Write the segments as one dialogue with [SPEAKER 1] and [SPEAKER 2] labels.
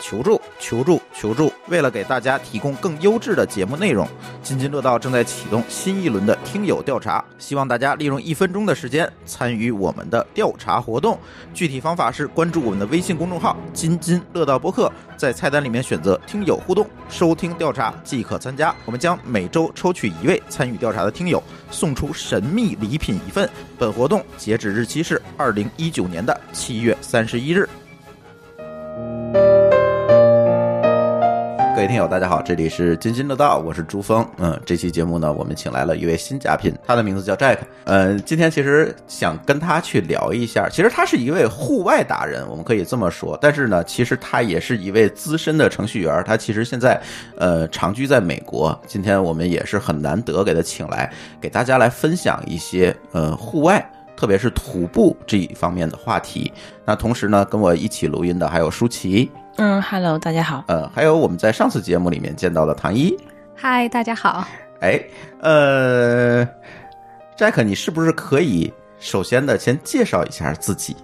[SPEAKER 1] 求助、求助、求助！为了给大家提供更优质的节目内容，津津乐道正在启动新一轮的听友调查，希望大家利用一分钟的时间参与我们的调查活动。具体方法是关注我们的微信公众号“津津乐道播客”，在菜单里面选择“听友互动”，收听调查即可参加。我们将每周抽取一位参与调查的听友，送出神秘礼品一份。本活动截止日期是二零一九年的七月三十一日。各位听友，大家好，这里是津津乐道，我是朱峰。嗯，这期节目呢，我们请来了一位新嘉宾，他的名字叫 Jack。呃，今天其实想跟他去聊一下，其实他是一位户外达人，我们可以这么说。但是呢，其实他也是一位资深的程序员，他其实现在呃长居在美国。今天我们也是很难得给他请来，给大家来分享一些呃户外。特别是徒步这一方面的话题，那同时呢，跟我一起录音的还有舒淇，
[SPEAKER 2] 嗯，Hello，大家好。
[SPEAKER 1] 呃，还有我们在上次节目里面见到的唐一，
[SPEAKER 3] 嗨，大家好。
[SPEAKER 1] 哎，呃，Jack，你是不是可以首先的先介绍一下自己？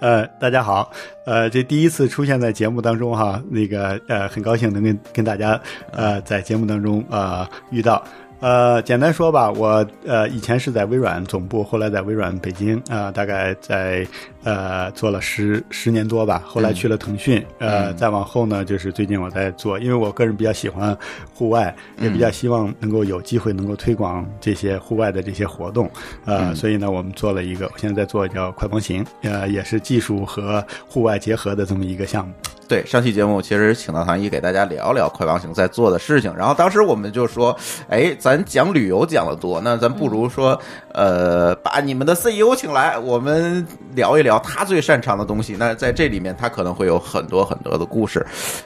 [SPEAKER 4] 呃，大家好，呃，这第一次出现在节目当中哈，那个呃，很高兴能跟跟大家呃在节目当中呃遇到。呃，简单说吧，我呃以前是在微软总部，后来在微软北京啊、呃大概在呃做了十十年多吧，后来去了腾讯，呃，再往后呢，就是最近我在做，因为我个人比较喜欢户外，也比较希望能够有机会能够推广这些户外的这些活动，
[SPEAKER 1] 嗯
[SPEAKER 4] 呃，所以呢，我们做了一个，我现在在做叫快风行，呃，也是技术和户外结合的这么一个项目。
[SPEAKER 1] 对，上期节目其实请到唐一给大家聊聊快王行在做的事情，然后当时我们就说，哎，咱讲旅游讲的多，那咱不如说，呃，把你们的 CEO 请来，我们聊一聊他最擅长的东西。那在这里面，他可能会有很多很多的故事。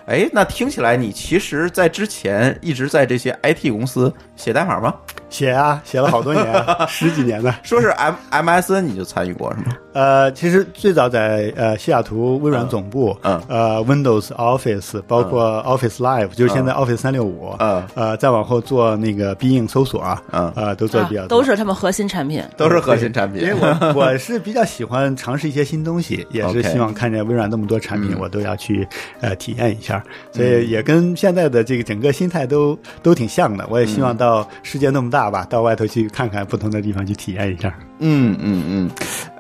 [SPEAKER 1] 哎，那听起来你其实，在之前一直在这些 IT 公司写代码吗？
[SPEAKER 4] 写啊，写了好多年 啊，十几年呢。
[SPEAKER 1] 说是 M MSN 你就参与过是吗？
[SPEAKER 4] 呃，其实最早在呃西雅图微软总部，
[SPEAKER 1] 嗯
[SPEAKER 4] 呃 Windows Office，包括 Office Live，、就是现在 Office 三六五，
[SPEAKER 1] 嗯
[SPEAKER 4] 呃，再往后做那个 b 应搜索，
[SPEAKER 1] 嗯
[SPEAKER 4] 呃，都做的比较多。
[SPEAKER 2] 啊都是他们核心产 品。
[SPEAKER 1] 都是核心产品。
[SPEAKER 4] 因为我我是比较喜欢尝试一些新东西，也是
[SPEAKER 1] OK 嗯
[SPEAKER 4] 希望看见微软那么多产品，我都要去呃体验一下，所以也跟现在的这个整个心态都都挺像的。我也希
[SPEAKER 1] 嗯
[SPEAKER 4] 望到世界那么大吧，到外头去看看不同的地方去体验一下。
[SPEAKER 1] 嗯嗯嗯，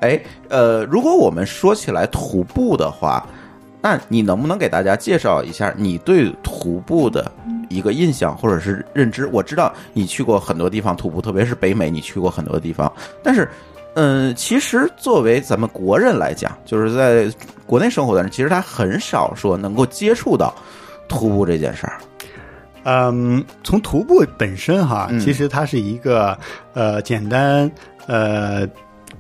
[SPEAKER 1] 哎，呃，如果我们说起来徒步的话，那你能不能给大家介绍一下你对徒步的一个印象或者是认知？我知道你去过很多地方徒步，特别是北美，你去过很多地方，但是。嗯，其实作为咱们国人来讲，就是在国内生活的人，其实他很少说能够接触到徒步这件事儿。
[SPEAKER 4] 嗯，从徒步本身哈，
[SPEAKER 1] 嗯
[SPEAKER 4] 其实它是一个呃简单呃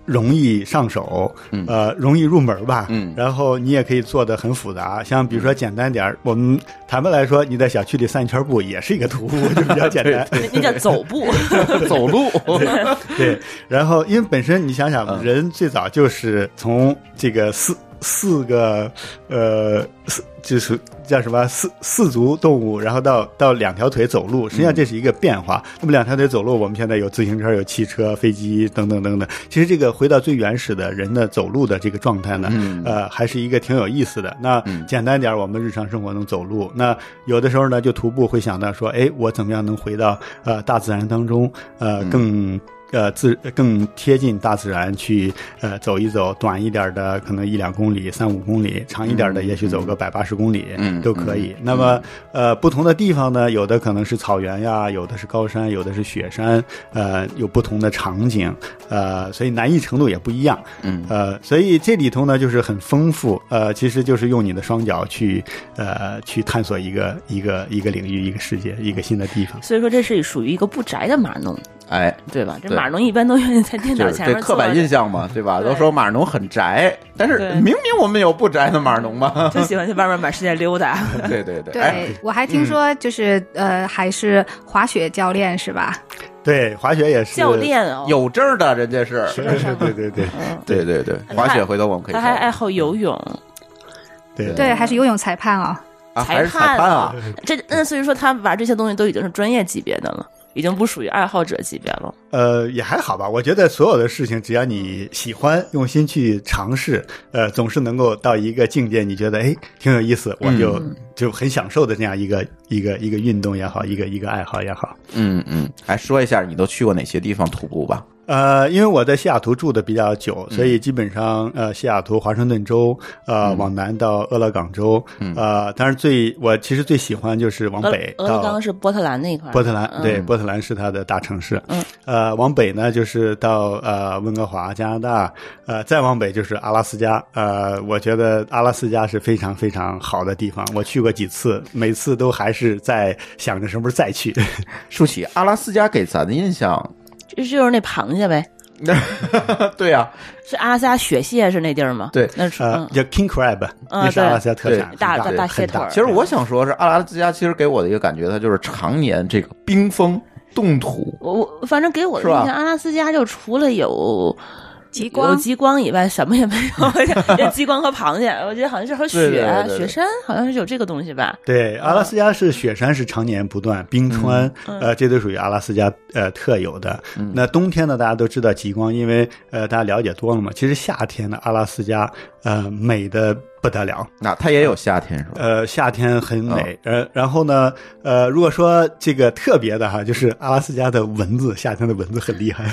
[SPEAKER 4] 容易上手，
[SPEAKER 1] 嗯
[SPEAKER 4] 呃容易入门吧，
[SPEAKER 1] 嗯
[SPEAKER 4] 然后你也可以做的很复杂，像比如说简单点儿，我们坦白来说，你在小区里散一圈步也是一个徒步，就比较简单，
[SPEAKER 2] 那那叫走步，
[SPEAKER 1] 走路，
[SPEAKER 4] 对，然后因为本身你
[SPEAKER 1] 嗯
[SPEAKER 4] 想想，人最早就是从这个四四个呃四就是叫什么四四足动物，然后到到两条腿走路，
[SPEAKER 1] 嗯
[SPEAKER 4] 实际上这是一个变化。那么两条腿走路，我们现在有自行车、有汽车、飞机等等等等。其实这个回到最原始的人的走路的这个状态呢，
[SPEAKER 1] 嗯
[SPEAKER 4] 呃，还是一个挺有意思的。那
[SPEAKER 1] 嗯
[SPEAKER 4] 简单点儿，我们日常生活能走路。那有的时候呢，就徒步会想到说，哎，我怎么样能回到呃大自然当中，
[SPEAKER 1] 嗯
[SPEAKER 4] 呃，更。呃，自更贴近大自然去，呃，走一走，短一点儿的可能一两公里、三五公里，长一点儿的也许走个百八十公里，
[SPEAKER 1] 嗯
[SPEAKER 4] 都可以。那么，呃，不同的地方呢，有的可能是草原呀，有的是高山，有的是雪山，呃，有不同的场景，呃，所以难易程度也不一样。
[SPEAKER 1] 嗯
[SPEAKER 4] 呃，所以这里头呢就是很丰富，呃，其实就是用你的双脚去呃去探索一个一个一个领域、一个世界、一个新的地方。
[SPEAKER 2] 所以说这是属于一个不宅的码农，
[SPEAKER 1] 哎，
[SPEAKER 2] 对吧？这
[SPEAKER 1] 对
[SPEAKER 2] 码农一般都愿意在电
[SPEAKER 1] 就
[SPEAKER 2] 脑
[SPEAKER 1] 是
[SPEAKER 2] 前
[SPEAKER 1] 对
[SPEAKER 2] 面
[SPEAKER 1] 刻
[SPEAKER 2] 坐着。嗯
[SPEAKER 1] 板印象嘛，对吧？
[SPEAKER 2] 对
[SPEAKER 1] 都说码农很宅，但是
[SPEAKER 2] 对
[SPEAKER 1] 明明我们有不宅的码农嘛。
[SPEAKER 2] 就喜欢去外面满世界 溜达。
[SPEAKER 1] 对对对，
[SPEAKER 2] 哦
[SPEAKER 1] 哎，
[SPEAKER 3] 对，我还听说就是呃，还是滑雪教练是吧？
[SPEAKER 4] 对，滑雪也是
[SPEAKER 2] 教，练哦，
[SPEAKER 1] 有证儿的人家是，
[SPEAKER 4] 是是是， 对对对
[SPEAKER 2] 嗯
[SPEAKER 1] 对对对，
[SPEAKER 2] 他
[SPEAKER 1] 滑雪回头我们可以
[SPEAKER 2] 他还爱哎
[SPEAKER 1] 说，啊
[SPEAKER 2] 好游泳，
[SPEAKER 4] 对
[SPEAKER 3] 对，还是游泳裁判啊、
[SPEAKER 1] 啊还是
[SPEAKER 2] 裁判
[SPEAKER 1] 裁判啊，
[SPEAKER 2] 这那所以说他玩这些东西都已经是专业级别的了。已经不属于爱好者级别了。
[SPEAKER 4] 呃，也还好吧。我觉得所有的事情，只要你喜欢，用心去尝试，呃，总是能够到一个境界，你觉得哎挺有意思，我就、
[SPEAKER 2] 嗯
[SPEAKER 4] 就很享受的这样一个一个一个运动也好，一个一个爱好也好。
[SPEAKER 1] 嗯嗯，哎，说一下你都去过哪些地方徒步吧？
[SPEAKER 4] 呃，因为我在西雅图住的比较久，所以基本上呃，西雅图、华盛顿州，呃，往南到俄勒冈州，呃，当然最我其实最喜欢就是往
[SPEAKER 2] 俄
[SPEAKER 4] 北
[SPEAKER 2] 俄勒
[SPEAKER 4] 到
[SPEAKER 2] 冈是波特兰那一块儿，
[SPEAKER 4] 波特兰，
[SPEAKER 2] 嗯
[SPEAKER 4] 对，波特兰是它的大城市。
[SPEAKER 2] 嗯，
[SPEAKER 4] 呃，往北呢就是到呃温哥华，加拿大，呃，再往北就是阿拉斯加。呃，我觉得阿拉斯加是非常非常好的地方，我去过几次，每次都还是在想着什么时候再去。
[SPEAKER 1] 舒淇，阿拉斯加给咱的印 象，
[SPEAKER 2] 这就是那螃蟹呗，
[SPEAKER 1] 对呀、啊，
[SPEAKER 2] 是阿拉斯加雪蟹是那地儿吗？
[SPEAKER 1] 对
[SPEAKER 2] 那是
[SPEAKER 4] 呃
[SPEAKER 2] 嗯，
[SPEAKER 4] 叫 King Crab，
[SPEAKER 2] 嗯
[SPEAKER 4] 那是阿拉斯加特
[SPEAKER 1] 对
[SPEAKER 4] 产，很
[SPEAKER 2] 大
[SPEAKER 4] 大
[SPEAKER 2] 大
[SPEAKER 4] 很
[SPEAKER 2] 蟹腿儿
[SPEAKER 1] 其实我想说是阿拉斯加，其实给我的一个感觉，它就是常年这个冰封冻土，
[SPEAKER 2] 我我反正给我的
[SPEAKER 1] 是
[SPEAKER 2] 印
[SPEAKER 1] 吧
[SPEAKER 2] 象，阿拉斯加就除了有
[SPEAKER 3] 极
[SPEAKER 2] 有
[SPEAKER 3] 光，
[SPEAKER 2] 极光以外什么也没有，就极光和螃蟹，我觉得好像是和
[SPEAKER 1] 对
[SPEAKER 2] 雪
[SPEAKER 1] 对对对
[SPEAKER 2] 雪山，好像是有这个东西吧。
[SPEAKER 4] 对，阿拉斯加是雪山是常年不断，冰川、呃，这都属于阿拉斯加呃特有的。那冬天呢，大家都知道极光，因为呃大家了解多了嘛。其实夏天呢，阿拉斯加呃美的不得了，
[SPEAKER 1] 那它也有夏天是吧？
[SPEAKER 4] 呃夏天很美。呃，然后呢，呃如果说这个特别的哈，就是阿拉斯加的蚊子，夏天的蚊子很厉害，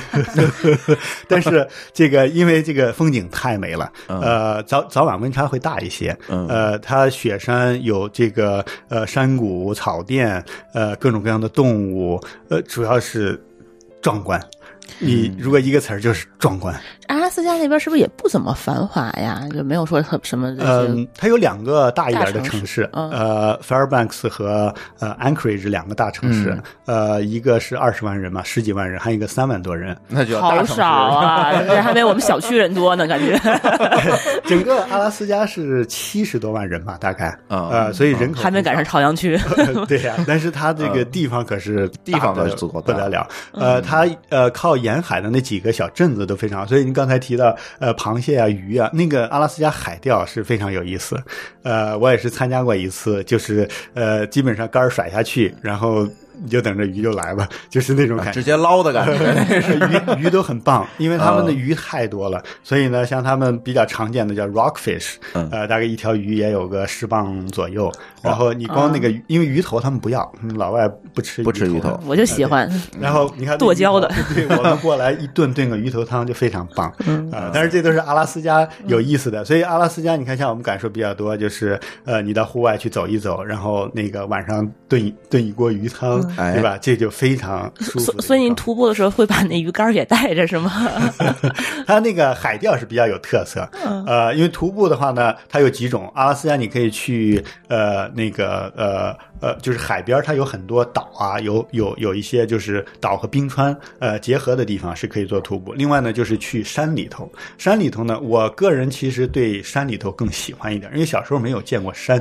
[SPEAKER 4] 但是这个因为这个风景太美了，呃早早晚温差会大一些，
[SPEAKER 1] 嗯
[SPEAKER 4] 呃，它雪山有这个呃山谷、草甸，呃各种各样的动物，呃，主要是壮观。
[SPEAKER 2] 嗯
[SPEAKER 4] 你如果一个词儿就是壮观，
[SPEAKER 2] 阿拉斯加那边是不是也不怎么繁华呀？就没有说特什么这些
[SPEAKER 4] 嗯，它有两个大一点的
[SPEAKER 2] 大城
[SPEAKER 4] 城市，
[SPEAKER 2] 嗯
[SPEAKER 4] 呃，Fairbanks 和呃 Anchorage 两个大城市，
[SPEAKER 2] 嗯
[SPEAKER 4] 呃，一个是二十万人嘛，十几万人，还有一个三万多人，
[SPEAKER 1] 那就要大
[SPEAKER 2] 好
[SPEAKER 1] 城市
[SPEAKER 2] 少啊， 这还没我们小区人多呢，感觉。
[SPEAKER 4] 整个阿拉斯加是七十多万人吧，大概，
[SPEAKER 1] 嗯
[SPEAKER 4] 呃，所以人口
[SPEAKER 2] 哦还没赶上朝阳区，
[SPEAKER 1] 哦
[SPEAKER 4] 对呀、但是它这个地方可是
[SPEAKER 1] 地方
[SPEAKER 4] 的
[SPEAKER 1] 可是足够
[SPEAKER 4] 不
[SPEAKER 1] 大
[SPEAKER 4] 得了。呃，它呃靠沿海的那几个小镇子都非常好，所以您刚才提到呃螃蟹啊、鱼啊，那个阿拉斯加海钓是非常有意思。呃，我也是参加过一次，就是呃基本上杆儿甩下去，然后你就等着鱼就来吧，就是那种感觉。
[SPEAKER 1] 啊直接捞的感觉。
[SPEAKER 4] 鱼鱼都很棒，因为他
[SPEAKER 1] 啊
[SPEAKER 4] 们的鱼太多了，所以呢，像他们比较常见的叫 rockfish，、
[SPEAKER 1] 嗯哦
[SPEAKER 4] 呃，大概一条鱼也有个十磅左右。然后你光那个鱼，
[SPEAKER 2] 啊
[SPEAKER 4] 因为鱼头他们不要，嗯老外不吃
[SPEAKER 1] 不吃鱼头
[SPEAKER 4] 头。
[SPEAKER 2] 我就喜欢。
[SPEAKER 4] 然后你看那
[SPEAKER 2] 剁椒的
[SPEAKER 4] 鱼头，对我们过来一炖炖个鱼头汤就非常棒。
[SPEAKER 2] 嗯
[SPEAKER 4] 啊、但是这都是阿拉斯加有意思的，所以阿拉斯加你看，像我们感受比较多，就是呃，你到户外去走一走，然后那个晚上炖一炖一锅鱼汤，
[SPEAKER 1] 嗯
[SPEAKER 4] 对吧？这就非常舒服的地
[SPEAKER 2] 所
[SPEAKER 4] 方。
[SPEAKER 2] 所以您徒步的时候会把那鱼竿也带着是 吗？
[SPEAKER 4] 它那个海钓是比较有特色，
[SPEAKER 2] 嗯
[SPEAKER 4] 呃，因为徒步的话呢，它有几种，阿拉斯加你可以去呃那个呃呃，就是海边儿它有很多岛啊，有有有一些就是岛和冰川呃结合的地方是可以做徒步。另外呢，就是去山里头，山里头呢，我个人其实对山里头更喜欢一点，因为小时候没有见过山，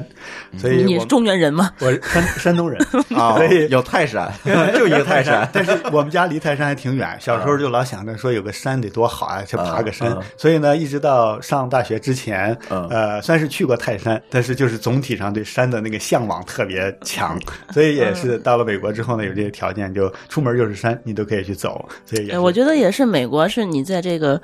[SPEAKER 1] 哎
[SPEAKER 4] 所以
[SPEAKER 2] 你
[SPEAKER 4] 我
[SPEAKER 2] 是中原人吗？
[SPEAKER 4] 我是山山东人，
[SPEAKER 1] 啊
[SPEAKER 4] 所以，。
[SPEAKER 1] 有泰山，就一个泰山 嗯
[SPEAKER 4] 但是我们家离泰山还挺远，小时候就老想着说有个山得多好啊，去爬个山
[SPEAKER 1] 嗯嗯。
[SPEAKER 4] 所以呢，一直到上大学之前，
[SPEAKER 1] 嗯
[SPEAKER 4] 呃，算是去过泰山，但是就是总体上对山的那个向往特别强，所以也
[SPEAKER 2] 嗯
[SPEAKER 4] 是到了美国之后呢，有这些条件，就出门就是山，你都可以去走。所以也
[SPEAKER 2] 哎
[SPEAKER 4] 是
[SPEAKER 2] 我觉得也是，美国是你在这个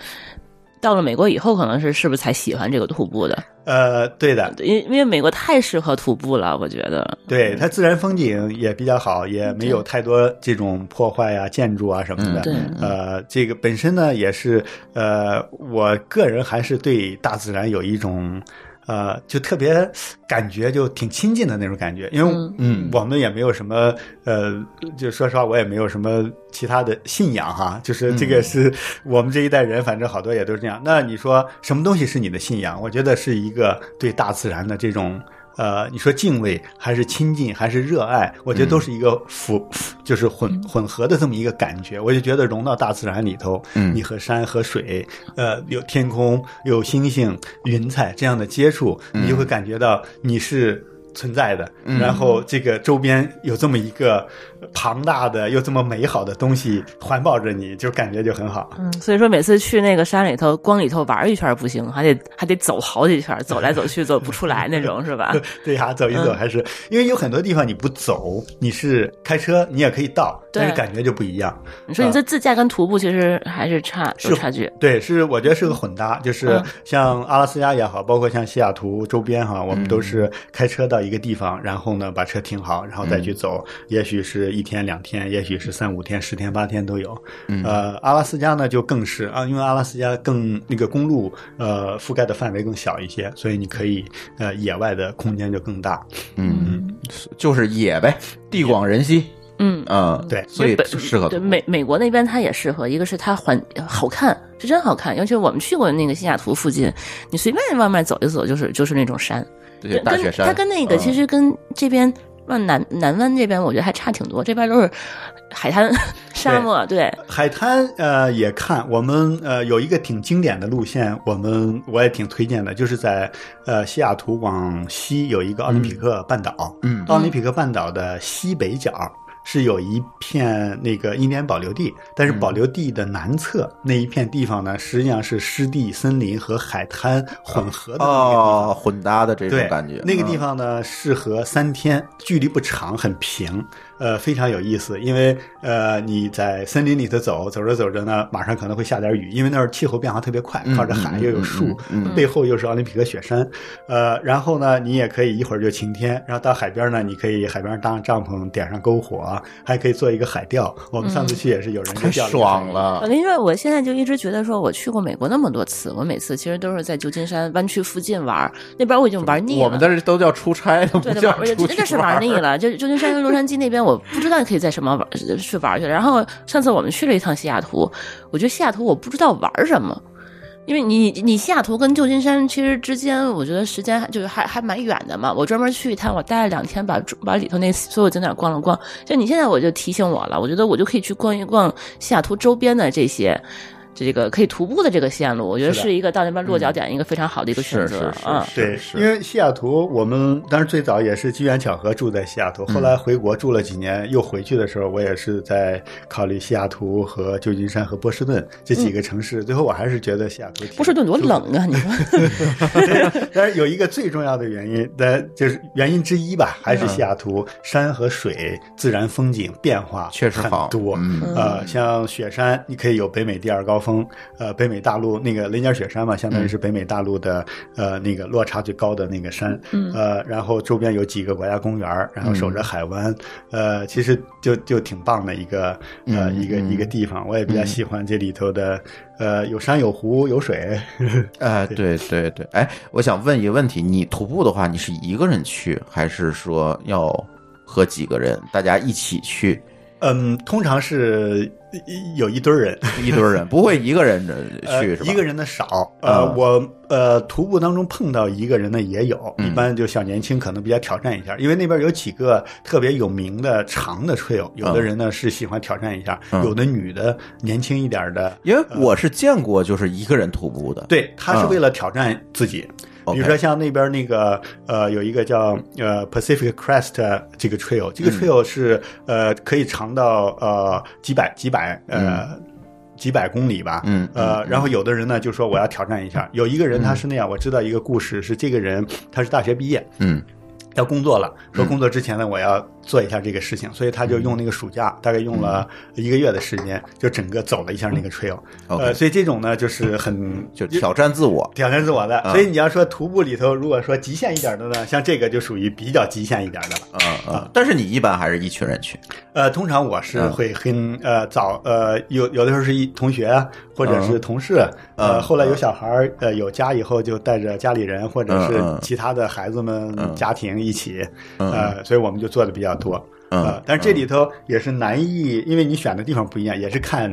[SPEAKER 2] 到了美国以后，可能是是不是才喜欢这个徒步的？
[SPEAKER 4] 呃，对的，
[SPEAKER 2] 因因为美国太适合徒步了，我觉得。
[SPEAKER 4] 对它自然风景也比较好，也没有太多这种破坏啊、建筑啊什么
[SPEAKER 1] 嗯
[SPEAKER 4] 的。
[SPEAKER 2] 对
[SPEAKER 4] 呃，这个本身呢也是呃，我个人还是对大自然有一种。呃，就特别感觉就挺亲近的那种感觉，因为
[SPEAKER 2] 嗯
[SPEAKER 1] 嗯
[SPEAKER 4] 我们也没有什么呃，就说实话，我也没有什么其他的信仰哈，就是这个是我们这一代人，反正好多也都是这样。那你说什么东西是你的信仰？我觉得是一个对大自然的这种。呃，你说敬畏还是亲近还是热爱，我觉得都是一个符，就是混混合的这么一个感觉。我就觉得融到大自然里头，
[SPEAKER 1] 嗯
[SPEAKER 4] 你和山和水，呃，有天空、有星星、云彩这样的接触，你就会感觉到你是存在的。
[SPEAKER 1] 嗯
[SPEAKER 4] 然后这个周边有这么一个庞大的又这么美好的东西环抱着你，就感觉就很好。
[SPEAKER 2] 嗯，所以说每次去那个山里头，光里头玩一圈不行，还得还得走好几圈，走来走去走不出来那种，是吧？
[SPEAKER 4] 对呀、走一
[SPEAKER 2] 啊
[SPEAKER 4] 走
[SPEAKER 2] 嗯
[SPEAKER 4] 还是、因为有很多地方你不走，你是开车你也可以到，
[SPEAKER 2] 对
[SPEAKER 4] 但是感觉就不一样。
[SPEAKER 2] 你说你这自驾跟徒步其实还是差有
[SPEAKER 4] 是
[SPEAKER 2] 差距。
[SPEAKER 4] 对，是我觉得是个混搭，就是
[SPEAKER 2] 嗯
[SPEAKER 4] 像阿拉斯加也好，包括像西雅图周边哈，我们都是开车到一个地方，然后呢把车停好，然后再去走，也许是一天两天，也许是三五天、十天八天都有。
[SPEAKER 1] 嗯
[SPEAKER 4] 呃，阿拉斯加呢就更是啊，因为阿拉斯加更那个公路呃覆盖的范围更小一些，所以你可以呃野外的空间就更大。
[SPEAKER 1] 嗯，就是野呗，地广人稀，
[SPEAKER 2] 嗯，
[SPEAKER 1] 嗯，
[SPEAKER 4] 对
[SPEAKER 1] 所以
[SPEAKER 2] 因为
[SPEAKER 1] 就适合
[SPEAKER 2] 对
[SPEAKER 1] 徒步
[SPEAKER 2] 美美国那边它也适合，一个是它环好看，是真好看。尤其我们去过那个西雅图附近，你随便往外走一走，就是就是那种山，
[SPEAKER 1] 对大雪山，
[SPEAKER 2] 它跟那个
[SPEAKER 1] 嗯
[SPEAKER 2] 其实跟这边。往南南湾这边，我觉得还差挺多，这边都是海滩、沙漠，对，
[SPEAKER 4] 海滩呃也看，我们呃有一个挺经典的路线，我们我也挺推荐的，就是在呃西雅图往西有一个奥林匹克半岛，
[SPEAKER 1] 嗯
[SPEAKER 4] 奥林匹克半岛的西北角。是有一片那个印第安保留地，但是保留地的南侧那一片地方呢，实际上是湿地、森林和海滩混合的那个地方。
[SPEAKER 1] 哦混搭的这种
[SPEAKER 4] 对，
[SPEAKER 1] 感觉，
[SPEAKER 4] 那个地
[SPEAKER 1] 嗯
[SPEAKER 4] 方呢，适合三天，距离不长，很平，呃，非常有意思。因为呃，你在森林里头走，走着走着呢，马上可能会下点雨，因为那儿气候变化特别快，
[SPEAKER 1] 嗯
[SPEAKER 4] 靠着海又有树，
[SPEAKER 1] 嗯嗯
[SPEAKER 4] 背后又是奥林匹克雪山，呃，然后呢，你也可以一会儿就晴天，然后到海边呢，你可以海边搭帐篷，点上篝火，还可以做一个海钓。我们上次去也是有人就
[SPEAKER 1] 嗯太
[SPEAKER 4] 钓了一个
[SPEAKER 1] 爽
[SPEAKER 4] 海
[SPEAKER 2] 我
[SPEAKER 1] 了，
[SPEAKER 2] 跟你说，我现在就一直觉得说，我去过美国那么多次，我每次其实都是在旧金山湾区附近玩儿，那边我已经玩腻了。
[SPEAKER 1] 我们在这都叫出差， 不
[SPEAKER 2] 对对
[SPEAKER 1] 叫
[SPEAKER 2] 玩，
[SPEAKER 1] 出
[SPEAKER 2] 真的
[SPEAKER 1] 去
[SPEAKER 2] 是玩
[SPEAKER 1] 儿
[SPEAKER 2] 腻。了。就旧金山跟洛杉矶那边，我不知道可以在什么玩儿呃去玩儿去了。然后上次我们去了一趟西雅图，我觉得西雅图我不知道玩儿什么。因为你你西雅图跟旧金山其实之间，我觉得时间还就是还还蛮远的嘛。我专门去一趟，我待了两天把，住把里头那所有景点逛了逛。就你现在我就提醒我了，我觉得我就可以去逛一逛西雅图周边的这些。这个可以徒步的这个线路，我觉得
[SPEAKER 4] 是的
[SPEAKER 2] 是一个到那边落脚点一个非常好的一个选
[SPEAKER 1] 嗯是
[SPEAKER 2] 择
[SPEAKER 1] 是
[SPEAKER 2] 啊
[SPEAKER 1] 是，。
[SPEAKER 4] 对，
[SPEAKER 1] 是
[SPEAKER 4] 因为西雅图，我们当时最早也是机缘巧合住在西雅图，后来回国住了几年，又回去的时候，我也是在考虑西雅图和旧金山和波士顿这几个城市，最后我还是觉得西雅图挺。
[SPEAKER 2] 波士顿多冷啊！你说
[SPEAKER 4] 对 但是有一个最重要的原因，但就是原因之一吧，还是西雅图山和水、自然风景变化
[SPEAKER 1] 确实
[SPEAKER 4] 很
[SPEAKER 1] 好
[SPEAKER 4] 多。
[SPEAKER 1] 嗯
[SPEAKER 4] 呃，像雪山，你可以有北美第二高峰，呃，北美大陆那个雷尼尔雪山嘛，相
[SPEAKER 1] 嗯
[SPEAKER 4] 当于是北美大陆的、呃那个落差最高的那个山，
[SPEAKER 2] 嗯
[SPEAKER 4] 呃，然后周边有几个国家公园儿，然后守着海湾，呃，其实就就挺棒的一个呃、
[SPEAKER 1] 嗯
[SPEAKER 4] 一个
[SPEAKER 1] 嗯
[SPEAKER 4] 一个地方，我也比较
[SPEAKER 1] 嗯
[SPEAKER 4] 喜欢这里头的，呃，有山有湖有水，
[SPEAKER 2] 嗯
[SPEAKER 1] 哎，对对对，哎，我想问一个问题，你徒步的话，你是一个人去，还是说要和几个人，大家一起去，
[SPEAKER 4] 嗯，通常是一有一堆儿人，
[SPEAKER 1] 一堆人，不会一个人呃
[SPEAKER 4] 呃
[SPEAKER 1] 去是吧？
[SPEAKER 4] 一个人的少。呃，
[SPEAKER 1] 嗯
[SPEAKER 4] 我呃徒步当中碰到一个人的也有，
[SPEAKER 1] 嗯
[SPEAKER 4] 一般就小年轻可能比较挑战一下，因为那边有几个特别有名的长的 trail，有的人呢是喜欢挑战一下，
[SPEAKER 1] 嗯
[SPEAKER 4] 有的女的年轻一点的，
[SPEAKER 1] 因为我是见过就是一个人徒步的，
[SPEAKER 4] 呃对，她是
[SPEAKER 1] 嗯
[SPEAKER 4] 为了挑战自己。
[SPEAKER 1] OK，
[SPEAKER 4] 比如说像那边那个呃，有一个叫呃 Pacific Crest 这个 trail，这个
[SPEAKER 1] 嗯
[SPEAKER 4] trail 是、呃可以长到呃几百几百呃、几百公里吧，
[SPEAKER 1] 嗯
[SPEAKER 4] 呃，然后有的人呢就说我要挑战一下，有一个人他是那样，我知道一个故事是这个人他是大学毕业，
[SPEAKER 1] 嗯
[SPEAKER 4] 要工作了，说
[SPEAKER 1] 嗯
[SPEAKER 4] 工作之前呢，我要做一下这个事情，所以他就用那个暑假，大概用了一个月的时间，就整个走了一下那个 trail，
[SPEAKER 1] 嗯，OK，
[SPEAKER 4] 呃，所以这种呢就是很
[SPEAKER 1] 就挑战自我，
[SPEAKER 4] 挑战自我的，
[SPEAKER 1] 啊
[SPEAKER 4] 所以你要说徒步里头，如果说极限一点的呢，像这个就属于比较极限一点的了。
[SPEAKER 1] 嗯嗯，但是你一般还是一群人去，
[SPEAKER 4] 呃，通常我是
[SPEAKER 1] 嗯
[SPEAKER 4] 会跟呃早呃有有的时候是一同学或者是同事，
[SPEAKER 1] 嗯
[SPEAKER 4] 呃后来有小孩儿呃有家以后就带着家里人或者是
[SPEAKER 1] 嗯嗯
[SPEAKER 4] 其他的孩子们
[SPEAKER 1] 嗯
[SPEAKER 4] 家庭一起，
[SPEAKER 1] 嗯
[SPEAKER 4] 呃，所以我们就做的比较多。
[SPEAKER 1] 嗯
[SPEAKER 4] 呃，，但是这里头也是难易，因为你选的地方不一样，也是看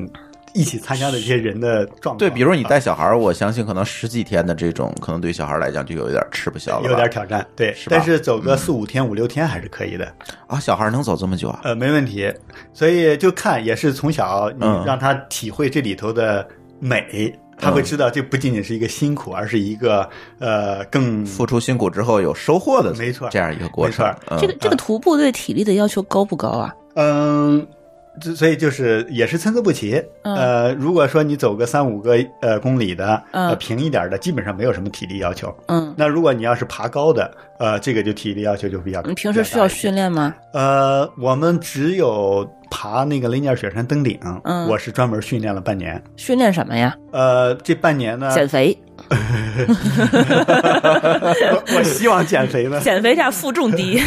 [SPEAKER 4] 一起参加的这些人的状况。
[SPEAKER 1] 嗯对，比如你
[SPEAKER 4] 啊
[SPEAKER 1] 带小孩儿，我相信可能十几天的这种，可能对小孩儿来讲就有一点吃不消了吧，
[SPEAKER 4] 有点挑战，对，
[SPEAKER 1] 是吧嗯
[SPEAKER 4] 但是走个四五天、五六天还是可以的。
[SPEAKER 1] 啊，小孩儿能走这么久啊？
[SPEAKER 4] 呃，没问题。所以就看也是从小你
[SPEAKER 1] 嗯
[SPEAKER 4] 让他体会这里头的美，他会知道这不仅仅是一个辛苦，而是一个呃更
[SPEAKER 1] 付出辛苦之后有收获的，
[SPEAKER 4] 没错
[SPEAKER 1] 这样一个过
[SPEAKER 4] 没错
[SPEAKER 1] 程
[SPEAKER 4] 儿。
[SPEAKER 1] 嗯
[SPEAKER 2] 这个这个徒步对体力的要求高不高啊？
[SPEAKER 4] 嗯，这所以就是也是参差不齐。
[SPEAKER 2] 嗯
[SPEAKER 4] 呃，如果说你走个三五个呃公里的，
[SPEAKER 2] 嗯
[SPEAKER 4] 呃平一点的，基本上没有什么体力要求。
[SPEAKER 2] 嗯，
[SPEAKER 4] 那如果你要是爬高的，呃，这个就体力要求就比较。
[SPEAKER 2] 你平时需要训
[SPEAKER 4] 练？
[SPEAKER 2] 练吗？
[SPEAKER 4] 呃，我们只有爬那个雷尼尔雪山登顶，
[SPEAKER 2] 嗯
[SPEAKER 4] 我是专门训练了半年。
[SPEAKER 2] 训练什么呀？
[SPEAKER 4] 呃，这半年呢，
[SPEAKER 2] 减肥，
[SPEAKER 4] 我 我希望减肥呢。
[SPEAKER 2] 减肥加负重低。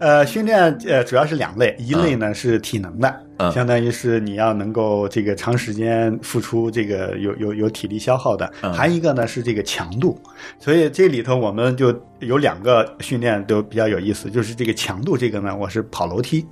[SPEAKER 4] 呃，训练呃主要是两类，一类呢、是体能的，
[SPEAKER 1] 嗯
[SPEAKER 4] 相当于是你要能够这个长时间付出这个有有有体力消耗的，
[SPEAKER 1] 嗯
[SPEAKER 4] 还有一个呢是这个强度。所以这里头我们就有两个训练都比较有意思，就是这个强度这个呢，我是跑楼梯，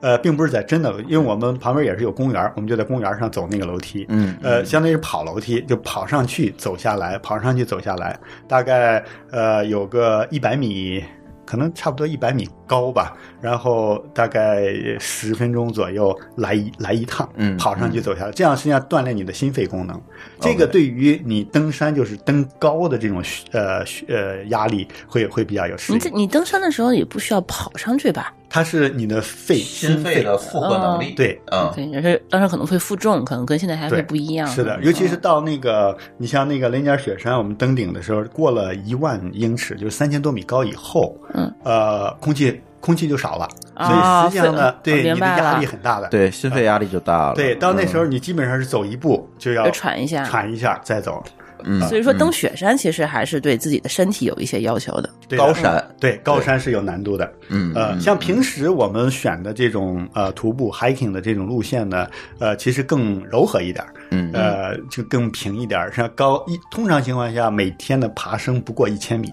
[SPEAKER 4] 呃，并不是在真的，因为我们旁边也是有公园，我们就在公园上走那个楼梯，
[SPEAKER 1] 嗯
[SPEAKER 4] 呃，相当于是跑楼梯，就跑上去走下来，跑上去走下来，大概呃有个一百米，可能差不多一百米高吧，然后大概十分钟左右来一来一趟，
[SPEAKER 1] 嗯
[SPEAKER 4] 跑上去走下来，这样实际上锻炼你的心肺功能。这个
[SPEAKER 1] OK
[SPEAKER 4] 对于你登山就是登高的这种呃呃压力会会比较有 适
[SPEAKER 1] 嗯
[SPEAKER 2] 你这
[SPEAKER 4] 应，
[SPEAKER 2] 你登山的时候也不需要跑上去吧？
[SPEAKER 4] 它是你的肺
[SPEAKER 1] 心肺
[SPEAKER 4] 肺
[SPEAKER 1] 的负荷能力，
[SPEAKER 4] 对，
[SPEAKER 1] 嗯，
[SPEAKER 2] 对，而是当时可能会负重，可能跟现在还会
[SPEAKER 4] 对
[SPEAKER 2] 不一样。嗯
[SPEAKER 4] 是的，尤其是到那个，你像那个雷尼尔雪山，我们登顶的时候，过了一万英尺，就是三千多米高以后，
[SPEAKER 2] 嗯，
[SPEAKER 4] 呃，空气空气就少了，所
[SPEAKER 2] 啊
[SPEAKER 4] 以实际上呢
[SPEAKER 2] 所以，
[SPEAKER 4] 对
[SPEAKER 2] 明
[SPEAKER 4] 你的
[SPEAKER 2] 白
[SPEAKER 4] 压
[SPEAKER 2] 了
[SPEAKER 4] 力很大的。
[SPEAKER 1] 对，心肺压力就大了。嗯
[SPEAKER 4] 对，到那时候你基本上是走一步就要
[SPEAKER 2] 要喘一下
[SPEAKER 4] 喘一下再走。
[SPEAKER 1] 嗯，
[SPEAKER 2] 所以说登
[SPEAKER 1] 嗯
[SPEAKER 2] 雪山其实还是对自己的身体有一些要求的。
[SPEAKER 4] 对的嗯
[SPEAKER 1] 高山，
[SPEAKER 4] 对高山是有难度的。
[SPEAKER 1] 嗯，
[SPEAKER 4] 呃，
[SPEAKER 1] 嗯
[SPEAKER 4] 像平时我们选的这种呃徒步 hiking 的这种路线呢，呃，其实更柔和一点儿，
[SPEAKER 1] 嗯
[SPEAKER 4] 呃，就更平一点儿。像高一，通常情况下每天的爬升不过一千米，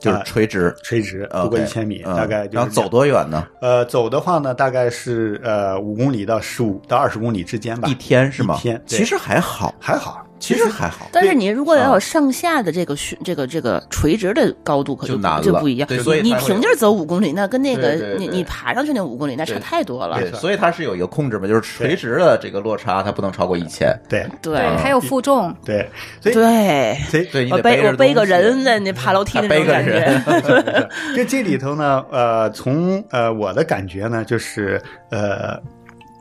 [SPEAKER 1] 就是
[SPEAKER 4] 啊
[SPEAKER 1] 垂直，
[SPEAKER 4] 垂直不过一千米，
[SPEAKER 1] 嗯
[SPEAKER 4] 大概就是
[SPEAKER 1] 然后走多远呢？
[SPEAKER 4] 呃走的话呢，大概是呃五公里到十五到二十公里之间吧，
[SPEAKER 1] 一天是吗？
[SPEAKER 4] 一天对
[SPEAKER 1] 其实还好，
[SPEAKER 4] 还好，
[SPEAKER 1] 其实还好，
[SPEAKER 2] 但是你如果要
[SPEAKER 1] 啊
[SPEAKER 2] 有上下的这个训，这个这个垂直的高度，可
[SPEAKER 1] 就难了
[SPEAKER 2] 就不一样。
[SPEAKER 1] 对所以
[SPEAKER 2] 你
[SPEAKER 1] 才会
[SPEAKER 2] 平地儿走五公里，那跟那
[SPEAKER 1] 对对
[SPEAKER 2] 个
[SPEAKER 1] 对
[SPEAKER 2] 你你爬上去那五公里，那差
[SPEAKER 1] 对
[SPEAKER 2] 太多了。
[SPEAKER 1] 对，所以它是有一个控制嘛，就是垂直的这个落差它不能超过一千，
[SPEAKER 4] 对
[SPEAKER 2] 对
[SPEAKER 3] 对，还有负重，
[SPEAKER 4] 对，所以
[SPEAKER 2] 对，
[SPEAKER 4] 所以
[SPEAKER 1] 对啊你
[SPEAKER 2] 我
[SPEAKER 1] 得
[SPEAKER 2] 呃背
[SPEAKER 1] 着
[SPEAKER 2] 我背
[SPEAKER 1] 东
[SPEAKER 2] 个
[SPEAKER 1] 西
[SPEAKER 2] 人在那爬楼梯
[SPEAKER 1] 还
[SPEAKER 2] 那
[SPEAKER 1] 背
[SPEAKER 2] 种
[SPEAKER 1] 个
[SPEAKER 2] 感
[SPEAKER 1] 人
[SPEAKER 2] 觉。
[SPEAKER 4] 就这里头呢，呃，从呃我的感觉呢，就是呃，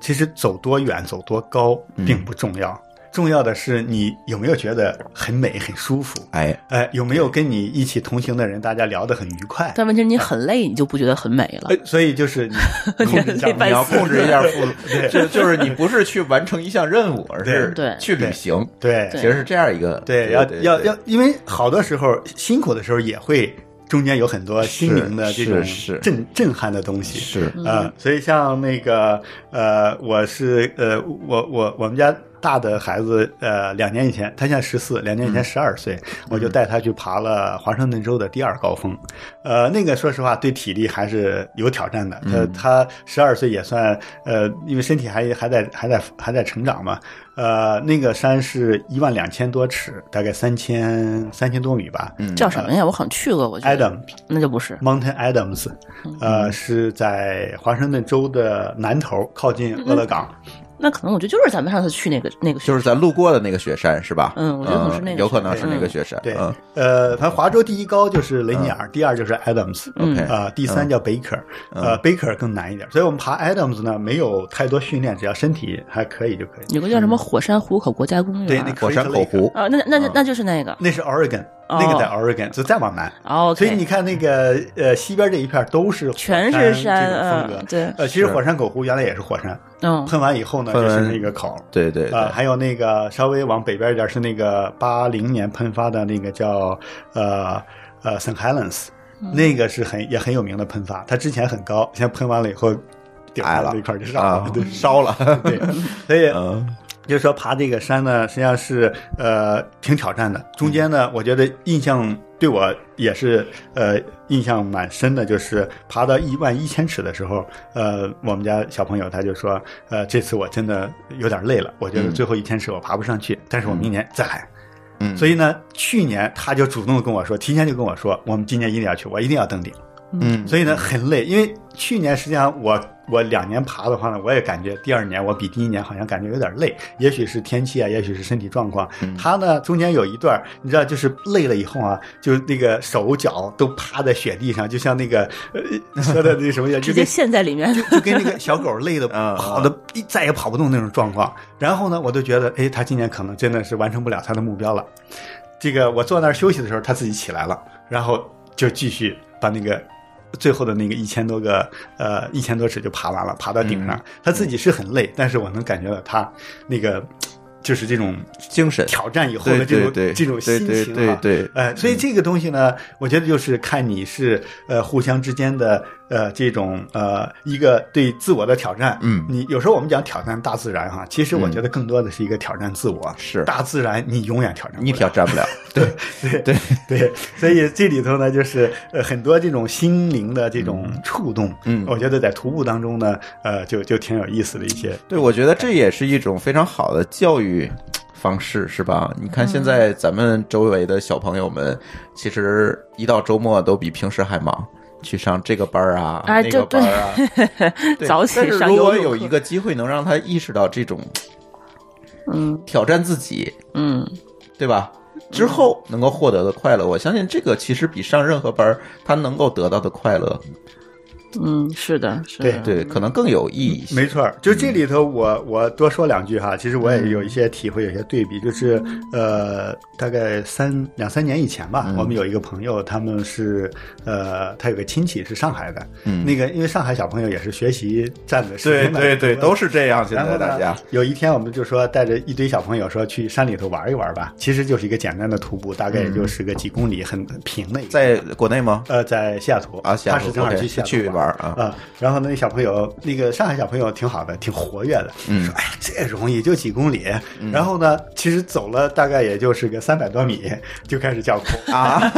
[SPEAKER 4] 其实走多远、走多高
[SPEAKER 1] 嗯
[SPEAKER 4] 并不重要，重要的是你有没有觉得很美、很舒服，
[SPEAKER 1] 哎，
[SPEAKER 4] 哎、有没有跟你一起同行的人，大家聊得很愉快。
[SPEAKER 2] 但问题是你很累，你就不觉得很美了
[SPEAKER 4] 哎。，所以就 是你啊控制一下
[SPEAKER 2] 累半
[SPEAKER 1] 你要
[SPEAKER 2] 死
[SPEAKER 1] 控制 一下负，
[SPEAKER 4] 对
[SPEAKER 1] 就就是你不是去完成一项任务，而是
[SPEAKER 2] 对
[SPEAKER 1] 去旅行，
[SPEAKER 4] 对
[SPEAKER 1] 其实是这样一个
[SPEAKER 4] 对，要要要，因为好多时候辛苦的时候也会中间有很多心灵的这种
[SPEAKER 1] 是是是
[SPEAKER 4] 震震撼的东西。
[SPEAKER 1] 是
[SPEAKER 4] 呃，所以像那个呃，我是呃，我我我们家大的孩子呃，两年以前，他现在十四，两年以前十二岁，我就带他去爬了华盛顿州的第二高峰。呃，那个说实话对体力还是有挑战的。他他十二岁也算呃，因为身体还还在还在还在成长嘛。呃，那个山是一万两千多尺，大概三千三千多米吧。
[SPEAKER 1] 嗯
[SPEAKER 2] 叫什么呀？我好像去过，我觉得
[SPEAKER 4] Adam
[SPEAKER 2] 那就不是。嗯
[SPEAKER 4] Mountain Adams，呃，是在华盛顿州的南头，靠近俄勒冈。
[SPEAKER 2] 那可能我觉得就是咱们上次去那个那个，
[SPEAKER 1] 就是咱路过的那个雪山是吧？
[SPEAKER 2] 嗯我觉得可能是那个
[SPEAKER 1] 有可能
[SPEAKER 2] 雪
[SPEAKER 1] 是
[SPEAKER 2] 山
[SPEAKER 1] 那个雪山，
[SPEAKER 4] 对
[SPEAKER 1] 嗯，
[SPEAKER 4] 呃，反正华州第一高就是雷尼尔，第二就是 Adams，
[SPEAKER 2] 嗯
[SPEAKER 1] OK
[SPEAKER 4] 啊，第三叫 Baker，呃，Baker 更难一点。所以我们爬 Adams 呢，没有太多训练，只要身体还可以就可以。
[SPEAKER 2] 有个叫什
[SPEAKER 1] 嗯
[SPEAKER 2] 么火山湖口国家公园，
[SPEAKER 4] 对，那
[SPEAKER 1] 火山口
[SPEAKER 4] Crystal Lake
[SPEAKER 1] 湖，
[SPEAKER 2] 啊，那那就那就是那个。
[SPEAKER 4] 那是 Oregon，
[SPEAKER 2] 哦
[SPEAKER 4] 那个在 Oregon，就再往南。
[SPEAKER 2] 哦，OK，
[SPEAKER 4] 所以你看，那个呃，西边这一片都是火
[SPEAKER 2] 全是山
[SPEAKER 4] 山这种风格
[SPEAKER 2] 嗯。对
[SPEAKER 4] 呃，其实火山口湖原来也是火山，
[SPEAKER 2] 嗯，
[SPEAKER 4] 喷完以后呢，
[SPEAKER 1] 喷
[SPEAKER 4] 就
[SPEAKER 1] 完
[SPEAKER 4] 是那个口。
[SPEAKER 1] 对对嗯
[SPEAKER 4] 啊，
[SPEAKER 1] 对，
[SPEAKER 4] 还有那个稍微往北边一点是那个八零年喷发的那个叫呃呃 St. Helens，、那
[SPEAKER 1] 嗯
[SPEAKER 4] 个是很也很有名的喷发，它之前很高，现在喷完了以后顶
[SPEAKER 1] 矮了
[SPEAKER 4] 那块儿就上了，
[SPEAKER 1] 啊
[SPEAKER 4] 对，
[SPEAKER 1] 烧了，
[SPEAKER 4] 对，所以。
[SPEAKER 1] 嗯
[SPEAKER 4] 就是说爬这个山呢，实际上是呃挺挑战的。中间呢，我觉得印象对我也是呃印象蛮深的，就是爬到一万一千尺的时候，呃，我们家小朋友他就说，呃，这次我真的有点累了，我觉得
[SPEAKER 1] 嗯
[SPEAKER 4] 最后一千尺我爬不上去，但是我明年再来。
[SPEAKER 1] 嗯，
[SPEAKER 4] 所以呢，去年他就主动跟我说，提前就跟我说，我们今年一定要去，我一定要登顶。
[SPEAKER 1] 嗯，
[SPEAKER 4] 所以呢，很累，因为去年实际上我我两年爬的话呢，我也感觉第二年我比第一年好像感觉有点累，也许是天气啊，也许是身体状况。他呢中间有一段，你知道，就是累了以后啊，就是那个手脚都趴在雪地上，就像那个呃说的那什么一样，就
[SPEAKER 2] 直接
[SPEAKER 4] 跟
[SPEAKER 2] 陷在里面。
[SPEAKER 4] 就跟那个小狗累的
[SPEAKER 1] 嗯嗯
[SPEAKER 4] 跑的一再也跑不动那种状况。然后呢，我就觉得，哎，他今年可能真的是完成不了他的目标了。这个我坐那儿休息的时候，他自己起来了，然后就继续把那个最后的那个一千多个呃一千多尺就爬完了，爬到顶
[SPEAKER 1] 嗯
[SPEAKER 4] 上。他自己是很累，但是我能感觉到他那个就是这种
[SPEAKER 1] 精神，
[SPEAKER 4] 挑战以后
[SPEAKER 1] 对
[SPEAKER 4] 的这
[SPEAKER 1] 对
[SPEAKER 4] 种
[SPEAKER 1] 对，
[SPEAKER 4] 这种
[SPEAKER 1] 对
[SPEAKER 4] 心
[SPEAKER 1] 对
[SPEAKER 4] 情
[SPEAKER 1] 对
[SPEAKER 4] 啊。
[SPEAKER 1] 对，
[SPEAKER 4] 呃，所以这个东西呢，我觉得就是看你是呃互相之间的呃这种呃一个对自我的挑战。
[SPEAKER 1] 嗯
[SPEAKER 4] 你有时候我们讲挑战大自然哈，其实我觉得更多的是一个挑战自我。
[SPEAKER 1] 是
[SPEAKER 4] 大自然你永远挑战不
[SPEAKER 1] 你
[SPEAKER 4] 了
[SPEAKER 1] 挑战不 了，对
[SPEAKER 4] 对
[SPEAKER 1] 对
[SPEAKER 4] 对，所以这里头呢，就是呃很多这种心灵的这种触动。
[SPEAKER 1] 嗯
[SPEAKER 4] 我觉得在徒步当中呢，呃就就挺有意思的一些。
[SPEAKER 1] 对，我觉得这也是一种非常好的教育方式，是吧？你看现
[SPEAKER 4] 嗯
[SPEAKER 1] 在咱们周围的小朋友们，其实一到周末都比平时还忙。去上这个班儿啊，
[SPEAKER 2] 哎
[SPEAKER 1] 那个
[SPEAKER 2] 这
[SPEAKER 1] 班儿啊，对
[SPEAKER 2] 早起
[SPEAKER 1] 但是
[SPEAKER 2] 上
[SPEAKER 1] 如
[SPEAKER 2] 游
[SPEAKER 1] 果
[SPEAKER 2] 泳
[SPEAKER 1] 有
[SPEAKER 2] 课
[SPEAKER 1] 一个机会能让他意识到这种
[SPEAKER 2] 嗯
[SPEAKER 1] 挑战自己，
[SPEAKER 2] 嗯，
[SPEAKER 1] 对吧？之后能够获得的快乐，我相信这个其实比上任何班儿他能够得到的快乐，
[SPEAKER 2] 嗯，是的，是的，
[SPEAKER 1] 对，可能更有意义一些。
[SPEAKER 4] 没错儿，就这里头我，我多说两句哈。其实我
[SPEAKER 1] 嗯
[SPEAKER 4] 也有一些体会，有一些对比，就是呃，大概三两三年以前吧，
[SPEAKER 1] 嗯
[SPEAKER 4] 我们有一个朋友，他们是呃，他有个亲戚是上海的，
[SPEAKER 1] 嗯
[SPEAKER 4] 那个因为上海小朋友也是学习占的时
[SPEAKER 1] 对
[SPEAKER 4] 间蛮
[SPEAKER 1] 对对，
[SPEAKER 4] 多的
[SPEAKER 1] 都是这样。现
[SPEAKER 4] 然
[SPEAKER 1] 在
[SPEAKER 4] 后
[SPEAKER 1] 大
[SPEAKER 4] 呢
[SPEAKER 1] 家，
[SPEAKER 4] 有一天我们就说带着一堆小朋友说去山里头玩一玩吧，其实就是一个简单的徒步，大概也就是个几公里，很很平的一个。
[SPEAKER 1] 嗯在国内吗？
[SPEAKER 4] 呃，在西雅图
[SPEAKER 1] 啊，西雅
[SPEAKER 4] 他
[SPEAKER 1] 图
[SPEAKER 4] 是正好
[SPEAKER 1] OK，
[SPEAKER 4] 去西雅图
[SPEAKER 1] 去
[SPEAKER 4] 玩
[SPEAKER 1] 玩儿啊
[SPEAKER 4] 啊，然后呢，那小朋友，那个上海小朋友挺好的，挺活跃的，
[SPEAKER 1] 嗯
[SPEAKER 4] 说哎呀，这容易就几公里，然后呢，其实走了大概也就是个三百多米，就开始叫苦啊，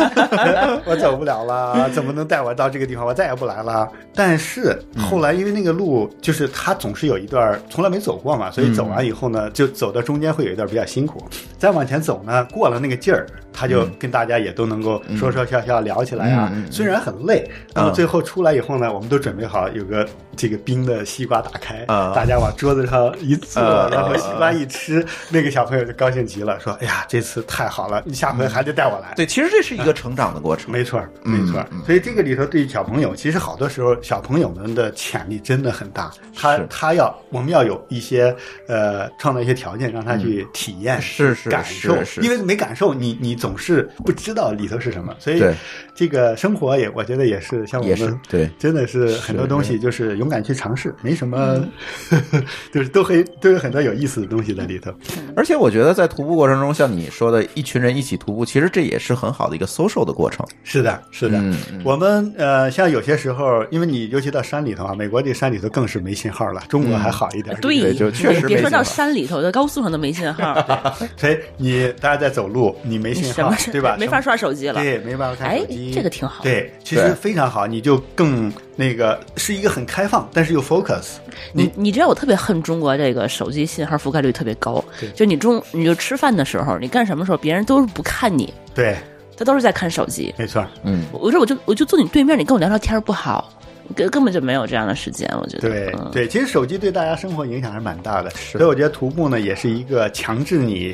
[SPEAKER 4] 我走不了了，怎么能带我到这个地方？我再也不来了。但是
[SPEAKER 1] 嗯
[SPEAKER 4] 后来因为那个路就是他总是有一段儿从来没走过嘛，所以走
[SPEAKER 1] 嗯
[SPEAKER 4] 完以后呢，就走到中间会有一段比较辛苦，再往前走呢，过了那个劲儿，他就跟大家也都能够说说笑笑聊起来啊
[SPEAKER 1] 嗯嗯嗯嗯，
[SPEAKER 4] 虽然很累，那么
[SPEAKER 1] 嗯
[SPEAKER 4] 最后出来以后呢，我们都准备好有个这个冰的西瓜打开，
[SPEAKER 1] 啊
[SPEAKER 4] 大家往桌子上一坐
[SPEAKER 1] 啊，
[SPEAKER 4] 然后
[SPEAKER 1] 啊
[SPEAKER 4] 西瓜一吃，那个小朋友就高兴极了，说：“哎呀，这次太好了，你下回还得带我来。”
[SPEAKER 1] 对，其实这是一个成长的过程。
[SPEAKER 4] 没错儿，
[SPEAKER 1] 嗯
[SPEAKER 4] 没错儿。所以这个里头对于小朋友，其实好多时候小朋友们的潜力真的很大。他
[SPEAKER 1] 是
[SPEAKER 4] 他要我们要有一些呃，创造一些条件让他去
[SPEAKER 1] 嗯
[SPEAKER 4] 体验，
[SPEAKER 1] 是是
[SPEAKER 4] 感
[SPEAKER 1] 是
[SPEAKER 4] 受，
[SPEAKER 1] 是
[SPEAKER 4] 因为没感受，你你总是不知道里头是什么。所以
[SPEAKER 1] 对
[SPEAKER 4] 这个生活也，我觉得也是像我
[SPEAKER 1] 也是
[SPEAKER 4] 们
[SPEAKER 1] 对
[SPEAKER 4] 真的是很多东西就是勇敢去尝试，没什么，
[SPEAKER 1] 嗯
[SPEAKER 4] 就是都会都有很多有意思的东西在里头。
[SPEAKER 1] 而且我觉得在徒步过程中，像你说的，一群人一起徒步，其实这也是很好的一个 social 的过程。
[SPEAKER 4] 是的，是的。
[SPEAKER 1] 嗯嗯
[SPEAKER 4] 我们呃，像有些时候，因为你尤其到山里头啊，美国这山里头更是没信号了，中国
[SPEAKER 1] 嗯
[SPEAKER 4] 还好一点。
[SPEAKER 2] 哎对，
[SPEAKER 1] 对就确实
[SPEAKER 2] 别
[SPEAKER 1] 没
[SPEAKER 2] 说
[SPEAKER 1] 信号
[SPEAKER 2] 到山里头的高速上都没信 号，
[SPEAKER 4] 所以你大家在走路，你没信
[SPEAKER 2] 什
[SPEAKER 4] 号
[SPEAKER 2] 么，
[SPEAKER 4] 对吧？
[SPEAKER 2] 没法刷手机了。
[SPEAKER 4] 对，没办法看手机。
[SPEAKER 2] 哎这个挺好
[SPEAKER 4] 对，其
[SPEAKER 1] 对
[SPEAKER 4] 实非常好，你就更那个是一个很开放，但是又 focus。
[SPEAKER 2] 你你知道我特别恨中国这个手机信号覆盖率特别高
[SPEAKER 4] 对，
[SPEAKER 2] 就你中你就吃饭的时候，你干什么时候别人都是不看你，
[SPEAKER 4] 对，
[SPEAKER 2] 他都是在看手机。
[SPEAKER 4] 没错，
[SPEAKER 1] 嗯，
[SPEAKER 2] 我说我就我就坐你对面，你跟我聊聊天儿不好，根根本就没有这样的时间，我觉得。
[SPEAKER 4] 对
[SPEAKER 2] 嗯、
[SPEAKER 4] 对，其实手机对大家生活影响还是蛮大的，
[SPEAKER 1] 是嗯
[SPEAKER 4] 所以我觉得徒步呢也是一个强制你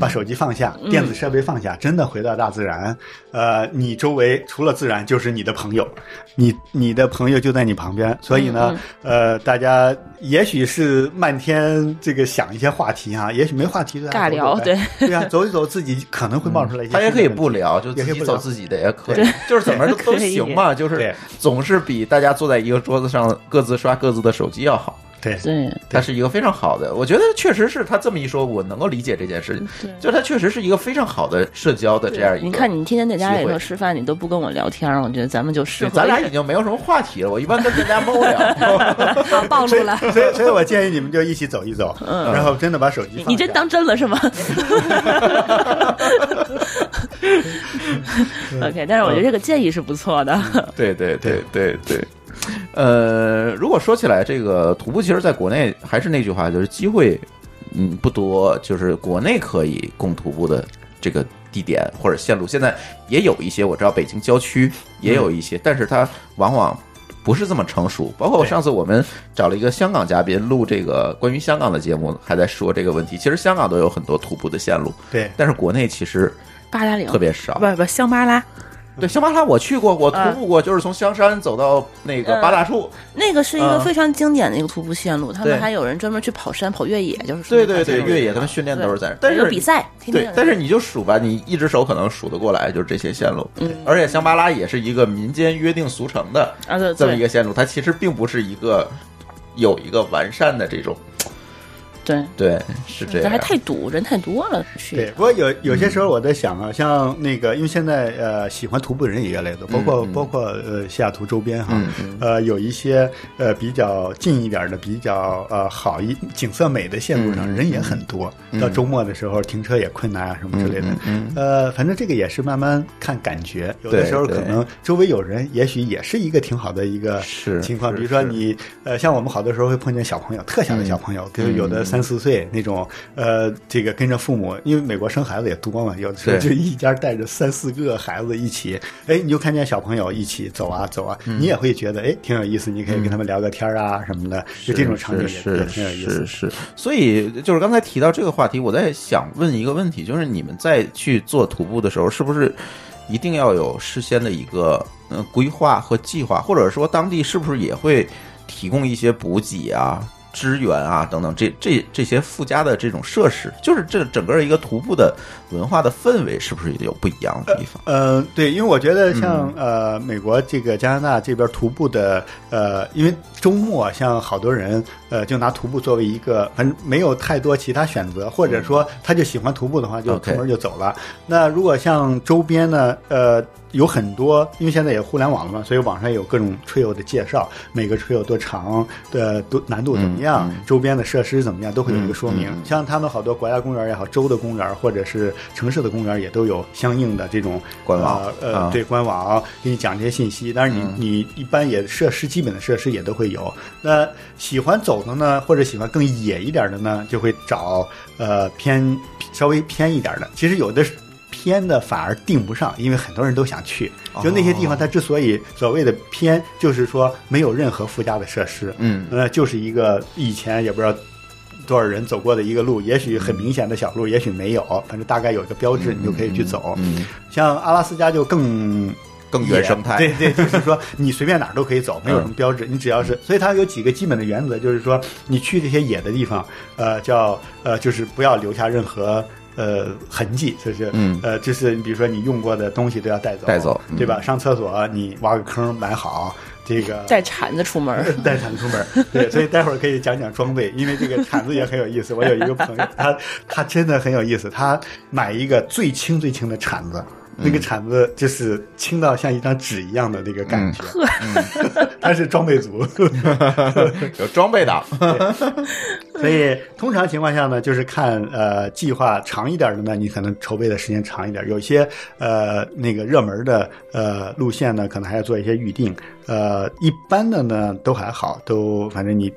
[SPEAKER 4] 把手机放下，电子设备放下，真的回到大自然。呃，你周围除了自然就是你的朋友，你你的朋友就在你旁边，所以
[SPEAKER 1] 嗯
[SPEAKER 4] 呢，呃，大家也许是漫天这个想一些话题啊，也许没话题就
[SPEAKER 2] 尬聊
[SPEAKER 4] 对对啊，走一走自己可能会冒出来一些新的问
[SPEAKER 1] 嗯
[SPEAKER 4] 题，
[SPEAKER 1] 他也可以不聊，就
[SPEAKER 4] 也
[SPEAKER 1] 自
[SPEAKER 4] 可以
[SPEAKER 1] 己
[SPEAKER 4] 不
[SPEAKER 1] 走
[SPEAKER 4] 聊。
[SPEAKER 1] 自己的也可以
[SPEAKER 4] 对，
[SPEAKER 1] 就是怎么 着都
[SPEAKER 2] 可以
[SPEAKER 1] 行嘛。就是
[SPEAKER 4] 对
[SPEAKER 1] 总是比大家坐在一个桌子上各自刷各自的手机要好。
[SPEAKER 4] 对，
[SPEAKER 2] 对
[SPEAKER 1] 它是一个非常好的，我觉得确实是他这么一说，我能够理解这件事情。就它确实是一个非常好的社交的这样一个。
[SPEAKER 2] 嗯你看，你天天在家里
[SPEAKER 1] 机
[SPEAKER 2] 头
[SPEAKER 1] 会
[SPEAKER 2] 吃饭，你都不跟我聊天儿，我觉得咱们就适
[SPEAKER 1] 对，
[SPEAKER 2] 合。
[SPEAKER 1] 咱俩已经没有什么话题了。我一般跟大家 猫聊，
[SPEAKER 3] 好暴露了。
[SPEAKER 4] 所以所以我建议你们就一起走一走，
[SPEAKER 1] 嗯
[SPEAKER 4] 然后真的把手机
[SPEAKER 2] 你
[SPEAKER 4] 放
[SPEAKER 2] 你真
[SPEAKER 4] 下
[SPEAKER 2] 当真了是吗？OK，但是我
[SPEAKER 1] 嗯
[SPEAKER 2] 觉得这个建议是不错的。
[SPEAKER 1] 对对对对对。呃，如果说起来，这个徒步其实在国内还是那句话，就是机会嗯不多，就是国内可以供徒步的这个地点或者线路，现在也有一些，我知道北京郊区也有一些，但是它往往不是这么成熟。包括
[SPEAKER 4] 对
[SPEAKER 1] 上次我们找了一个香港嘉宾录这个关于香港的节目，还在说这个问题。其实香港都有很多徒步的线路，
[SPEAKER 4] 对，
[SPEAKER 1] 但是国内其实
[SPEAKER 2] 八达岭
[SPEAKER 1] 特别少。
[SPEAKER 5] 不不，香巴拉
[SPEAKER 1] 对，香巴拉我去过，我徒步过，就是从香山走到那
[SPEAKER 2] 嗯
[SPEAKER 1] 个八大处。
[SPEAKER 2] 那个是一个
[SPEAKER 1] 嗯
[SPEAKER 2] 非常经典的一个徒步线路，他
[SPEAKER 1] 对
[SPEAKER 2] 们还有人专门去跑山、跑越野，就是
[SPEAKER 1] 对对对，
[SPEAKER 2] 属于跑山
[SPEAKER 1] 越野他们训练都是在那儿，但
[SPEAKER 2] 还有
[SPEAKER 1] 是
[SPEAKER 2] 比赛，天天
[SPEAKER 1] 对
[SPEAKER 2] 有，
[SPEAKER 1] 但是你就数吧，你一只手可能数得过来，就是这些线路。
[SPEAKER 2] 嗯
[SPEAKER 1] 而且香巴拉也是一个民间约定俗成的
[SPEAKER 2] 啊对
[SPEAKER 1] 这么一
[SPEAKER 2] 对
[SPEAKER 1] 个线路，它其实并不是一个有一个完善的这种，
[SPEAKER 2] 对，
[SPEAKER 1] 对，啊是这
[SPEAKER 2] 这还
[SPEAKER 1] 样。
[SPEAKER 2] 太堵，人太多了，
[SPEAKER 4] 对，
[SPEAKER 2] 去
[SPEAKER 4] 不过有有些
[SPEAKER 1] 嗯
[SPEAKER 4] 时候我在想啊，像那个，因为现在呃，喜欢徒步的人也越来越多，包括、
[SPEAKER 1] 嗯嗯
[SPEAKER 4] 包括呃西雅图周边哈，
[SPEAKER 1] 嗯嗯
[SPEAKER 4] 呃，有一些呃比较近一点的、比较呃好一景色美的线路上，
[SPEAKER 1] 嗯
[SPEAKER 4] 人也很多、
[SPEAKER 1] 嗯
[SPEAKER 4] 到周末的时候停车也困难啊什么之类的。
[SPEAKER 1] 嗯嗯
[SPEAKER 4] 呃，反正这个也是慢慢看感觉，有的
[SPEAKER 1] 对
[SPEAKER 4] 时候
[SPEAKER 1] 对
[SPEAKER 4] 可能周围有人，也许也是一个挺好的一个
[SPEAKER 1] 是
[SPEAKER 4] 情况。
[SPEAKER 1] 是
[SPEAKER 4] 比如说
[SPEAKER 1] 是
[SPEAKER 4] 你呃，像我们好多时候会碰见小朋友，特小的小朋友，就是有的
[SPEAKER 1] 嗯
[SPEAKER 4] 三四岁那种，呃，这个跟着父母，因为美国生孩子也多嘛，有的时候
[SPEAKER 1] 对
[SPEAKER 4] 就一家带着三四个孩子一起，哎，你就看见小朋友一起走啊走啊，
[SPEAKER 1] 嗯
[SPEAKER 4] 你也会觉得哎挺有意思，你可以跟他们聊个天儿啊什么的，就这种场景也也
[SPEAKER 1] 是
[SPEAKER 4] 挺有意
[SPEAKER 1] 是
[SPEAKER 4] 思
[SPEAKER 1] 是。是，所以就是刚才提到这个话题，我在想问一个问题，就是你们在去做徒步的时候，是不是一定要有事先的一个嗯、呃规划和计划，或者说当地是不是也会提供一些补给啊？支援啊，等等，这这这些附加的这种设施，就是这整个一个徒步的文化的氛围，是不是有不一样的地方？嗯
[SPEAKER 4] 呃，对，因为我觉得像、呃美国这个加拿大这边徒步的呃，因为周末像好多人呃就拿徒步作为一个，反正没有太多其他选择，或者说他就喜欢徒步的话，
[SPEAKER 1] 嗯
[SPEAKER 4] 就
[SPEAKER 1] OK
[SPEAKER 4] 出门就走了。那如果像周边呢，呃。有很多，因为现在也互联网了嘛，所以网上有各种 trail 的介绍，每个 trail 多长的多难度怎么样，
[SPEAKER 1] 嗯嗯
[SPEAKER 4] 周边的设施怎么样，都会有一个说
[SPEAKER 1] 嗯
[SPEAKER 4] 明。
[SPEAKER 1] 嗯嗯
[SPEAKER 4] 像他们好多国家公园也好，州的公园或者是城市的公园也都有相应的这种
[SPEAKER 1] 官网
[SPEAKER 4] 呃，
[SPEAKER 1] 啊
[SPEAKER 4] 呃对，官网给你讲这些信息。但是你、
[SPEAKER 1] 嗯
[SPEAKER 4] 你一般也设施基本的设施也都会有。那喜欢走的呢，或者喜欢更野一点的呢，就会找呃偏稍微偏一点的。其实有的是偏的反而定不上，因为很多人都想去。就那些地
[SPEAKER 1] 哦
[SPEAKER 4] 方，它之所以所谓的偏，就是说没有任何附加的设施。
[SPEAKER 1] 嗯
[SPEAKER 4] 那就是一个以前也不知道多少人走过的一个路，也许很明显的小路，也许没有，反正大概有一个标志，你就可以去走。
[SPEAKER 1] 嗯，
[SPEAKER 4] 像阿拉斯加就更
[SPEAKER 1] 更原生态，嗯
[SPEAKER 4] 对对，就是 说你随便哪儿都可以走，没有什么标志，你只要是，所以它有几个基本的原则，就是说你去这些野的地方，呃，叫呃，就是不要留下任何。呃，痕迹就是，
[SPEAKER 1] 嗯
[SPEAKER 4] 呃，就是你比如说你用过的东西都要带走，
[SPEAKER 1] 带走
[SPEAKER 4] 对吧？
[SPEAKER 1] 嗯
[SPEAKER 4] 上厕所你挖个坑埋好，这个
[SPEAKER 2] 带铲子出门，
[SPEAKER 4] 带铲出门。对，所以待会儿可以讲讲装备，因为这个铲子也很有意思。我有一个朋友，他他真的很有意思，他买一个最轻最轻的铲子。那个铲子就是轻到像一张纸一样的那个感觉，他是装备足，
[SPEAKER 1] 有装备党，
[SPEAKER 4] 所以通常情况下呢，就是看呃计划长一点的呢，你可能筹备的时间长一点；有些呃那个热门的呃路线呢，可能还要做一些预定。呃，一般的呢都还好，都反正你。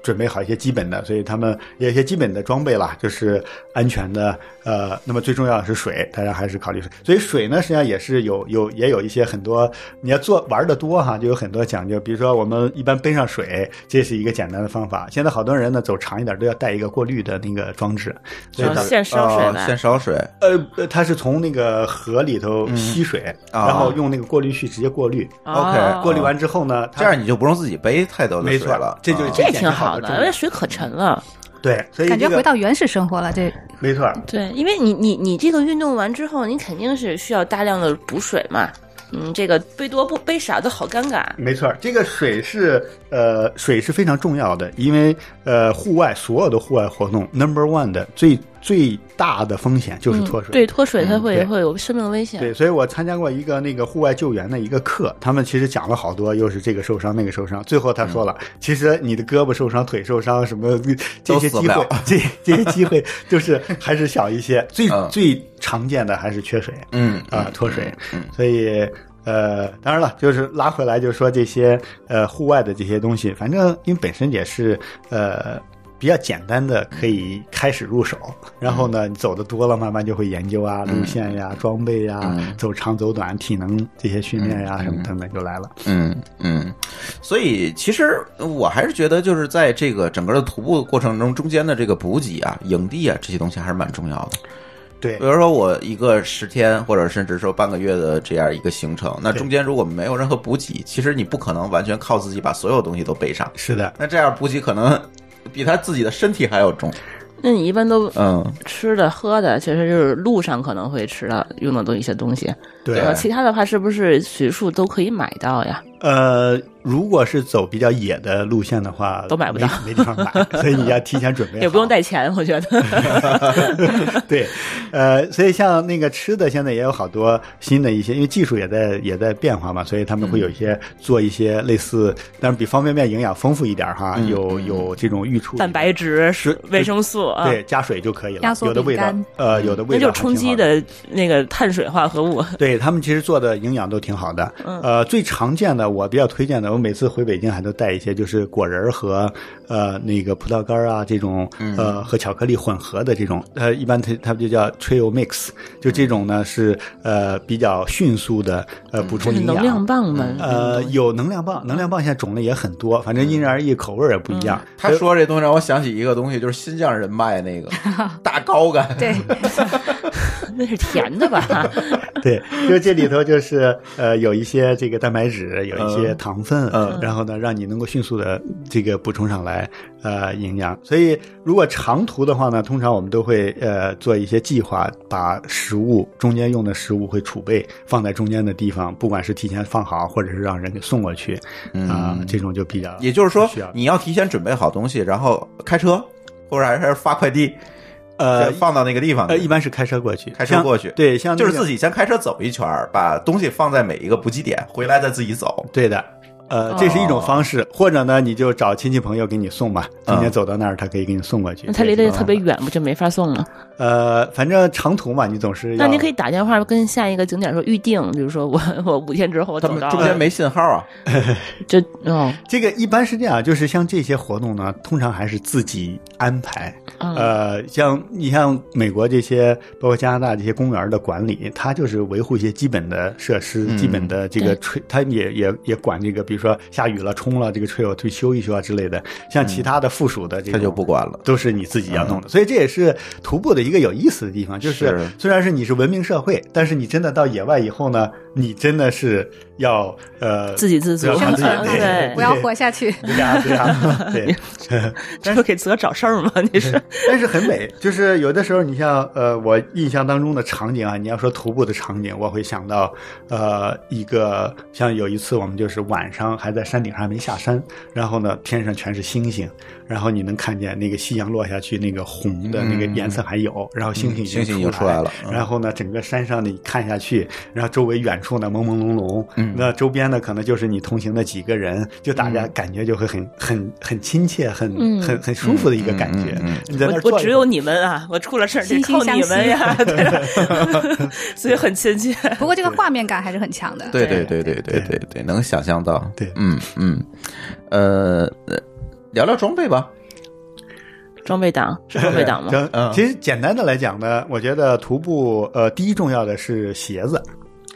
[SPEAKER 4] 准备好一些基本的，所以他们也有一些基本的装备啦，就是安全的，呃，那么最重要的是水，大家还是考虑水。所以水呢，实际上也是有有也有一些很多，你要做玩的多哈，就有很多讲究。比如说我们一般背上水，这是一个简单的方法。现在好多人呢走长一点都要带一个过滤的那个装置，所以
[SPEAKER 2] 然
[SPEAKER 4] 它
[SPEAKER 2] 后现烧水
[SPEAKER 1] 哦
[SPEAKER 2] 来
[SPEAKER 1] 现。烧水，
[SPEAKER 4] 呃呃它是从那个河里头吸水，
[SPEAKER 1] 啊
[SPEAKER 4] 然后用那个过滤器直接过滤，
[SPEAKER 2] 哦
[SPEAKER 1] OK，
[SPEAKER 4] 过滤完之后呢，它
[SPEAKER 1] 这样你就不用自己背太多的
[SPEAKER 4] 没
[SPEAKER 1] 水
[SPEAKER 4] 错
[SPEAKER 1] 了，
[SPEAKER 4] 这就
[SPEAKER 1] 啊
[SPEAKER 2] 这也挺
[SPEAKER 4] 这点是好
[SPEAKER 2] 好
[SPEAKER 4] 的
[SPEAKER 2] 的，
[SPEAKER 4] 重
[SPEAKER 2] 因为
[SPEAKER 4] 点
[SPEAKER 2] 水可沉了。
[SPEAKER 4] 对，所以
[SPEAKER 3] 感觉
[SPEAKER 4] 这个
[SPEAKER 3] 回到原始生活了。这
[SPEAKER 4] 没错，
[SPEAKER 2] 对，因为你你你这个运动完之后，你肯定是需要大量的补水嘛。嗯，这个背多不背少都好尴尬。
[SPEAKER 4] 没错，这个水是呃，水是非常重要的，因为呃，户外所有的户外活动，number one 的最最大的风险就是脱水。
[SPEAKER 2] 嗯对，脱水它
[SPEAKER 1] 嗯
[SPEAKER 2] 会、
[SPEAKER 4] 对
[SPEAKER 2] 会有生命的危险。
[SPEAKER 4] 对，所以我参加过一个那个户外救援的一个课，他们其实讲了好多，又是这个受伤那个受伤，最后他说了，其实你的胳膊受伤、腿受伤什么这
[SPEAKER 1] 嗯都死
[SPEAKER 4] 些机
[SPEAKER 1] 不了
[SPEAKER 4] 会，这这些机会就是还是小一些，最、
[SPEAKER 1] 嗯
[SPEAKER 4] 最常见的还是缺水。
[SPEAKER 1] 嗯
[SPEAKER 4] 啊、脱水，
[SPEAKER 1] 嗯
[SPEAKER 4] 所以呃，当然了，就是拉回来，就是说这些呃户外的这些东西，反正因为本身也是呃比较简单的可以开始入手。然后呢，你走的多了，慢慢就会研究啊，路线呀、装备呀、
[SPEAKER 1] 嗯
[SPEAKER 4] 走长走短、体能这些训练呀、什么等等就来了。
[SPEAKER 1] 嗯嗯，所以其实我还是觉得，就是在这个整个的徒步过程中，中间的这个补给啊、营地啊这些东西还是蛮重要的。
[SPEAKER 4] 对
[SPEAKER 2] 嗯
[SPEAKER 1] 比，如说我一个十天或者甚至说半个月的这样一个行程，那
[SPEAKER 4] 对
[SPEAKER 1] 中间如果没有任何补给，其实你不可能完全靠自己把所有东西都背上。
[SPEAKER 4] 是的，
[SPEAKER 1] 那这样补给可能 比他自己的身体还要重。
[SPEAKER 2] 那你一般都
[SPEAKER 1] 嗯，
[SPEAKER 2] 吃的喝的，其实就是路上可能会吃到用到的一些东西。
[SPEAKER 4] 对。
[SPEAKER 2] 然后其他的话，是不是随处都可以买到呀？
[SPEAKER 4] 呃，如果是走比较野的路线的话，
[SPEAKER 2] 都买不到
[SPEAKER 4] 没，没地方买，所以你要提前准备 好。
[SPEAKER 2] 也不用带钱，我觉 得。
[SPEAKER 4] 对，呃，所以像那个吃的，现在也有好多新的一些，因为技术也在也在变化嘛，所以他们会有一
[SPEAKER 2] 嗯
[SPEAKER 4] 些做一些类似，但是比方便面营养丰富一点哈，
[SPEAKER 1] 嗯
[SPEAKER 4] 有
[SPEAKER 1] 嗯
[SPEAKER 4] 有这种预处理
[SPEAKER 2] 蛋白质、
[SPEAKER 4] 是
[SPEAKER 2] 维生素啊，
[SPEAKER 4] 对，加水就可以了
[SPEAKER 3] 压，缩
[SPEAKER 4] 有的味道
[SPEAKER 3] 饼，
[SPEAKER 4] 呃，有的
[SPEAKER 2] 嗯那
[SPEAKER 4] 味道
[SPEAKER 2] 就
[SPEAKER 4] 还
[SPEAKER 2] 是充
[SPEAKER 4] 挺好
[SPEAKER 2] 饥
[SPEAKER 4] 的
[SPEAKER 2] 的那个碳水化合物。
[SPEAKER 4] 对他们其实做的营养都挺好的。呃，最常见的我比较推荐的，我每次回北京还都带一些，就是果仁儿和呃那个葡萄干儿啊这种，呃和巧克力混合的这种，呃一般它它们就叫 trio mix，就这种呢是呃比较迅速的呃补
[SPEAKER 2] 这
[SPEAKER 4] 充
[SPEAKER 2] 是
[SPEAKER 4] 营
[SPEAKER 2] 能量
[SPEAKER 4] 养。
[SPEAKER 2] 棒吗？
[SPEAKER 4] 呃，有能量棒，能量棒现在种类也很多，反正因人而异，口味儿也不一样。
[SPEAKER 1] 他说这东西让我想起一个东西，就是新疆人卖那 个大高杆。
[SPEAKER 3] 对，
[SPEAKER 2] 那是甜的吧？
[SPEAKER 4] 对，就是这里头就是呃有一些这个蛋白质，有一些糖分，
[SPEAKER 1] 嗯
[SPEAKER 4] 然后呢，让你能够迅速的这个补充上来呃营养。所以如果长途的话呢，通常我们都会呃做一些计划，把食物中间用的食物会储备放在中间的地方，不管是提前放好，或者是让人给送过去啊、这种就比较
[SPEAKER 1] 嗯也就是说
[SPEAKER 4] 需要，
[SPEAKER 1] 你要提前准备好东西，然后开车或者还是发快递，
[SPEAKER 4] 呃
[SPEAKER 1] 放到那个地方去。
[SPEAKER 4] 呃一般是开车过去，
[SPEAKER 1] 开车
[SPEAKER 4] 像
[SPEAKER 1] 过去
[SPEAKER 4] 对，像
[SPEAKER 1] 就是
[SPEAKER 4] 那个
[SPEAKER 1] 自己先开车走一圈儿，把东西放在每一个补给点，回来再自己走。
[SPEAKER 4] 对的，
[SPEAKER 2] 哦
[SPEAKER 4] 呃，这是一种方式，或者呢，你就找亲戚朋友给你送吧。今天走到那儿，他可以给你送过去。
[SPEAKER 2] 嗯那它
[SPEAKER 4] 这
[SPEAKER 2] 离
[SPEAKER 4] 也是
[SPEAKER 2] 得
[SPEAKER 4] 一种
[SPEAKER 2] 特别
[SPEAKER 4] 办
[SPEAKER 2] 远，不就没法送了？
[SPEAKER 4] 法。呃，反正长途嘛，你总是
[SPEAKER 2] 那
[SPEAKER 4] 要
[SPEAKER 2] 你可以打电话跟下一个景点说预定，比如说我 我五天之后
[SPEAKER 1] 他
[SPEAKER 2] 走
[SPEAKER 1] 们
[SPEAKER 2] 到
[SPEAKER 1] 中间没信号啊，
[SPEAKER 2] 就哦
[SPEAKER 4] 这个一般是这样，就是像这些活动呢，通常还是自己安排。
[SPEAKER 2] 嗯
[SPEAKER 4] 呃，像你像美国这些，包括加拿大这些公园的管理，它就是维护一些基本的设施、
[SPEAKER 1] 嗯
[SPEAKER 4] 基本的这
[SPEAKER 2] 对
[SPEAKER 4] 个吹，它也也也管这个，比如说下雨了、冲了，这个 trail 去修一修啊之类的。
[SPEAKER 2] 嗯
[SPEAKER 4] 像其他的附属的这
[SPEAKER 1] 他
[SPEAKER 4] 种，
[SPEAKER 1] 就不管了。
[SPEAKER 4] 都是你自己要弄的，所以这也是徒步的一个有意思的地方，就是
[SPEAKER 1] 是
[SPEAKER 4] 虽然是你是文明社会，但是你真的到野外以后呢，你真的是要呃
[SPEAKER 2] 自给自足
[SPEAKER 4] 对
[SPEAKER 3] 生
[SPEAKER 4] 把自己
[SPEAKER 3] 存
[SPEAKER 2] 对
[SPEAKER 4] 对，
[SPEAKER 3] 我要活下 去。
[SPEAKER 4] 对呀对呀对，
[SPEAKER 2] 这不给自个儿找事儿吗？你是
[SPEAKER 4] 但是很美，就是有的时候你像呃，我印象当中的场景啊，你要说徒步的场景，我会想到呃一个像有一次我们就是晚上还在山顶上还没下山，然后呢天上全是星星，然后你能看见那个夕阳落下去，那个红的那个
[SPEAKER 1] 嗯
[SPEAKER 4] 颜色还有，然后星星已
[SPEAKER 1] 星
[SPEAKER 4] 经
[SPEAKER 1] 星已经出
[SPEAKER 4] 来
[SPEAKER 1] 来了嗯
[SPEAKER 4] 然后呢整个山上你看下去，然后周围远处呢朦朦胧胧，
[SPEAKER 1] 嗯
[SPEAKER 4] 那周边呢可能就是你同行的几个人，就大家感觉就会很很很亲切，很
[SPEAKER 2] 嗯
[SPEAKER 4] 很很舒服的一个感觉。
[SPEAKER 1] 嗯嗯嗯嗯
[SPEAKER 4] 你在那儿
[SPEAKER 2] 我
[SPEAKER 4] 坐
[SPEAKER 2] 我
[SPEAKER 4] 一
[SPEAKER 2] 只
[SPEAKER 4] 会儿
[SPEAKER 2] 有你们啊，我出了事儿得
[SPEAKER 3] 惺惺
[SPEAKER 2] 靠你
[SPEAKER 3] 相
[SPEAKER 2] 们
[SPEAKER 3] 惜
[SPEAKER 2] 呀，对吧？ 所以很亲切。
[SPEAKER 3] 不过这个画面感还是很强的。
[SPEAKER 1] 对
[SPEAKER 2] 对
[SPEAKER 1] 对对对对对，能想象到。
[SPEAKER 4] 对
[SPEAKER 1] 嗯嗯，呃，呃聊聊装备吧。
[SPEAKER 2] 装备党是装备党吗？
[SPEAKER 4] 整
[SPEAKER 1] 嗯
[SPEAKER 4] 其实简单的来讲呢，我觉得徒步呃，第一重要的是鞋子。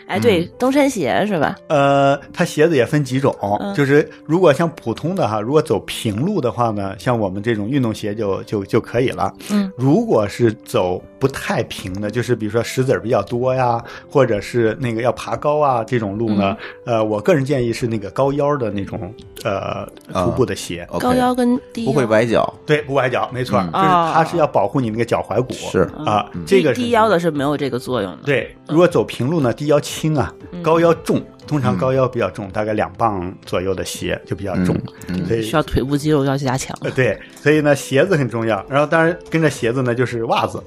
[SPEAKER 2] 哎，对，
[SPEAKER 4] 嗯
[SPEAKER 2] 登山鞋是吧？
[SPEAKER 4] 呃，它鞋子也分几种，
[SPEAKER 2] 嗯
[SPEAKER 4] 就是如果像普通的哈，如果走平路的话呢，像我们这种运动鞋就就就可以了。
[SPEAKER 2] 嗯，
[SPEAKER 4] 如果是走不太平的，就是比如说石子儿比较多呀，或者是那个要爬高啊这种路呢，
[SPEAKER 2] 嗯
[SPEAKER 4] 呃，我个人建议是那个高腰的那种呃
[SPEAKER 1] 啊
[SPEAKER 4] 徒步的鞋。
[SPEAKER 1] OK
[SPEAKER 2] 高腰哦跟低
[SPEAKER 1] 不会崴脚。
[SPEAKER 4] 对，不崴脚，没错，
[SPEAKER 1] 嗯
[SPEAKER 4] 就是它是要保护你那个脚踝骨。
[SPEAKER 1] 是
[SPEAKER 4] 啊，这个是
[SPEAKER 2] 哦嗯低低腰的是没有这个作用的。
[SPEAKER 4] 对，如果走平路呢，低腰轻啊，高腰重，通常高腰比较重，大概两磅左右的鞋就比较重，所以
[SPEAKER 2] 需要腿部肌肉要加强。
[SPEAKER 4] 呃对，所以呢鞋子很重要。然后当然跟着鞋子呢就是袜子，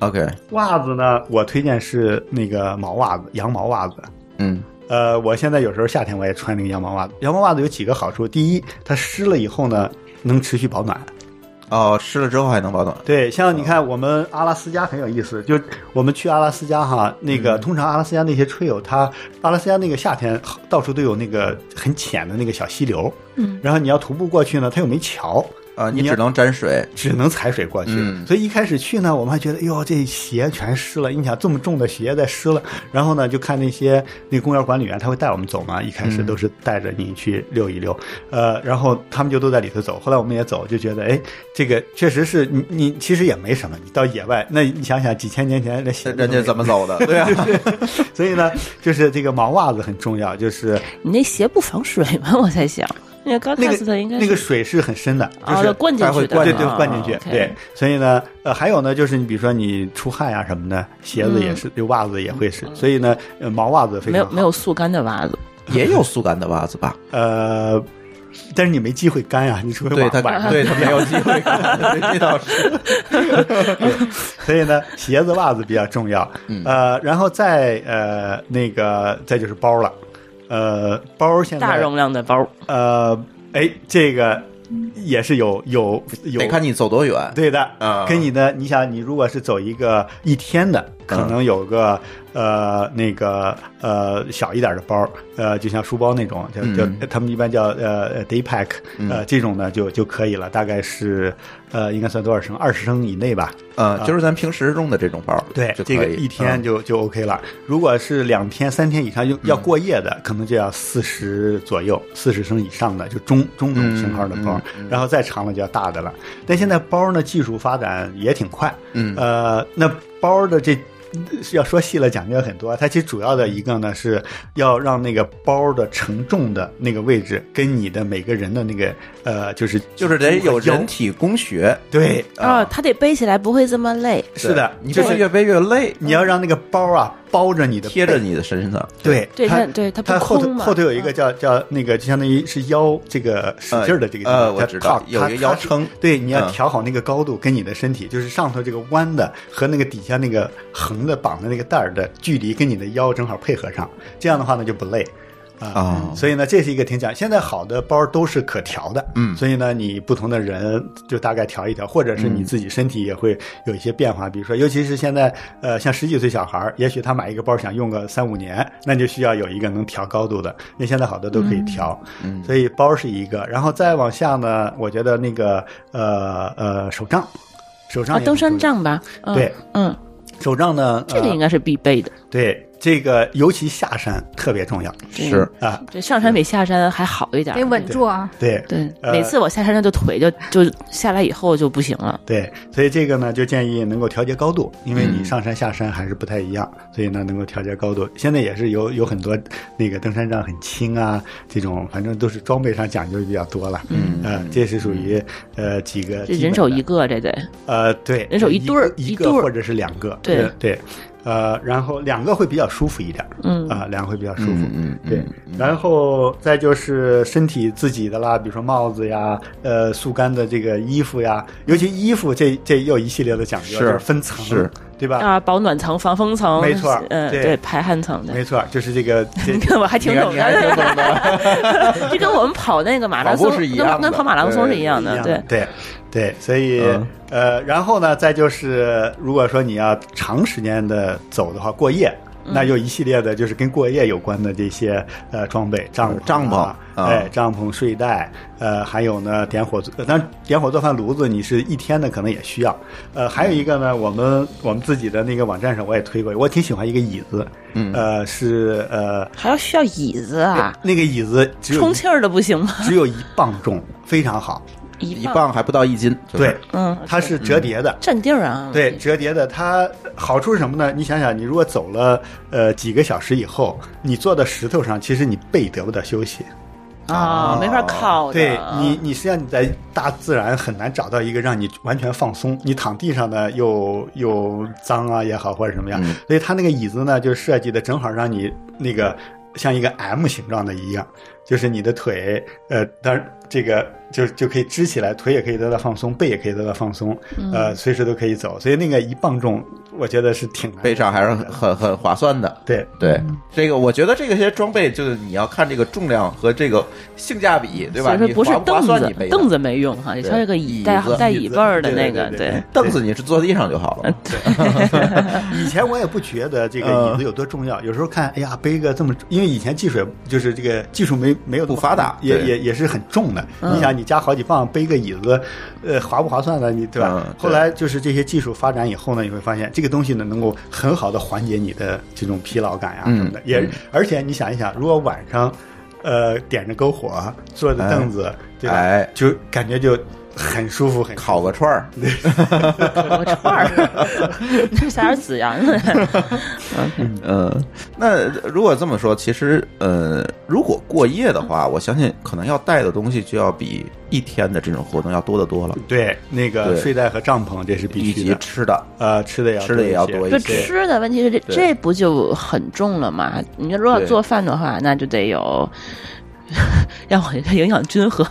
[SPEAKER 1] OK，
[SPEAKER 4] 袜子呢我推荐是那个毛袜子，羊毛袜子。
[SPEAKER 1] 嗯
[SPEAKER 4] 呃，我现在有时候夏天我也穿那个羊毛袜子。羊毛袜子有几个好处，第一，它湿了以后呢能持续保暖，
[SPEAKER 1] 哦，湿了之后还能保暖。
[SPEAKER 4] 对，像你看，我们阿拉斯加很有意思，就我们去阿拉斯加哈，那个通常阿拉斯加那些吹友，它阿拉斯加那个夏天到处都有那个很浅的那个小溪流，嗯，然后你要徒步过去呢，它又没桥，
[SPEAKER 1] 啊，你
[SPEAKER 4] 你要
[SPEAKER 1] 只能沾水，
[SPEAKER 4] 只能踩水过去。
[SPEAKER 1] 嗯
[SPEAKER 4] 所以一开始去呢，我们还觉得，哟，这鞋全湿了。你想这么重的鞋在湿了，然后呢，就看那些那公园管理员，他会带我们走嘛。一开始
[SPEAKER 1] 嗯
[SPEAKER 4] 都是带着你去溜一溜，呃，然后他们就都在里头走。后来我们也走，就觉得，哎，这个确实是你你其实也没什么。你到野外，那你想想几千年前那鞋
[SPEAKER 1] 人家怎
[SPEAKER 4] 么？
[SPEAKER 1] 么走的？对啊，
[SPEAKER 4] 所以呢，就是这个毛袜子很重要，就是
[SPEAKER 2] 你那鞋不防水吗？ 我在想，那个高
[SPEAKER 4] 那
[SPEAKER 2] 塔斯特
[SPEAKER 4] 个
[SPEAKER 2] 应该
[SPEAKER 4] 那
[SPEAKER 2] 是
[SPEAKER 4] 个水是很深的，就
[SPEAKER 2] 哦
[SPEAKER 4] 是
[SPEAKER 2] 灌进
[SPEAKER 4] 它会
[SPEAKER 2] 去的
[SPEAKER 4] 灌对
[SPEAKER 2] 啊
[SPEAKER 4] 对，灌进去。
[SPEAKER 2] OK
[SPEAKER 4] 对，所以呢，呃，还有呢，就是你比如说你出汗呀、什么的，鞋子也是，就袜子也会是，所以呢，呃毛袜子非
[SPEAKER 2] 嗯没
[SPEAKER 4] 常
[SPEAKER 2] 有
[SPEAKER 4] 好
[SPEAKER 2] 没有速干的袜子，
[SPEAKER 1] 也有速干的袜子 吧？
[SPEAKER 4] 呃，但是你没机会干呀、你除非
[SPEAKER 1] 对
[SPEAKER 4] 晚
[SPEAKER 1] 他
[SPEAKER 4] 晚，上
[SPEAKER 1] 对他没有机会干，对这倒 是。
[SPEAKER 4] 所以呢，鞋子、袜子比较重 要。
[SPEAKER 1] 嗯
[SPEAKER 4] 呃，然后再呃那个再就是包了，呃，包现在
[SPEAKER 2] 大容量的包，
[SPEAKER 4] 呃，哎，这个也是有有有
[SPEAKER 1] 得看你走多远。
[SPEAKER 4] 对的，
[SPEAKER 1] 啊
[SPEAKER 4] 跟你的，你想，你如果是走一个一天的，可能有个、呃那个呃小一点的包，呃，就像书包那种，叫叫、
[SPEAKER 1] 嗯
[SPEAKER 4] 他们一般叫呃呃 day pack，呃、这种呢就就可以了，大概是呃应该算多少升，二十升以内吧。
[SPEAKER 1] 嗯，就是咱平时用的这种包，
[SPEAKER 4] 啊对
[SPEAKER 1] 就，可
[SPEAKER 4] 这个
[SPEAKER 1] 以
[SPEAKER 4] 一天
[SPEAKER 1] 嗯
[SPEAKER 4] 就、就 OK 了。如果是两天、三天以上用要过夜的，可能就要四十左右，四十升以上的就中中
[SPEAKER 1] 嗯
[SPEAKER 4] 种型号的包，然后再长了就要大的了。但现在包呢，技术发展也挺快，
[SPEAKER 1] 嗯
[SPEAKER 4] 呃，那包的这。要说细了讲究有很多，它其实主要的一个呢是要让那个包的承重的那个位置跟你的每个人的那个呃，就是
[SPEAKER 1] 就是得有
[SPEAKER 4] 腰
[SPEAKER 1] 人体工学。
[SPEAKER 4] 对，
[SPEAKER 2] 啊，他得背起来不会这么累。
[SPEAKER 4] 是的，
[SPEAKER 1] 你
[SPEAKER 4] 就
[SPEAKER 1] 这
[SPEAKER 4] 是
[SPEAKER 1] 越背越累，
[SPEAKER 4] 你要让那个包啊包着你的
[SPEAKER 1] 贴着
[SPEAKER 4] 背
[SPEAKER 1] 你的身上。
[SPEAKER 4] 对，
[SPEAKER 2] 对
[SPEAKER 4] 它
[SPEAKER 2] 它对它不
[SPEAKER 4] 它后头
[SPEAKER 2] 空嘛嗯啊
[SPEAKER 4] 后头有一个叫叫那个，就相当于是腰这个使劲儿的这个地
[SPEAKER 1] 呃
[SPEAKER 4] 方，
[SPEAKER 1] 呃我
[SPEAKER 4] 叫
[SPEAKER 1] 知道
[SPEAKER 4] tuck，
[SPEAKER 1] 有
[SPEAKER 4] 它
[SPEAKER 1] 一个腰
[SPEAKER 4] 它是
[SPEAKER 1] 撑
[SPEAKER 4] 对，你
[SPEAKER 1] 嗯
[SPEAKER 4] 要调好那个高度跟你的身体，就是上头这个弯的和那个底下那个横的绑的那个带儿的距离跟你的腰正好配合上，这样的话呢就不累。啊、
[SPEAKER 1] 哦
[SPEAKER 4] 所以呢，这是一个挺讲。现在好的包都是可调的，
[SPEAKER 1] 嗯
[SPEAKER 4] 所以呢，你不同的人就大概调一调，或者是你自己身体也会有一些变化。比如说，尤其是现在，呃，像十几岁小孩儿，也许他买一个包想用个三五年，那就需要有一个能调高度的，因为现在好多都可以调。
[SPEAKER 1] 嗯
[SPEAKER 4] 所以包是一个，然后再往下呢，我觉得那个呃呃手杖，手杖
[SPEAKER 2] 啊，
[SPEAKER 4] 也
[SPEAKER 2] 登
[SPEAKER 4] 很
[SPEAKER 2] 山
[SPEAKER 4] 重要，
[SPEAKER 2] 杖吧，嗯
[SPEAKER 4] 对，啊
[SPEAKER 2] 嗯，
[SPEAKER 4] 手杖呢，
[SPEAKER 2] 这个
[SPEAKER 4] 呃
[SPEAKER 2] 应该是必备的。
[SPEAKER 4] 对这个尤其下山特别重要
[SPEAKER 2] 对
[SPEAKER 1] 是，
[SPEAKER 4] 啊，
[SPEAKER 2] 嗯对，上山比下山还好一点
[SPEAKER 3] 得。稳住啊。
[SPEAKER 4] 对
[SPEAKER 2] 对，
[SPEAKER 4] 呃
[SPEAKER 2] 每次我下山，那就腿就就下来以后就不行了。
[SPEAKER 4] 对，所以这个呢，就建议能够调节高度，因为
[SPEAKER 1] 嗯
[SPEAKER 4] 你上山下山还是不太一样，所以呢，能够调节高度。现在也是有有很多那个登山杖很轻啊，这种反正都是装备上讲究比较多了。
[SPEAKER 1] 嗯
[SPEAKER 4] 呃，这是属于呃几个
[SPEAKER 2] 这
[SPEAKER 4] 基本
[SPEAKER 2] 人手
[SPEAKER 4] 的
[SPEAKER 2] 一个，这得
[SPEAKER 4] 呃，对，
[SPEAKER 2] 人手一对儿
[SPEAKER 4] 一
[SPEAKER 2] 一
[SPEAKER 4] 个
[SPEAKER 2] 对儿
[SPEAKER 4] 或者是两个，
[SPEAKER 2] 对
[SPEAKER 4] 对，呃，然后两个会比较舒服一点，
[SPEAKER 2] 嗯
[SPEAKER 4] 啊、两个会比较舒服，
[SPEAKER 1] 嗯嗯，
[SPEAKER 4] 对，然后再就是身体自己的啦，比如说帽子呀，呃，速干的这个衣服呀，尤其衣服这这又一系列的讲究，
[SPEAKER 1] 是
[SPEAKER 4] 就是分层，
[SPEAKER 1] 是
[SPEAKER 4] 对吧？
[SPEAKER 2] 啊，保暖层、防风层，
[SPEAKER 4] 没错
[SPEAKER 2] 嗯，
[SPEAKER 4] 对
[SPEAKER 2] 对，排汗层的。
[SPEAKER 4] 没错，就是这个 这
[SPEAKER 2] 你看我还挺懂
[SPEAKER 1] 你看你还挺懂
[SPEAKER 2] 的， 这跟我们跑那个马拉
[SPEAKER 1] 跑
[SPEAKER 2] 松
[SPEAKER 1] 步是一
[SPEAKER 2] 跟
[SPEAKER 1] 样的
[SPEAKER 2] 跟跑马拉松是一样
[SPEAKER 4] 一
[SPEAKER 2] 的，
[SPEAKER 4] 样
[SPEAKER 2] 对
[SPEAKER 4] 的，对对，所以、
[SPEAKER 1] 嗯
[SPEAKER 4] 呃，然后呢，再就是如果说你要长时间的走的话，过夜。
[SPEAKER 2] 嗯
[SPEAKER 4] 那又一系列的，就是跟过夜有关的这些呃装备，帐篷啊、
[SPEAKER 1] 帐篷啊
[SPEAKER 4] 哎，帐篷、睡袋，呃，还有呢，点火，呃当然点火做饭炉子，你是一天的可能也需要。呃，还有一个呢，我们我们自己的那个网站上我也推过，我挺喜欢一个椅子，嗯，呃，是呃，
[SPEAKER 2] 还要需要椅子啊，
[SPEAKER 4] 那个椅子只哎有
[SPEAKER 2] 充
[SPEAKER 4] 一
[SPEAKER 2] 气儿的不行吗？
[SPEAKER 4] 只有一磅重，非常好，
[SPEAKER 2] 一
[SPEAKER 1] 一，磅还不到一斤，就是
[SPEAKER 4] 对，
[SPEAKER 2] 嗯，
[SPEAKER 4] 它是折叠的。
[SPEAKER 2] 占地儿啊，
[SPEAKER 4] 对，折叠的，它好处是什么呢？你想想，你如果走了呃几个小时以后，你坐到石头上，其实你背得不到休息。
[SPEAKER 2] 啊，没法靠的，
[SPEAKER 4] 对你，你实际上你在大自然很难找到一个让你完全放松。你躺地上呢，又又脏啊也好，或者什么样，
[SPEAKER 1] 嗯
[SPEAKER 4] 所以它那个椅子呢，就设计的正好让你那个像一个 M 形状的一样，就是你的腿，呃，当然这个就就可以支起来，腿也可以得到放松，背也可以得到放松，
[SPEAKER 1] 嗯
[SPEAKER 4] 呃，随时都可以走。所以那个一磅重，我觉得是挺难
[SPEAKER 1] 背上还是很很很划算的。
[SPEAKER 4] 对。
[SPEAKER 1] 对，这个我觉得这个些装备就是你要看这个重量和这个性价比，对吧？
[SPEAKER 2] 所以
[SPEAKER 1] 你
[SPEAKER 2] 说不是
[SPEAKER 1] 划不划
[SPEAKER 2] 凳
[SPEAKER 1] 算你
[SPEAKER 2] 子
[SPEAKER 1] 背，的
[SPEAKER 2] 凳子没用啊哈，你挑一个
[SPEAKER 1] 椅
[SPEAKER 2] 椅带
[SPEAKER 1] 子
[SPEAKER 2] 带
[SPEAKER 4] 椅
[SPEAKER 2] 椅
[SPEAKER 4] 子
[SPEAKER 2] 背儿的
[SPEAKER 4] 对
[SPEAKER 2] 那
[SPEAKER 4] 对
[SPEAKER 2] 个，
[SPEAKER 4] 对
[SPEAKER 2] 对
[SPEAKER 4] 对，
[SPEAKER 1] 凳子你是坐地上就好了。
[SPEAKER 4] 以前我也
[SPEAKER 1] 嗯
[SPEAKER 4] 不觉得这个椅子有多重要，有时候看，哎呀，背个这么，因为以前技术也就是这个技术没没没有那么
[SPEAKER 1] 不发达
[SPEAKER 4] 也
[SPEAKER 1] 嗯对
[SPEAKER 4] 也也是很重的。
[SPEAKER 2] 嗯
[SPEAKER 4] 你想，你加好几磅，背个椅子，呃，划不划算呢？你对吧？
[SPEAKER 1] 嗯对
[SPEAKER 4] 后来就是这些技术发展以后呢，你会发现这个东西呢，能够很好的缓解你的这种疲劳感呀、啊
[SPEAKER 1] 嗯
[SPEAKER 4] 什么的。也
[SPEAKER 1] 嗯
[SPEAKER 4] 而且你想一想，如果晚上，呃，点着篝火，坐着凳子，对吧？
[SPEAKER 1] 哎
[SPEAKER 4] 就感觉就很舒服，很
[SPEAKER 1] 烤个串儿，
[SPEAKER 2] 我 串儿，这撒点孜然了。OK，
[SPEAKER 1] 嗯，那如果这么说，其实呃，如果过夜的话，我相信可能要带的东西就要比一天的这种活动要多得多了，
[SPEAKER 4] 对那个
[SPEAKER 1] 对
[SPEAKER 4] 睡袋和帐篷，这是必
[SPEAKER 1] 以
[SPEAKER 4] 须
[SPEAKER 1] 及
[SPEAKER 4] 的。
[SPEAKER 1] 吃的，
[SPEAKER 4] 呃，吃的也要
[SPEAKER 1] 吃的也要
[SPEAKER 4] 些
[SPEAKER 1] 多一
[SPEAKER 2] 这
[SPEAKER 1] 些。
[SPEAKER 2] 吃的问题是这
[SPEAKER 1] 对
[SPEAKER 2] 这不就很重了吗？你如果
[SPEAKER 1] 对
[SPEAKER 2] 做饭的话，那就得有。 让我营养均 衡，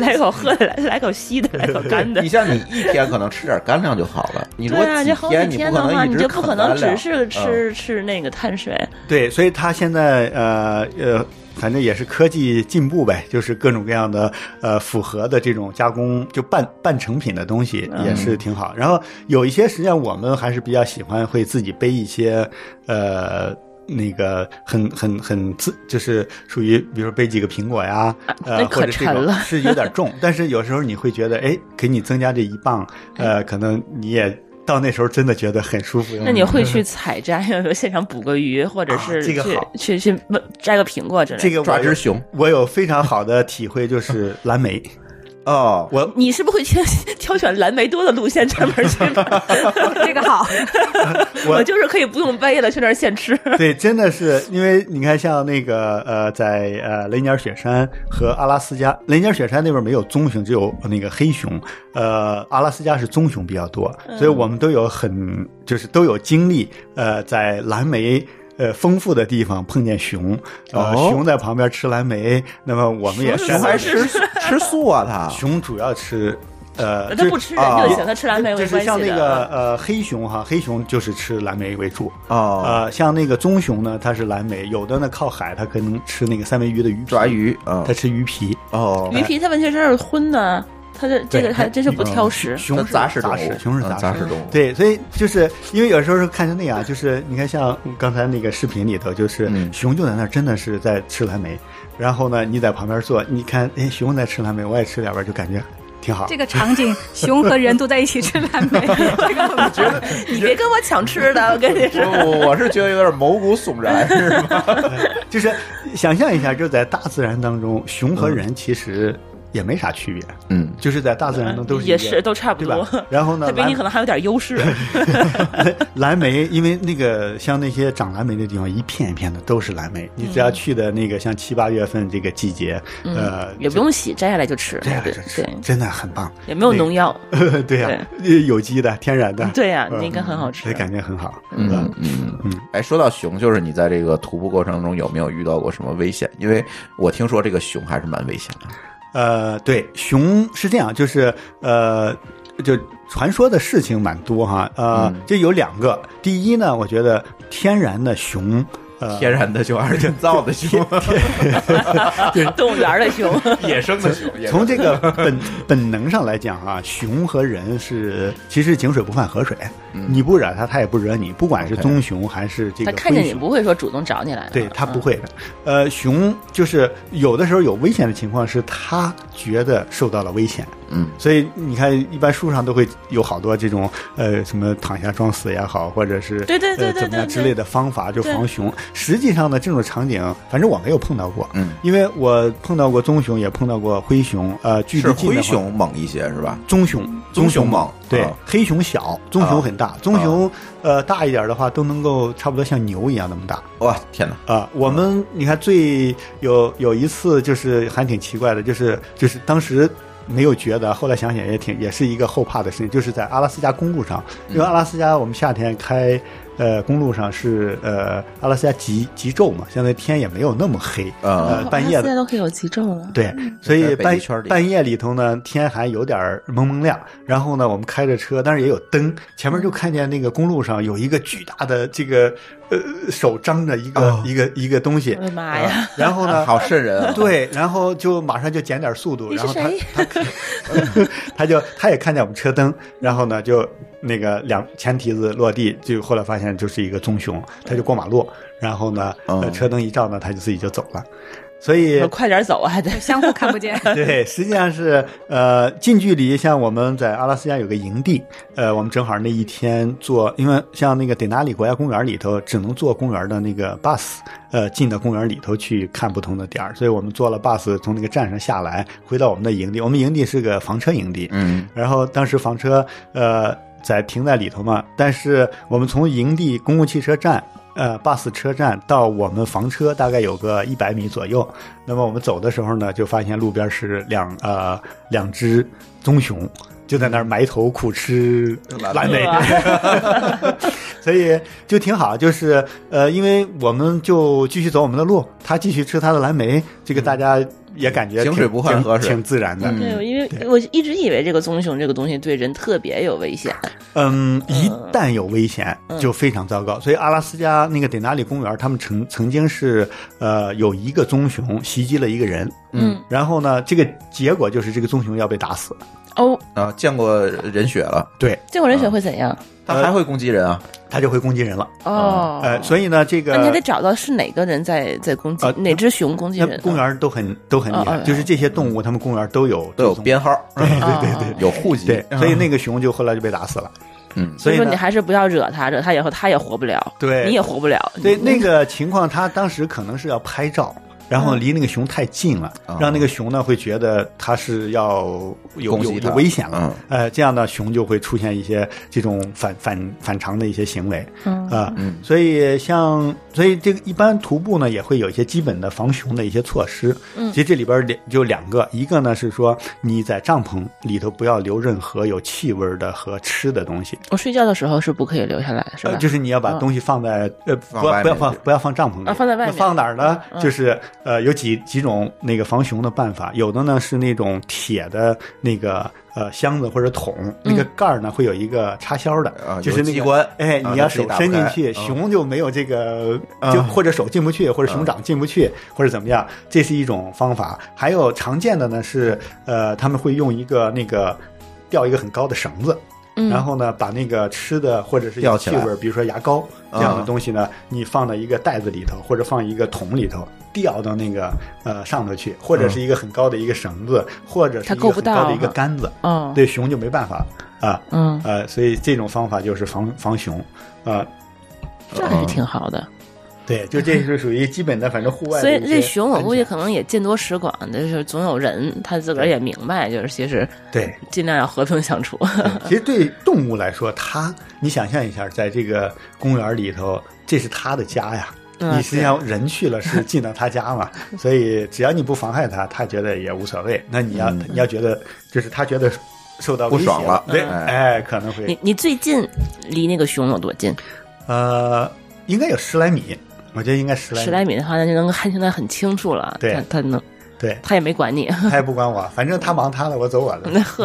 [SPEAKER 2] 来口喝的，来来口稀的，来口干的
[SPEAKER 1] 你。像你一天可能吃点干粮就好了，你如
[SPEAKER 2] 对
[SPEAKER 1] 果
[SPEAKER 2] 啊，这好几
[SPEAKER 1] 天你
[SPEAKER 2] 天
[SPEAKER 1] 不
[SPEAKER 2] 的
[SPEAKER 1] 可
[SPEAKER 2] 话，
[SPEAKER 1] 能
[SPEAKER 2] 你
[SPEAKER 1] 一
[SPEAKER 2] 就
[SPEAKER 1] 直
[SPEAKER 2] 不
[SPEAKER 1] 啃
[SPEAKER 2] 可能
[SPEAKER 1] 干
[SPEAKER 2] 只
[SPEAKER 1] 粮
[SPEAKER 2] 是
[SPEAKER 1] 嗯
[SPEAKER 2] 吃吃那个碳水。
[SPEAKER 4] 对，所以它现在呃呃，反正也是科技进步呗，就是各种各样的呃复合的这种加工，就半半成品的东西也是挺好。然后有一些实际上我们还是比较喜欢会自己背一些呃。那个很很很自，就是属于，比如说背几个苹果呀，呃
[SPEAKER 2] 那，可
[SPEAKER 4] 或者这
[SPEAKER 2] 沉
[SPEAKER 4] 种
[SPEAKER 2] 了
[SPEAKER 4] 是有点重，但是有时候你会觉得，哎，给你增加这一磅，呃，可能你也到那时候真的觉得很舒服。
[SPEAKER 2] 那你会去采摘， 比如现场捕个鱼，或者
[SPEAKER 4] 嗯啊
[SPEAKER 2] 是去
[SPEAKER 4] 这个好
[SPEAKER 2] 去去摘个苹果之类的。
[SPEAKER 4] 这个我
[SPEAKER 1] 抓只
[SPEAKER 4] 有
[SPEAKER 1] 熊
[SPEAKER 4] 我有非常好的体会，就是蓝莓。
[SPEAKER 1] 哦，
[SPEAKER 4] 我
[SPEAKER 2] 你是不是会挑 挑选蓝莓多的路线专门去吧？
[SPEAKER 3] 这个好，
[SPEAKER 4] 我
[SPEAKER 2] 我就是可以不用背了，去那儿现吃。
[SPEAKER 4] 对，真的是因为你看，像那个呃，在呃雷尼尔雪山和阿拉斯加，雷尼尔雪山那边没有棕熊，只有那个黑熊。呃，阿拉斯加是棕熊比较多，所以我们都有很就是都有经历，呃，在蓝莓。呃，丰富的地方碰见熊，呃，
[SPEAKER 1] 哦
[SPEAKER 4] 熊在旁边吃蓝莓，那么我们也
[SPEAKER 2] 熊
[SPEAKER 4] 是
[SPEAKER 2] 是
[SPEAKER 1] 熊还吃吃素啊， 它
[SPEAKER 4] 熊主要吃，呃，
[SPEAKER 2] 他
[SPEAKER 4] 就
[SPEAKER 2] 不吃人就行，他吃蓝莓
[SPEAKER 4] 就
[SPEAKER 2] 没
[SPEAKER 4] 是
[SPEAKER 2] 关系
[SPEAKER 4] 像那个
[SPEAKER 2] 的。嗯
[SPEAKER 4] 呃黑熊哈，黑熊就是吃蓝莓为主。
[SPEAKER 2] 嗯
[SPEAKER 1] 哦，
[SPEAKER 4] 呃，像那个棕熊呢，它是蓝莓；有的呢靠海，它可能吃那个三文鱼的鱼皮
[SPEAKER 1] 抓，鱼啊
[SPEAKER 4] 它，吃鱼皮。
[SPEAKER 1] 哦，
[SPEAKER 2] 鱼皮它问题是它是荤的，它这这个
[SPEAKER 4] 对
[SPEAKER 2] 还真是不挑
[SPEAKER 4] 嗯
[SPEAKER 2] 食。
[SPEAKER 4] 熊
[SPEAKER 1] 它
[SPEAKER 4] 是
[SPEAKER 1] 杂食动
[SPEAKER 4] 杂
[SPEAKER 1] 物
[SPEAKER 4] 食，，熊是
[SPEAKER 1] 嗯
[SPEAKER 4] 杂
[SPEAKER 1] 杂食动物，
[SPEAKER 4] 对，所以就是因为有时候看成那样，就是你看像刚才那个视频里头，就是
[SPEAKER 1] 嗯
[SPEAKER 4] 熊就在那儿真的是在吃蓝莓，然后呢你在旁边坐，你看哎熊在吃蓝莓，我也吃两边，就感觉挺好。
[SPEAKER 3] 这个场景，熊和人都在一起吃蓝莓，这个我觉得
[SPEAKER 2] 你别跟我抢吃的，我跟你 说。
[SPEAKER 1] 我 我我是觉得有点毛骨悚然，是吧？
[SPEAKER 4] 就是想象一下，就在大自然当中，熊和人其实也没啥区别，
[SPEAKER 1] 嗯，
[SPEAKER 4] 就是在大自然中 都是一
[SPEAKER 2] 也
[SPEAKER 4] 个
[SPEAKER 2] 是都差不
[SPEAKER 4] 对
[SPEAKER 2] 多
[SPEAKER 4] 吧。然后呢，
[SPEAKER 2] 它比你
[SPEAKER 4] 蓝
[SPEAKER 2] 可能还有点优势。
[SPEAKER 4] 蓝莓，因为那个像那些长蓝莓的地方，一片一片的都是蓝莓。
[SPEAKER 2] 嗯
[SPEAKER 4] 你只要去的那个像七八月份这个季节，呃，
[SPEAKER 2] 也不用洗，摘下来就吃。
[SPEAKER 4] 这样
[SPEAKER 2] 嗯对
[SPEAKER 4] 吃
[SPEAKER 2] 对，，
[SPEAKER 4] 真的很棒。
[SPEAKER 2] 也没有农药。
[SPEAKER 4] 对呀，有机的、天然的，
[SPEAKER 2] 对呀，
[SPEAKER 4] 嗯
[SPEAKER 2] 那应该很好吃
[SPEAKER 4] 这。感觉很好。
[SPEAKER 1] 嗯嗯嗯，哎，说到熊，就是你在这个徒步过程中有没有遇到过什么危险？因为我听说这个熊还是蛮危险的。
[SPEAKER 4] 呃，对，熊是这样，就是呃，就传说的事情蛮多哈。呃，这有两个，第一呢，我觉得天然的熊，呃，
[SPEAKER 1] 天然的熊还是人造的熊？
[SPEAKER 2] 啊 动物园的熊，
[SPEAKER 1] 野生的熊，
[SPEAKER 4] 从这个本 本能上来讲啊，熊和人是其实井水不犯河水，你不惹它，它也不惹你。不管是
[SPEAKER 1] OK
[SPEAKER 4] 棕熊还是这
[SPEAKER 2] 它
[SPEAKER 4] 个
[SPEAKER 2] 看见
[SPEAKER 4] 灰
[SPEAKER 2] 你
[SPEAKER 4] 熊，
[SPEAKER 2] 不会说主动找你来的。嗯
[SPEAKER 4] 对它不会的。呃，熊就是有的时候有危险的情况是它觉得受到了危险，
[SPEAKER 1] 嗯，
[SPEAKER 4] 所以你看一般书上都会有好多这种呃什么躺下装死也好，或者是
[SPEAKER 2] 对对对
[SPEAKER 4] 呃
[SPEAKER 2] 对
[SPEAKER 4] 怎么
[SPEAKER 2] 对
[SPEAKER 4] 样
[SPEAKER 2] 对
[SPEAKER 4] 之类的方法就
[SPEAKER 2] 对
[SPEAKER 4] 防熊。实际上呢，这种场景反正我没有碰到过，
[SPEAKER 1] 嗯，
[SPEAKER 4] 因为我碰到过棕熊，也碰到过灰熊，呃，距
[SPEAKER 1] 是
[SPEAKER 4] 离近的
[SPEAKER 1] 灰
[SPEAKER 4] 话
[SPEAKER 1] 熊猛一些是吧？
[SPEAKER 4] 棕熊，
[SPEAKER 1] 棕
[SPEAKER 4] 熊
[SPEAKER 1] 熊猛
[SPEAKER 4] 对
[SPEAKER 1] 啊，
[SPEAKER 4] 黑熊小，棕熊很大，棕熊呃大一点的话都能够差不多像牛一样那么大
[SPEAKER 1] 哇，天哪！
[SPEAKER 4] 啊。我们你看最有有一次就是还挺奇怪的，就是就是当时。没有觉得，后来想想也挺，也是一个后怕的事情，就是在阿拉斯加公路上，因为阿拉斯加我们夏天开，呃，公路上是呃阿拉斯加极极昼嘛，相对天也没有那么黑，
[SPEAKER 1] 啊
[SPEAKER 4] 呃，半夜
[SPEAKER 2] 哦
[SPEAKER 4] 的
[SPEAKER 2] 现在都可以有急症了。
[SPEAKER 4] 对，所以
[SPEAKER 1] 在北
[SPEAKER 4] 半
[SPEAKER 1] 极圈里
[SPEAKER 4] 半夜里头呢，天还有点儿蒙蒙亮。然后呢，我们开着车，但是也有灯，前面就看见那个公路上有一个巨大的这个呃手张着一个、
[SPEAKER 1] 哦
[SPEAKER 4] 一个一个东西
[SPEAKER 2] 我，的
[SPEAKER 1] 哎
[SPEAKER 2] 妈哎呀！
[SPEAKER 4] 然后呢。
[SPEAKER 1] 好瘆人啊！
[SPEAKER 4] 对，然后就马上就减点速度，
[SPEAKER 2] 你
[SPEAKER 4] 然
[SPEAKER 2] 是
[SPEAKER 4] 后他
[SPEAKER 2] 谁
[SPEAKER 4] 他 他就他也看见我们车灯，然后呢就那个两前蹄子落地，就后来发现现就是一个棕熊，它就过马路，然后呢，
[SPEAKER 1] 嗯
[SPEAKER 4] 呃车灯一照呢，它就自己就走了。所以
[SPEAKER 2] 我快点走啊，还得
[SPEAKER 3] 相互看不见。
[SPEAKER 4] 对，实际上是呃近距离，像我们在阿拉斯加有个营地，呃，我们正好那一天坐，因为像那个典纳里国家公园里头只能坐公园的那个 bus，呃，进到公园里头去看不同的点儿，所以我们坐了 bus 从那个站上下来，回到我们的营地。我们营地是个房车营地，
[SPEAKER 1] 嗯
[SPEAKER 4] 然后当时房车呃在停在里头嘛，但是我们从营地公共汽车站。呃，bus 车站到我们房车大概有个一百米左右。那么我们走的时候呢，就发现路边是两呃两只棕熊，就在那儿埋头苦吃蓝莓。
[SPEAKER 1] 嗯
[SPEAKER 4] 所以就挺好，就是呃，因为我们就继续走我们的路，他继续吃他的蓝莓，这个大家也感觉
[SPEAKER 1] 井
[SPEAKER 4] 挺
[SPEAKER 1] 嗯水不犯河
[SPEAKER 4] 挺
[SPEAKER 1] 水
[SPEAKER 4] 挺自然的。
[SPEAKER 1] 嗯
[SPEAKER 2] 对，我因为我一直以为这个棕熊这个东西对人特别有危险，
[SPEAKER 4] 嗯，一旦有危险
[SPEAKER 2] 嗯
[SPEAKER 4] 就非常糟糕。所以阿拉斯加那个典纳里公园，他们曾曾经是呃有一个棕熊袭击了一个人，
[SPEAKER 1] 嗯，
[SPEAKER 4] 然后呢，这个结果就是这个棕熊要被打死。
[SPEAKER 2] 哦，
[SPEAKER 1] 啊，见过人血了，
[SPEAKER 4] 对，
[SPEAKER 2] 见过人血
[SPEAKER 4] 嗯
[SPEAKER 2] 会怎样？
[SPEAKER 1] 它还会攻击人啊？
[SPEAKER 4] 它就会攻击人了。
[SPEAKER 2] 哦，
[SPEAKER 4] 呃，所以呢，这个
[SPEAKER 2] 那你还得找到是哪个人在在攻击
[SPEAKER 4] 呃
[SPEAKER 2] 哪只熊攻击
[SPEAKER 4] 那
[SPEAKER 2] 人？啊
[SPEAKER 4] 公园都很都很厉
[SPEAKER 2] 哦
[SPEAKER 4] 害，
[SPEAKER 2] 哦哦
[SPEAKER 4] 就是这些动物，它们公园都有
[SPEAKER 1] 都有
[SPEAKER 4] 踪。
[SPEAKER 1] 编号，
[SPEAKER 2] 哦，对对对。
[SPEAKER 1] 有户籍，
[SPEAKER 4] 嗯对，所以那个熊就后来就被打死了。
[SPEAKER 1] 嗯
[SPEAKER 2] 所
[SPEAKER 4] 所
[SPEAKER 2] 以
[SPEAKER 4] 以
[SPEAKER 2] 说
[SPEAKER 4] 呢
[SPEAKER 2] 你，还是不要惹它，惹它以后它也活不了，
[SPEAKER 4] 对
[SPEAKER 2] 你也活不了。
[SPEAKER 4] 对那个情况，他当时可能是要拍照，然后离那个熊太近了，
[SPEAKER 1] 嗯
[SPEAKER 4] 让那个熊呢会觉得他是要有
[SPEAKER 1] 攻
[SPEAKER 4] 有
[SPEAKER 1] 击它
[SPEAKER 4] 有危险了
[SPEAKER 1] 嗯，
[SPEAKER 4] 呃，这样呢熊就会出现一些这种反反反常的一些行为
[SPEAKER 2] 嗯
[SPEAKER 4] 啊。
[SPEAKER 1] 嗯
[SPEAKER 4] 所以像所以这个一般徒步呢也会有一些基本的防熊的一些措施。
[SPEAKER 2] 嗯
[SPEAKER 4] 其实这里边儿两就两个，一个呢是说你在帐篷里头不要留任何有气味儿的和吃的东西，
[SPEAKER 2] 我睡觉的时候是不可以留下来，是吧？
[SPEAKER 4] 呃，就是你要把
[SPEAKER 2] 嗯
[SPEAKER 4] 东西放在、呃，
[SPEAKER 1] 嗯放
[SPEAKER 4] 不
[SPEAKER 1] 外
[SPEAKER 4] 要不要
[SPEAKER 1] 面
[SPEAKER 4] 放
[SPEAKER 1] 去
[SPEAKER 4] 不要放帐篷里，
[SPEAKER 2] 啊放在外
[SPEAKER 4] 那
[SPEAKER 2] 面
[SPEAKER 4] 放哪儿呢？
[SPEAKER 2] 嗯
[SPEAKER 4] 就是呃，有几几种那个防熊的办法，有的呢是那种铁的那个呃箱子或者桶，那个盖儿呢会有一个插销的，
[SPEAKER 1] 啊
[SPEAKER 4] 就是
[SPEAKER 1] 有
[SPEAKER 4] 那
[SPEAKER 1] 机
[SPEAKER 4] 个
[SPEAKER 1] 关
[SPEAKER 4] 哎，
[SPEAKER 1] 啊
[SPEAKER 4] 你
[SPEAKER 1] 它
[SPEAKER 4] 要
[SPEAKER 1] 自己
[SPEAKER 4] 手
[SPEAKER 1] 打不
[SPEAKER 4] 伸进
[SPEAKER 1] 开
[SPEAKER 4] 去，
[SPEAKER 1] 嗯
[SPEAKER 4] 熊就没有这个，就
[SPEAKER 1] 啊
[SPEAKER 4] 或者手进不去，或者熊
[SPEAKER 1] 嗯
[SPEAKER 4] 掌进不去，或者怎么样，这是一种方法。还有常见的呢是呃，他们会用一个那个吊一个很高的绳子。
[SPEAKER 2] 嗯
[SPEAKER 4] 然后呢，把那个吃的或者是
[SPEAKER 1] 吊
[SPEAKER 4] 有
[SPEAKER 1] 起
[SPEAKER 4] 气
[SPEAKER 1] 来
[SPEAKER 4] 味儿，比如说牙膏
[SPEAKER 2] 嗯
[SPEAKER 4] 这样
[SPEAKER 1] 啊
[SPEAKER 4] 的东西呢，你放到一个袋子里头，或者放一个桶里头，吊到那个呃上头去，或者是一个很高的一个绳子，或者是
[SPEAKER 2] 嗯它
[SPEAKER 4] 一
[SPEAKER 2] 够不
[SPEAKER 4] 个很高
[SPEAKER 2] 到
[SPEAKER 4] 的一个
[SPEAKER 2] 哈
[SPEAKER 4] 杆子，
[SPEAKER 2] 哦，
[SPEAKER 4] 对熊就没办法啊
[SPEAKER 2] 嗯，
[SPEAKER 4] 呃，所以这种方法就是防防熊啊，
[SPEAKER 2] 这还是挺好的。
[SPEAKER 4] 对，就这是属于基本的，反正户外的
[SPEAKER 2] 所以
[SPEAKER 4] 一些
[SPEAKER 2] 这熊，我
[SPEAKER 4] 安
[SPEAKER 2] 估计
[SPEAKER 4] 全
[SPEAKER 2] 可能也见多识广，就是总有人他自个儿也明白，就是其实
[SPEAKER 4] 对
[SPEAKER 2] 尽量要和平相处。
[SPEAKER 4] 其实对动物来说，它你想象一下，在这个公园里头，这是它的家呀。
[SPEAKER 2] 嗯
[SPEAKER 4] 你实际上人去了是进到它家 嘛，所以只要你不妨害它，它觉得也无所谓。那你要、你要觉得就是它觉得受到
[SPEAKER 1] 嗯不
[SPEAKER 4] 威胁
[SPEAKER 1] 爽了
[SPEAKER 4] 对，
[SPEAKER 1] 嗯
[SPEAKER 4] 哎，可能
[SPEAKER 2] 你
[SPEAKER 4] 会
[SPEAKER 2] 你最近离那个熊有多近？
[SPEAKER 4] 呃，应该有十来米，我觉得应该十来米，
[SPEAKER 2] 十来米的话，那就能看清它很清楚了。
[SPEAKER 4] 对
[SPEAKER 2] 它它能，
[SPEAKER 4] 对，
[SPEAKER 2] 它也没管你。
[SPEAKER 4] 它也不管我，反正它忙它的，我走我的。
[SPEAKER 2] 那 呵，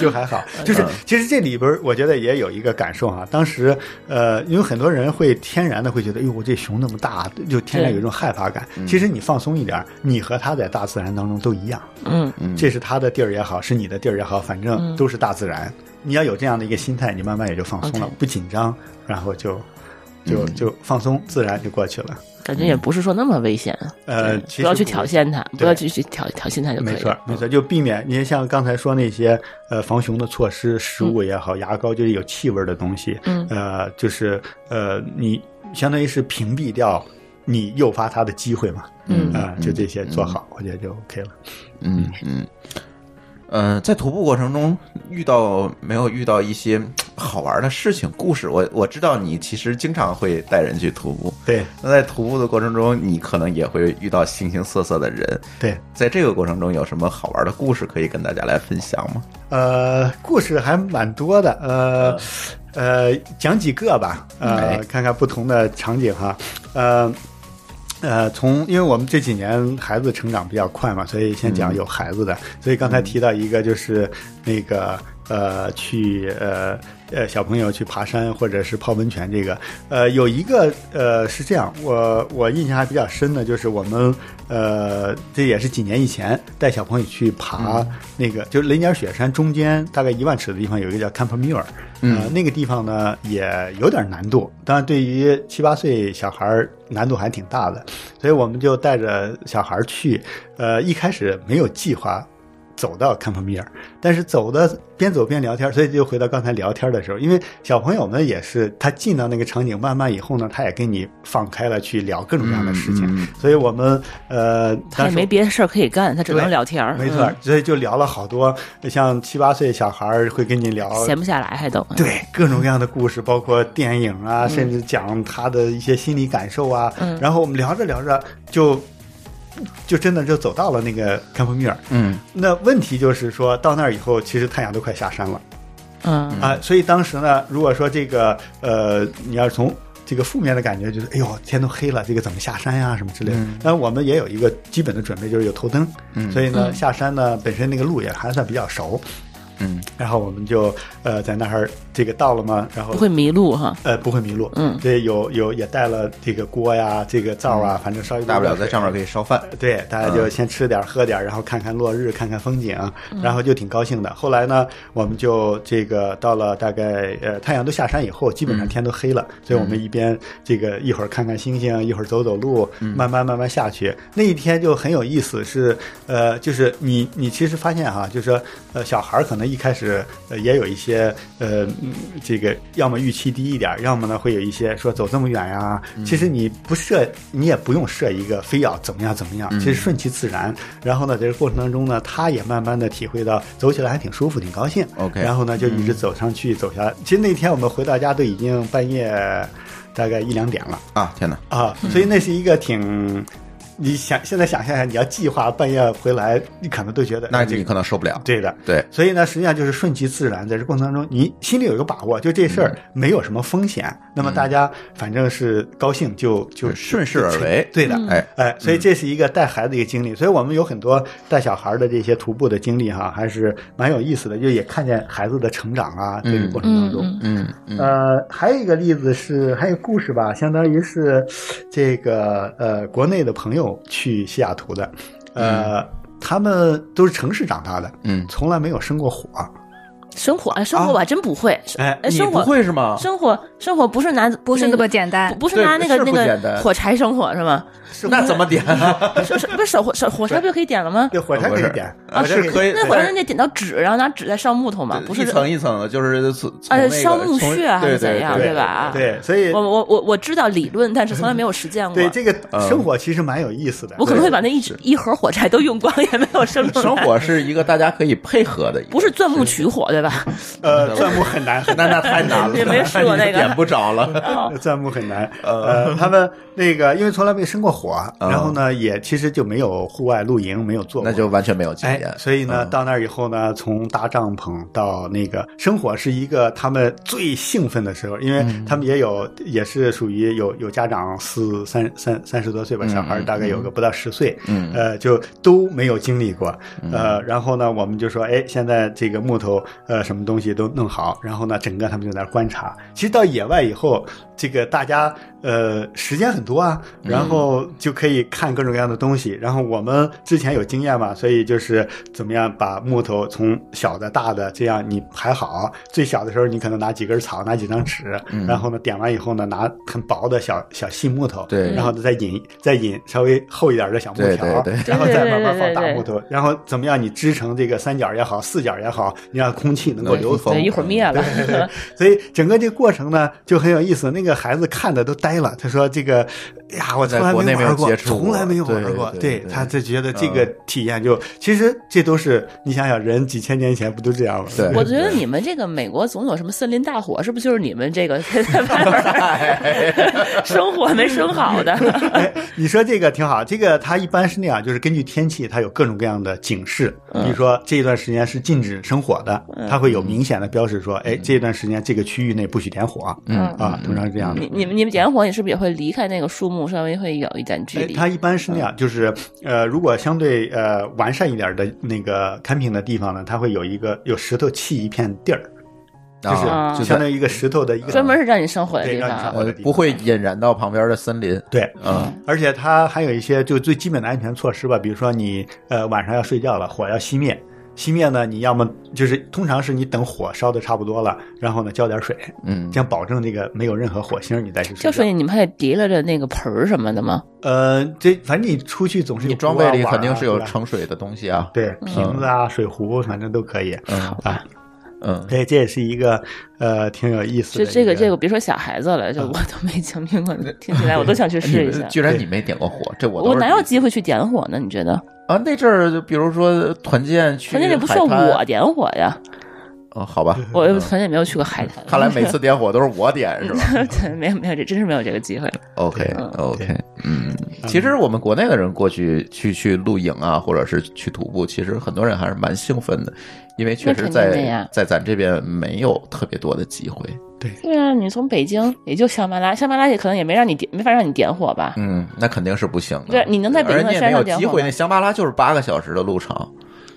[SPEAKER 4] 就还好，
[SPEAKER 2] 嗯
[SPEAKER 4] 就是
[SPEAKER 1] 嗯
[SPEAKER 4] 其实这里边儿我觉得也有一个感受啊。当时呃，因为很多人会天然的会觉得，哎呦，我这熊那么大，就天然有一种害怕感。
[SPEAKER 1] 嗯
[SPEAKER 4] 其实你放松一点儿，你和它在大自然当中都一样，
[SPEAKER 2] 嗯，
[SPEAKER 4] 这是它的地儿也好，是你的地儿也好，反正都是大自然。你要有这样的一个心态，你慢慢也就放松了
[SPEAKER 2] OK 嗯
[SPEAKER 4] 不紧张，然后就就就放松，自然就过去了。
[SPEAKER 2] 感觉也不是说那么危险。
[SPEAKER 4] 嗯呃
[SPEAKER 2] 对
[SPEAKER 4] 其
[SPEAKER 2] 不
[SPEAKER 4] 实
[SPEAKER 2] 要去
[SPEAKER 4] 不
[SPEAKER 2] 挑衅它，不要
[SPEAKER 4] 对
[SPEAKER 2] 去去挑挑衅它就可以了。
[SPEAKER 4] 没
[SPEAKER 2] 嗯
[SPEAKER 4] 错，没错，就避免你像刚才说那些呃防熊的措施，食物也好，牙膏就是有气味的东西，
[SPEAKER 2] 嗯
[SPEAKER 4] 呃，就是呃，你相当于是屏蔽掉你诱发它的机会嘛，
[SPEAKER 2] 嗯
[SPEAKER 4] 啊、就这些做好，我觉得就 OK 了。
[SPEAKER 1] 嗯嗯，呃，在徒步过程中遇到没有遇到一些嗯好玩的事情、故事？我我知道你其实经常会带人去徒步，
[SPEAKER 4] 对
[SPEAKER 1] 那在徒步的过程中，你可能也会遇到形形色色的人，
[SPEAKER 4] 对，
[SPEAKER 1] 在这个过程中有什么好玩的故事可以跟大家来分享吗？
[SPEAKER 4] 呃，故事还蛮多的，呃呃，讲几个吧，呃
[SPEAKER 1] 哎，
[SPEAKER 4] 看看不同的场景哈，呃。呃，从因为我们这几年孩子成长比较快嘛，所以先讲有孩子的。所以刚才提到一个就是那个呃去呃呃小朋友去爬山或者是泡温泉这个，呃有一个呃是这样，我我印象还比较深的就是我们呃这也是几年以前带小朋友去爬那个、就是雷鸟雪山中间大概一万尺的地方有一个叫 Camp Muir，呃那个地方呢也有点难度，当然对于七八岁小孩儿难度还挺大的，所以我们就带着小孩儿去，呃一开始没有计划。走到坎普米尔，但是走的边走边聊天，所以就回到刚才聊天的时候，因为小朋友呢也是他进到那个场景，慢慢以后呢，他也跟你放开了去聊各种各样的事情，
[SPEAKER 1] 嗯嗯
[SPEAKER 4] 所以我们呃，
[SPEAKER 2] 他也
[SPEAKER 4] 当时
[SPEAKER 2] 没别的事儿可以干，他只能
[SPEAKER 4] 对
[SPEAKER 2] 聊天儿，
[SPEAKER 4] 没错
[SPEAKER 2] 嗯
[SPEAKER 4] 儿，所以就聊了好多，像七八岁小孩儿会跟你聊
[SPEAKER 2] 闲不下来还啊都。
[SPEAKER 4] 对各种各样的故事，包括电影啊，甚至讲他的一些心理感受啊。
[SPEAKER 2] 嗯
[SPEAKER 4] 然后我们聊着聊着就。就真的就走到了那个坎普米尔，
[SPEAKER 1] 嗯
[SPEAKER 4] 那问题就是说到那儿以后，其实太阳都快下山了
[SPEAKER 2] 嗯，
[SPEAKER 4] 啊、所以当时呢，如果说这个呃，你要是从这个负面的感觉，就是哎呦天都黑了，这个怎么下山呀、什么之类的。
[SPEAKER 1] 嗯
[SPEAKER 4] 但是我们也有一个基本的准备，就是有头灯，
[SPEAKER 1] 嗯
[SPEAKER 4] 所以呢
[SPEAKER 2] 嗯
[SPEAKER 4] 下山呢本身那个路也还算比较熟，
[SPEAKER 1] 嗯
[SPEAKER 4] 然后我们就呃在那儿这个到了嘛，然后
[SPEAKER 2] 不会迷路哈。
[SPEAKER 4] 呃不会迷路，
[SPEAKER 2] 嗯
[SPEAKER 4] 对，有有也带了这个锅呀，这个灶啊，反正稍微
[SPEAKER 1] 嗯大不了在上面可以烧饭。
[SPEAKER 4] 对，大家就先吃点儿、喝点儿，然后看看落日，看看风景，啊
[SPEAKER 1] 嗯
[SPEAKER 4] 然后就挺高兴的。后来呢，我们就这个到了大概呃太阳都下山以后，基本
[SPEAKER 1] 嗯
[SPEAKER 4] 上天都黑了，所以我们一边这个一会儿看看星星，一会儿走走路，
[SPEAKER 1] 嗯
[SPEAKER 4] 慢慢慢慢下去。那一天就很有意思，是呃，就是你你其实发现哈、就是说呃小孩儿可能一开始呃也有一些呃嗯这个要么预期低一点儿，要么呢会有一些说走这么远呀、其实你不设，你也不用设一个非要怎么样怎么样，其实顺其自然。然后呢，在这个过程当中呢，他也慢慢的体会到走起来还挺舒服，挺高兴。
[SPEAKER 1] OK
[SPEAKER 4] 然后呢就一直走上去，走下来。其实那天我们回到家都已经半夜大概一两点了。
[SPEAKER 1] 啊，天哪！
[SPEAKER 4] 啊，所以那是一个挺，你想现在想象一下，你要计划半夜回来，你可能都觉得
[SPEAKER 1] 那
[SPEAKER 4] 哎这
[SPEAKER 1] 你
[SPEAKER 4] 个
[SPEAKER 1] 可能受不了。
[SPEAKER 4] 对的。
[SPEAKER 1] 对，
[SPEAKER 4] 所以呢，实际上就是顺其自然，在这过程当中，你心里有一个把握，就这事
[SPEAKER 1] 嗯
[SPEAKER 4] 儿没有什么风险。那么大家反正是高兴就就
[SPEAKER 1] 顺势而为
[SPEAKER 4] 对的。
[SPEAKER 2] 嗯
[SPEAKER 1] 哎，
[SPEAKER 4] 哎，所以这是一个带孩子的一个经历，所以我们有很多带小孩的这些徒步的经历哈，还是蛮有意思的，就也看见孩子的成长啊，这个过程当
[SPEAKER 2] 嗯
[SPEAKER 4] 中。
[SPEAKER 2] 嗯，
[SPEAKER 1] 嗯嗯
[SPEAKER 4] 呃，还有一个例子是，还有一个故事吧，相当于是这个呃国内的朋友去西雅图的，呃，他们都是城市长大的，
[SPEAKER 1] 嗯，
[SPEAKER 4] 从来没有生过火。
[SPEAKER 2] 生火哎，生活我还真不会。生
[SPEAKER 4] 啊哎
[SPEAKER 2] 哎，生
[SPEAKER 1] 不
[SPEAKER 2] 火
[SPEAKER 1] 会是吗？
[SPEAKER 2] 生火生火不是拿
[SPEAKER 3] 不是那么简单
[SPEAKER 2] 不。不是
[SPEAKER 1] 对
[SPEAKER 2] 拿那个
[SPEAKER 1] 是不
[SPEAKER 2] 那
[SPEAKER 1] 简单
[SPEAKER 2] 个火柴生火是吗？
[SPEAKER 1] 那怎么点 啊？
[SPEAKER 2] 是是不是手火手火柴不就可以点了吗？
[SPEAKER 4] 对，火柴可以
[SPEAKER 1] 是
[SPEAKER 4] 点，
[SPEAKER 1] 啊，
[SPEAKER 4] 火柴
[SPEAKER 1] 是可以，
[SPEAKER 2] 那火柴人得点到纸，然后拿纸再烧木头嘛
[SPEAKER 1] 但，
[SPEAKER 2] 不
[SPEAKER 1] 一
[SPEAKER 2] 是？
[SPEAKER 1] 层一层的，就是从从那
[SPEAKER 2] 呃
[SPEAKER 1] 个
[SPEAKER 2] 烧木
[SPEAKER 1] 从
[SPEAKER 2] 屑还
[SPEAKER 1] 对
[SPEAKER 2] 是怎
[SPEAKER 1] 对
[SPEAKER 2] 样
[SPEAKER 1] 对
[SPEAKER 2] 对吧
[SPEAKER 4] 对，所以
[SPEAKER 2] 我我我我知道理论，但是从来没有实践过。
[SPEAKER 4] 对这个生火其实蛮有意思的。
[SPEAKER 2] 我可能会
[SPEAKER 4] 对
[SPEAKER 2] 把那一纸一盒火柴都用光，也没有生 出来
[SPEAKER 1] 生。火是一个大家可以配合的一个，
[SPEAKER 2] 不是钻木取火对吧？
[SPEAKER 4] 呃钻木很难，很
[SPEAKER 1] 那
[SPEAKER 4] 难，
[SPEAKER 1] 那太难了，
[SPEAKER 2] 也没试 过那
[SPEAKER 1] 你
[SPEAKER 2] 个
[SPEAKER 1] 点不着了。
[SPEAKER 4] 钻木很难。呃，他们那个因为从来没生过火，
[SPEAKER 1] 嗯
[SPEAKER 4] 然后呢也其实就没有户外露营，没有做 过，
[SPEAKER 1] 那就完全没有经
[SPEAKER 4] 哎
[SPEAKER 1] 验，，
[SPEAKER 4] 所以呢，
[SPEAKER 1] 嗯
[SPEAKER 4] 到那儿以后呢，从搭帐篷到那个生火是一个他们最兴奋的时候，因为
[SPEAKER 1] 嗯
[SPEAKER 4] 他们也有、也是属于有有家长四三三三十多岁吧，
[SPEAKER 1] 嗯
[SPEAKER 4] 小孩儿大概有个不到十岁，
[SPEAKER 1] 嗯
[SPEAKER 4] 呃，就都没有经历过， 呃，然后呢，我们就说，哎，现在这个木头呃什么东西都弄好，然后呢，整个他们就在那儿观察。其实到野外以后，这个大家呃时间很多啊，然后就可以看各种各样的东西。然后我们之前有经验嘛，所以就是怎么样把木头从小的、大的这样你排好。最小的时候，你可能拿几根草，拿几张纸，
[SPEAKER 1] 嗯
[SPEAKER 4] 然后呢点完以后呢，拿很薄的小小细木头，
[SPEAKER 1] 对
[SPEAKER 4] 然后呢再引再引稍微厚一点的小木
[SPEAKER 1] 对
[SPEAKER 4] 条，
[SPEAKER 1] 对对
[SPEAKER 4] 然后再慢
[SPEAKER 2] 对对
[SPEAKER 4] 慢
[SPEAKER 2] 对
[SPEAKER 4] 放
[SPEAKER 2] 对
[SPEAKER 4] 大
[SPEAKER 2] 对
[SPEAKER 4] 木头，然后怎么样你织成这个三角也好，四角也好，你让空气能够流通
[SPEAKER 1] 风
[SPEAKER 2] 对，一会儿灭了。
[SPEAKER 4] 所以整个这个过程呢就很有意思。那个孩子看的都呆了，他说：“这个，哎呀，我从来
[SPEAKER 1] 在国内
[SPEAKER 4] 没玩
[SPEAKER 1] 没有
[SPEAKER 4] 过，
[SPEAKER 1] 接触过
[SPEAKER 4] 从来没有玩过。
[SPEAKER 1] 对对对嗯
[SPEAKER 4] 他就觉得这个体验就，其实这都是你想想，人几千年前不都这样吗？
[SPEAKER 1] 对
[SPEAKER 2] 我觉得你们这个美国总有什么森林大火，是不是就是你们这个在外边
[SPEAKER 1] 哎
[SPEAKER 2] 儿 生火没生好的？
[SPEAKER 4] 哎，你说这个挺好，这个它一般是那样，就是根据天气，它有各种各样的警示。
[SPEAKER 1] 嗯
[SPEAKER 4] 比如说这一段时间是禁止生火的，它会有明显的标识说，哎，这段时间这个区域内不许点火
[SPEAKER 1] 嗯
[SPEAKER 4] 啊，通常是这样
[SPEAKER 2] 嗯
[SPEAKER 4] 的。
[SPEAKER 2] 你你们你们点火，你是不是也会离开那个树目稍微会有一点距
[SPEAKER 4] 哎，
[SPEAKER 2] 离。
[SPEAKER 4] 它一般是那样，就是呃，如果相对呃完善一点的那个 camping 的地方呢，它会有一个有石头砌一片地儿，就
[SPEAKER 2] 啊
[SPEAKER 4] 是
[SPEAKER 1] 就
[SPEAKER 4] 相
[SPEAKER 1] 在
[SPEAKER 4] 当于一个石头的一个
[SPEAKER 2] 专门是让你生火的
[SPEAKER 4] 对
[SPEAKER 2] 地
[SPEAKER 4] 让你
[SPEAKER 2] 方
[SPEAKER 4] 生
[SPEAKER 2] 啊，
[SPEAKER 4] 火
[SPEAKER 1] 呃不会引燃到旁边的森林
[SPEAKER 4] 对。
[SPEAKER 1] 啊。
[SPEAKER 4] 而且它还有一些就最基本的安全措施吧，比如说你呃晚上要睡觉了，火要熄灭，熄灭呢，你要么就是通常是你等火烧的差不多了，然后呢浇点水，
[SPEAKER 1] 嗯
[SPEAKER 4] 这样保证这个没有任何火星，你再去
[SPEAKER 2] 就
[SPEAKER 4] 睡觉
[SPEAKER 2] 说。你们还提了着那个盆儿什么的吗？
[SPEAKER 4] 呃，这反正你出去总是有
[SPEAKER 1] 你
[SPEAKER 4] 锅啊
[SPEAKER 1] 装备里
[SPEAKER 4] 碗啊
[SPEAKER 1] 肯定是有
[SPEAKER 4] 对吧
[SPEAKER 1] 盛水的东西 啊。
[SPEAKER 2] 嗯
[SPEAKER 4] 对瓶子啊、水壶，反正都可以。
[SPEAKER 1] 嗯
[SPEAKER 4] 啊，
[SPEAKER 1] 嗯，
[SPEAKER 4] 对，这也是一个呃挺有意思
[SPEAKER 2] 就
[SPEAKER 4] 的。
[SPEAKER 2] 这个这个，，别说小孩子了，就我都没经历过， 听起来我都想去
[SPEAKER 1] 嗯哎你
[SPEAKER 2] 试一下
[SPEAKER 1] 们。居然你没点过火，这我
[SPEAKER 2] 我
[SPEAKER 1] 我
[SPEAKER 2] 哪有机会去点火呢？你觉得？
[SPEAKER 1] 啊？那阵儿就比如说团建去
[SPEAKER 2] 团建也不需
[SPEAKER 1] 海
[SPEAKER 2] 要
[SPEAKER 1] 滩
[SPEAKER 2] 我点火呀，
[SPEAKER 1] 哦，好吧，
[SPEAKER 2] 我
[SPEAKER 1] 嗯
[SPEAKER 2] 团建也没有去过海滩。
[SPEAKER 1] 看来每次点火都是我点是吧
[SPEAKER 2] 对，没有没有，这真是没有这个机会。
[SPEAKER 1] ？OK
[SPEAKER 2] 嗯
[SPEAKER 1] OK，嗯，其实我们国内的人过去去去露营啊，或者是去徒步，其实很多人还是蛮兴奋的，因为确实
[SPEAKER 2] 那肯定的
[SPEAKER 1] 在
[SPEAKER 2] 呀
[SPEAKER 1] 在咱这边没有特别多的机会。
[SPEAKER 2] 对啊，你从北京也就香巴拉，香巴拉也可能也没让你点，没法让你点火吧？
[SPEAKER 1] 嗯，那肯定是不行的。
[SPEAKER 2] 对你能在北京的
[SPEAKER 1] 而且你也
[SPEAKER 2] 山
[SPEAKER 1] 没
[SPEAKER 2] 上
[SPEAKER 1] 有
[SPEAKER 2] 点
[SPEAKER 1] 机
[SPEAKER 2] 火
[SPEAKER 1] 会，
[SPEAKER 2] 吗
[SPEAKER 1] 那香巴拉就是八个小时的路程。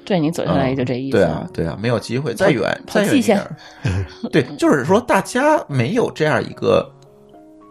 [SPEAKER 2] 对你走下来也就这意思。
[SPEAKER 1] 对啊，，对啊，没有机会，再远
[SPEAKER 2] 跑
[SPEAKER 1] 再远一
[SPEAKER 2] 蓟县
[SPEAKER 1] 点儿。 对，就是说大家没有这样一个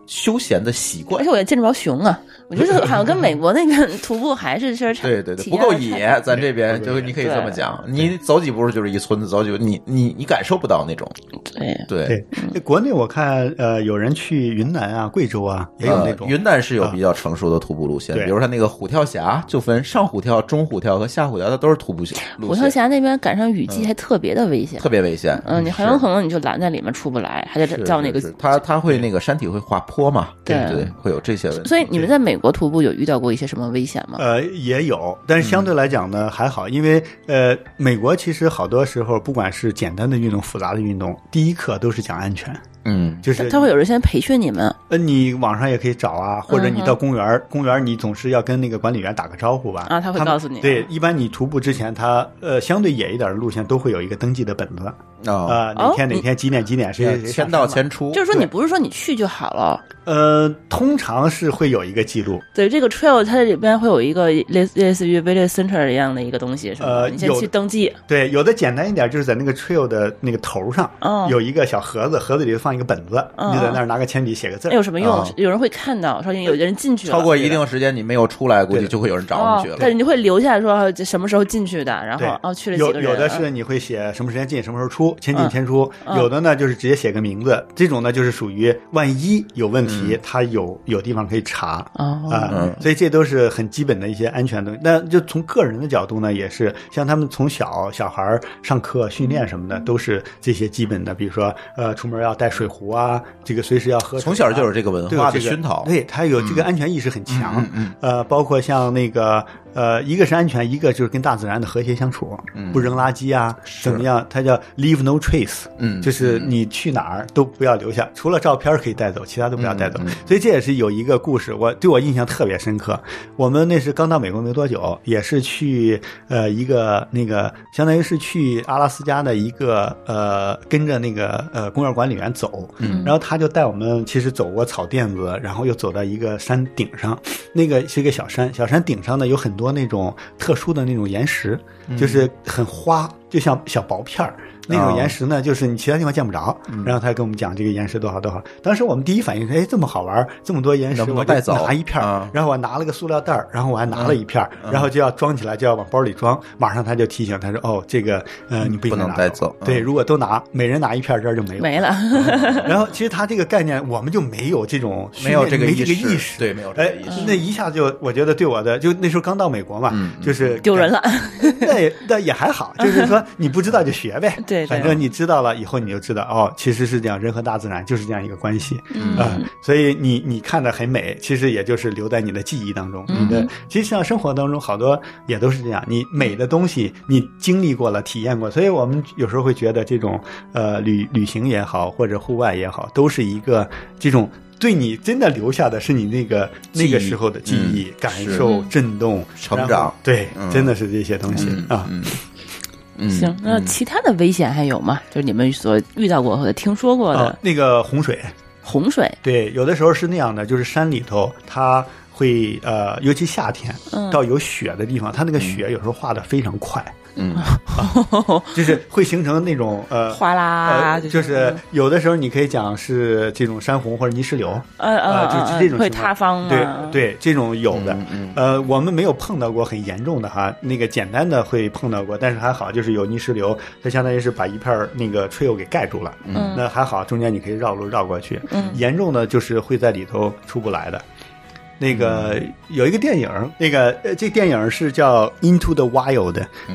[SPEAKER 1] 休闲的习
[SPEAKER 2] 而
[SPEAKER 1] 惯
[SPEAKER 2] 且。我也见不着熊啊，我觉得好像跟美国那个 徒步还是确实差
[SPEAKER 1] 对对对，
[SPEAKER 2] 体
[SPEAKER 1] 不
[SPEAKER 2] 验
[SPEAKER 1] 够
[SPEAKER 2] 还是差
[SPEAKER 1] 野，咱这边
[SPEAKER 4] 对
[SPEAKER 1] 就是你可以
[SPEAKER 2] 对
[SPEAKER 1] 这么讲，你走几步就是一村子，走几步你你你感受不到那种。
[SPEAKER 2] 对，
[SPEAKER 1] 对
[SPEAKER 4] 对，
[SPEAKER 2] 嗯
[SPEAKER 4] 那国内我看呃有人去云南啊、贵州啊，也有那
[SPEAKER 1] 呃
[SPEAKER 4] 种啊
[SPEAKER 1] 云南是有比较成熟的徒步路线，
[SPEAKER 4] 对
[SPEAKER 1] 比如它那个虎跳峡，就分上虎跳、中虎跳和下虎跳，它都是徒步线路
[SPEAKER 2] 虎跳
[SPEAKER 1] 线，嗯
[SPEAKER 2] 峡那边赶上雨季还特别的危险
[SPEAKER 1] 特。别危险。
[SPEAKER 2] 嗯，你很
[SPEAKER 1] 是
[SPEAKER 2] 有可能你就拦在里面出不来，还得
[SPEAKER 1] 是
[SPEAKER 2] 叫
[SPEAKER 1] 是
[SPEAKER 2] 那个
[SPEAKER 1] 是它它会那个山体会滑坡嘛？
[SPEAKER 2] 对
[SPEAKER 1] 对，会有这些问题。
[SPEAKER 2] 所以你们在美国徒步有遇到过一些什么危险吗？
[SPEAKER 4] 呃，也有，但是
[SPEAKER 2] 嗯
[SPEAKER 4] 相对来讲呢、还好，因为呃，美国其实好多时候不管是简单的运动、复杂的运动，第一课都是讲安全，
[SPEAKER 1] 嗯，
[SPEAKER 4] 就
[SPEAKER 2] 他
[SPEAKER 4] 呃是
[SPEAKER 2] 他会有人先培训你们，
[SPEAKER 4] 呃，你网上也可以找
[SPEAKER 2] 嗯
[SPEAKER 4] 啊，或者你到公园儿，公园儿你总是要跟那个管理员打个招呼吧？
[SPEAKER 2] 啊他会
[SPEAKER 4] 们
[SPEAKER 2] 告诉你
[SPEAKER 4] 对，一般你徒步之前，他呃相对野一点的路线都会有一个登记的本子啊、
[SPEAKER 1] 啊，
[SPEAKER 4] 哪天
[SPEAKER 2] 哦
[SPEAKER 4] 哪天几点几点谁谁
[SPEAKER 1] 签
[SPEAKER 4] 谁上
[SPEAKER 1] 到
[SPEAKER 4] 山了
[SPEAKER 1] 签出，
[SPEAKER 2] 就是说你
[SPEAKER 4] 对
[SPEAKER 2] 不是说你去就好了。
[SPEAKER 4] 呃，通常是会有一个记录，
[SPEAKER 2] 对，这个 trail 它里边会有一个类似类似于 village center 一样的一个东西，是吧？
[SPEAKER 4] 呃
[SPEAKER 2] 你先
[SPEAKER 4] 有
[SPEAKER 2] 去登记，
[SPEAKER 4] 对，有的简单一点，就是在那个 trail 的那个头上，
[SPEAKER 2] 哦
[SPEAKER 4] 有一个小盒子，盒子里放一个本子，
[SPEAKER 2] 嗯
[SPEAKER 4] 你就在那儿拿个铅笔写个字
[SPEAKER 2] 那。有什么用？
[SPEAKER 1] 啊
[SPEAKER 2] 有人会看到，说有人进去了
[SPEAKER 1] 超过一定时间你没有出来，估
[SPEAKER 4] 对
[SPEAKER 1] 计
[SPEAKER 4] 的
[SPEAKER 1] 就会有人找
[SPEAKER 2] 哦
[SPEAKER 1] 你去，了。
[SPEAKER 2] 但你会留下说啊这什么时候进去的，然后
[SPEAKER 4] 对，
[SPEAKER 2] 哦去了
[SPEAKER 4] 有
[SPEAKER 2] 几个人，
[SPEAKER 4] 有的是你会写什么时间进，什么时候出，签进
[SPEAKER 2] 嗯
[SPEAKER 4] 签出；
[SPEAKER 2] 嗯
[SPEAKER 4] 有的呢就是直接写个名字，这种呢就是属于万一有问题，它有有地方可以查。
[SPEAKER 2] 哦，
[SPEAKER 4] 啊、
[SPEAKER 1] 嗯
[SPEAKER 4] 所以这都是很基本的一些安全东西。那就从个人的角度呢，也是像他们从小小孩儿上课训练什么的，都是这些基本的，比如说呃，出门要带水壶啊，这个随时要喝水啊、
[SPEAKER 1] 从小就有这个文
[SPEAKER 4] 对
[SPEAKER 1] 化的
[SPEAKER 4] 这个
[SPEAKER 1] 熏陶。
[SPEAKER 4] 对他有这个安全意识很强。
[SPEAKER 1] 嗯嗯
[SPEAKER 4] 呃，包括像那个呃，一个是安全，一个就是跟大自然的和谐相处，
[SPEAKER 1] 嗯
[SPEAKER 4] 不扔垃圾啊，怎么样？它叫 leave no trace，
[SPEAKER 1] 嗯
[SPEAKER 4] 就是你去哪儿都不要留下，除了照片可以带走，其他都不要带
[SPEAKER 1] 嗯
[SPEAKER 4] 走。所以这也是有一个故事，我对我印象特别深刻。我们那时刚到美国没多久，也是去呃一个那个，相当于是去阿拉斯加的一个呃，跟着那个呃公园管理员走，
[SPEAKER 2] 嗯
[SPEAKER 4] 然后他就带我们其实走过草甸子，然后又走到一个山顶上， 那个是一个小山，小山顶上呢有很多那种特殊的那种岩石，
[SPEAKER 1] 嗯
[SPEAKER 4] 就是很花，就像小薄片儿。那
[SPEAKER 1] 哦
[SPEAKER 4] 种岩石呢，就是你其他地方见不着。
[SPEAKER 1] 嗯
[SPEAKER 4] 然后他跟我们讲这个岩石多好多好。当时我们第一反应是，哎，这么好玩儿，这么多岩石，
[SPEAKER 1] 能不能
[SPEAKER 4] 我就
[SPEAKER 1] 带走
[SPEAKER 4] 拿一片儿
[SPEAKER 1] 啊。
[SPEAKER 4] 然后我拿了个塑料袋儿，然后我还拿了一片儿，
[SPEAKER 1] 嗯
[SPEAKER 4] 然后就要装起来，就要往包里装。马上他就提醒他说：“哦，这个呃，你不应该
[SPEAKER 1] 不能
[SPEAKER 4] 拿
[SPEAKER 1] 带走
[SPEAKER 4] 走。对，
[SPEAKER 1] 嗯
[SPEAKER 4] 如果都拿，每人拿一片儿，这儿就没有了
[SPEAKER 2] 没了，
[SPEAKER 4] 然后其实他这个概念，我们就没有这种训
[SPEAKER 1] 没
[SPEAKER 4] 练
[SPEAKER 1] 有这个
[SPEAKER 4] 没
[SPEAKER 1] 意
[SPEAKER 4] 这个
[SPEAKER 1] 识，
[SPEAKER 4] 意识。
[SPEAKER 1] 对，没有这
[SPEAKER 4] 哎
[SPEAKER 1] 个意识。，
[SPEAKER 4] 那一下就我觉得对我的，就那时候刚到美国嘛，
[SPEAKER 1] 嗯
[SPEAKER 4] 就是
[SPEAKER 2] 丢人了。
[SPEAKER 4] 那也那也还好，就是说你不知道就学呗，
[SPEAKER 2] 对对
[SPEAKER 4] 反正你知道了以后你就知道哦，其实是这样，人和大自然就是这样一个关系
[SPEAKER 1] 嗯
[SPEAKER 4] 啊、所以你你看的很美，其实也就是留在你的记忆当中。
[SPEAKER 1] 嗯
[SPEAKER 4] 你的其实像生活当中好多也都是这样，你美的东西你经历过了，体验过，所以我们有时候会觉得这种呃旅旅行也好，或者户外也好，都是一个这种。对你真的留下的是你那个
[SPEAKER 1] 记忆嗯
[SPEAKER 4] 那个时候的记忆、感受、震动、
[SPEAKER 1] 成
[SPEAKER 4] 然后
[SPEAKER 1] 长
[SPEAKER 4] 对，
[SPEAKER 1] 嗯
[SPEAKER 4] 真的是这些东西
[SPEAKER 1] 嗯
[SPEAKER 4] 啊。
[SPEAKER 1] 嗯嗯，
[SPEAKER 2] 行，那其他的危险还有吗？就是你们所遇到过或者听说过
[SPEAKER 4] 啊，
[SPEAKER 2] 的
[SPEAKER 4] 那个洪水，
[SPEAKER 2] 洪 水，
[SPEAKER 4] 对，有的时候是那样的，就是山里头它会呃，尤其夏天
[SPEAKER 2] 嗯
[SPEAKER 4] 到有雪的地方，它那个雪有时候化的非常快，
[SPEAKER 1] 嗯，
[SPEAKER 4] 就是会形成那种呃。
[SPEAKER 2] 哗啦，
[SPEAKER 4] 呃，就是
[SPEAKER 2] 嗯
[SPEAKER 4] 有的时候你可以讲是这种山洪或者泥石流，
[SPEAKER 2] 呃
[SPEAKER 4] 啊、
[SPEAKER 2] 呃，
[SPEAKER 4] 就是这种
[SPEAKER 2] 会
[SPEAKER 4] 情况
[SPEAKER 2] 塌方啊嘛？
[SPEAKER 4] 对对，这种有的。
[SPEAKER 1] 嗯嗯
[SPEAKER 4] 呃，我们没有碰到过很严重的哈，那个简单的会碰到过，但是还好，就是有泥石流，它相当于是把一片儿那个吹油给盖住了。
[SPEAKER 2] 嗯
[SPEAKER 4] 那还好，中间你可以绕路绕过去。
[SPEAKER 2] 嗯
[SPEAKER 4] 严重的就是会在里头出不来的。那个
[SPEAKER 1] 嗯
[SPEAKER 4] 有一个电影，那个呃，这电影是叫《Into the Wild》，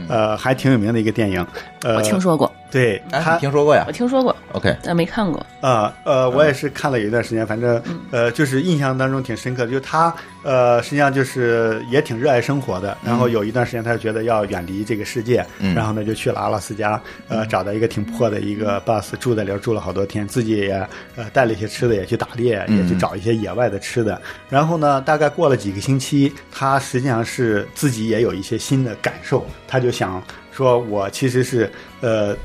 [SPEAKER 4] 呃，
[SPEAKER 1] 嗯
[SPEAKER 4] 还挺有名的一个电影。呃，
[SPEAKER 2] 我听说过，
[SPEAKER 4] 对，
[SPEAKER 1] 哎，
[SPEAKER 4] 它
[SPEAKER 1] 你听说过呀
[SPEAKER 2] 我听说过，
[SPEAKER 1] ？OK，
[SPEAKER 2] 但没看过。
[SPEAKER 4] 啊，呃，
[SPEAKER 1] 嗯
[SPEAKER 4] 我也是看了有一段时间，反正呃，就是印象当中挺深刻的，就是他呃，实际上就是也挺热爱生活的。然后有一段时间，他就觉得要远离这个世界，
[SPEAKER 1] 嗯
[SPEAKER 4] 然后呢就去了阿拉斯加，呃，找到一个挺破的一
[SPEAKER 1] 嗯
[SPEAKER 4] 个 bus 住在里边住了好多天，自己也呃带了一些吃的，也去打猎，也去
[SPEAKER 1] 嗯
[SPEAKER 4] 找一些野外的吃的。然后呢，大概过了几个星期，他实际上是自己也有一些新的感受，他就想说，我其实是呃。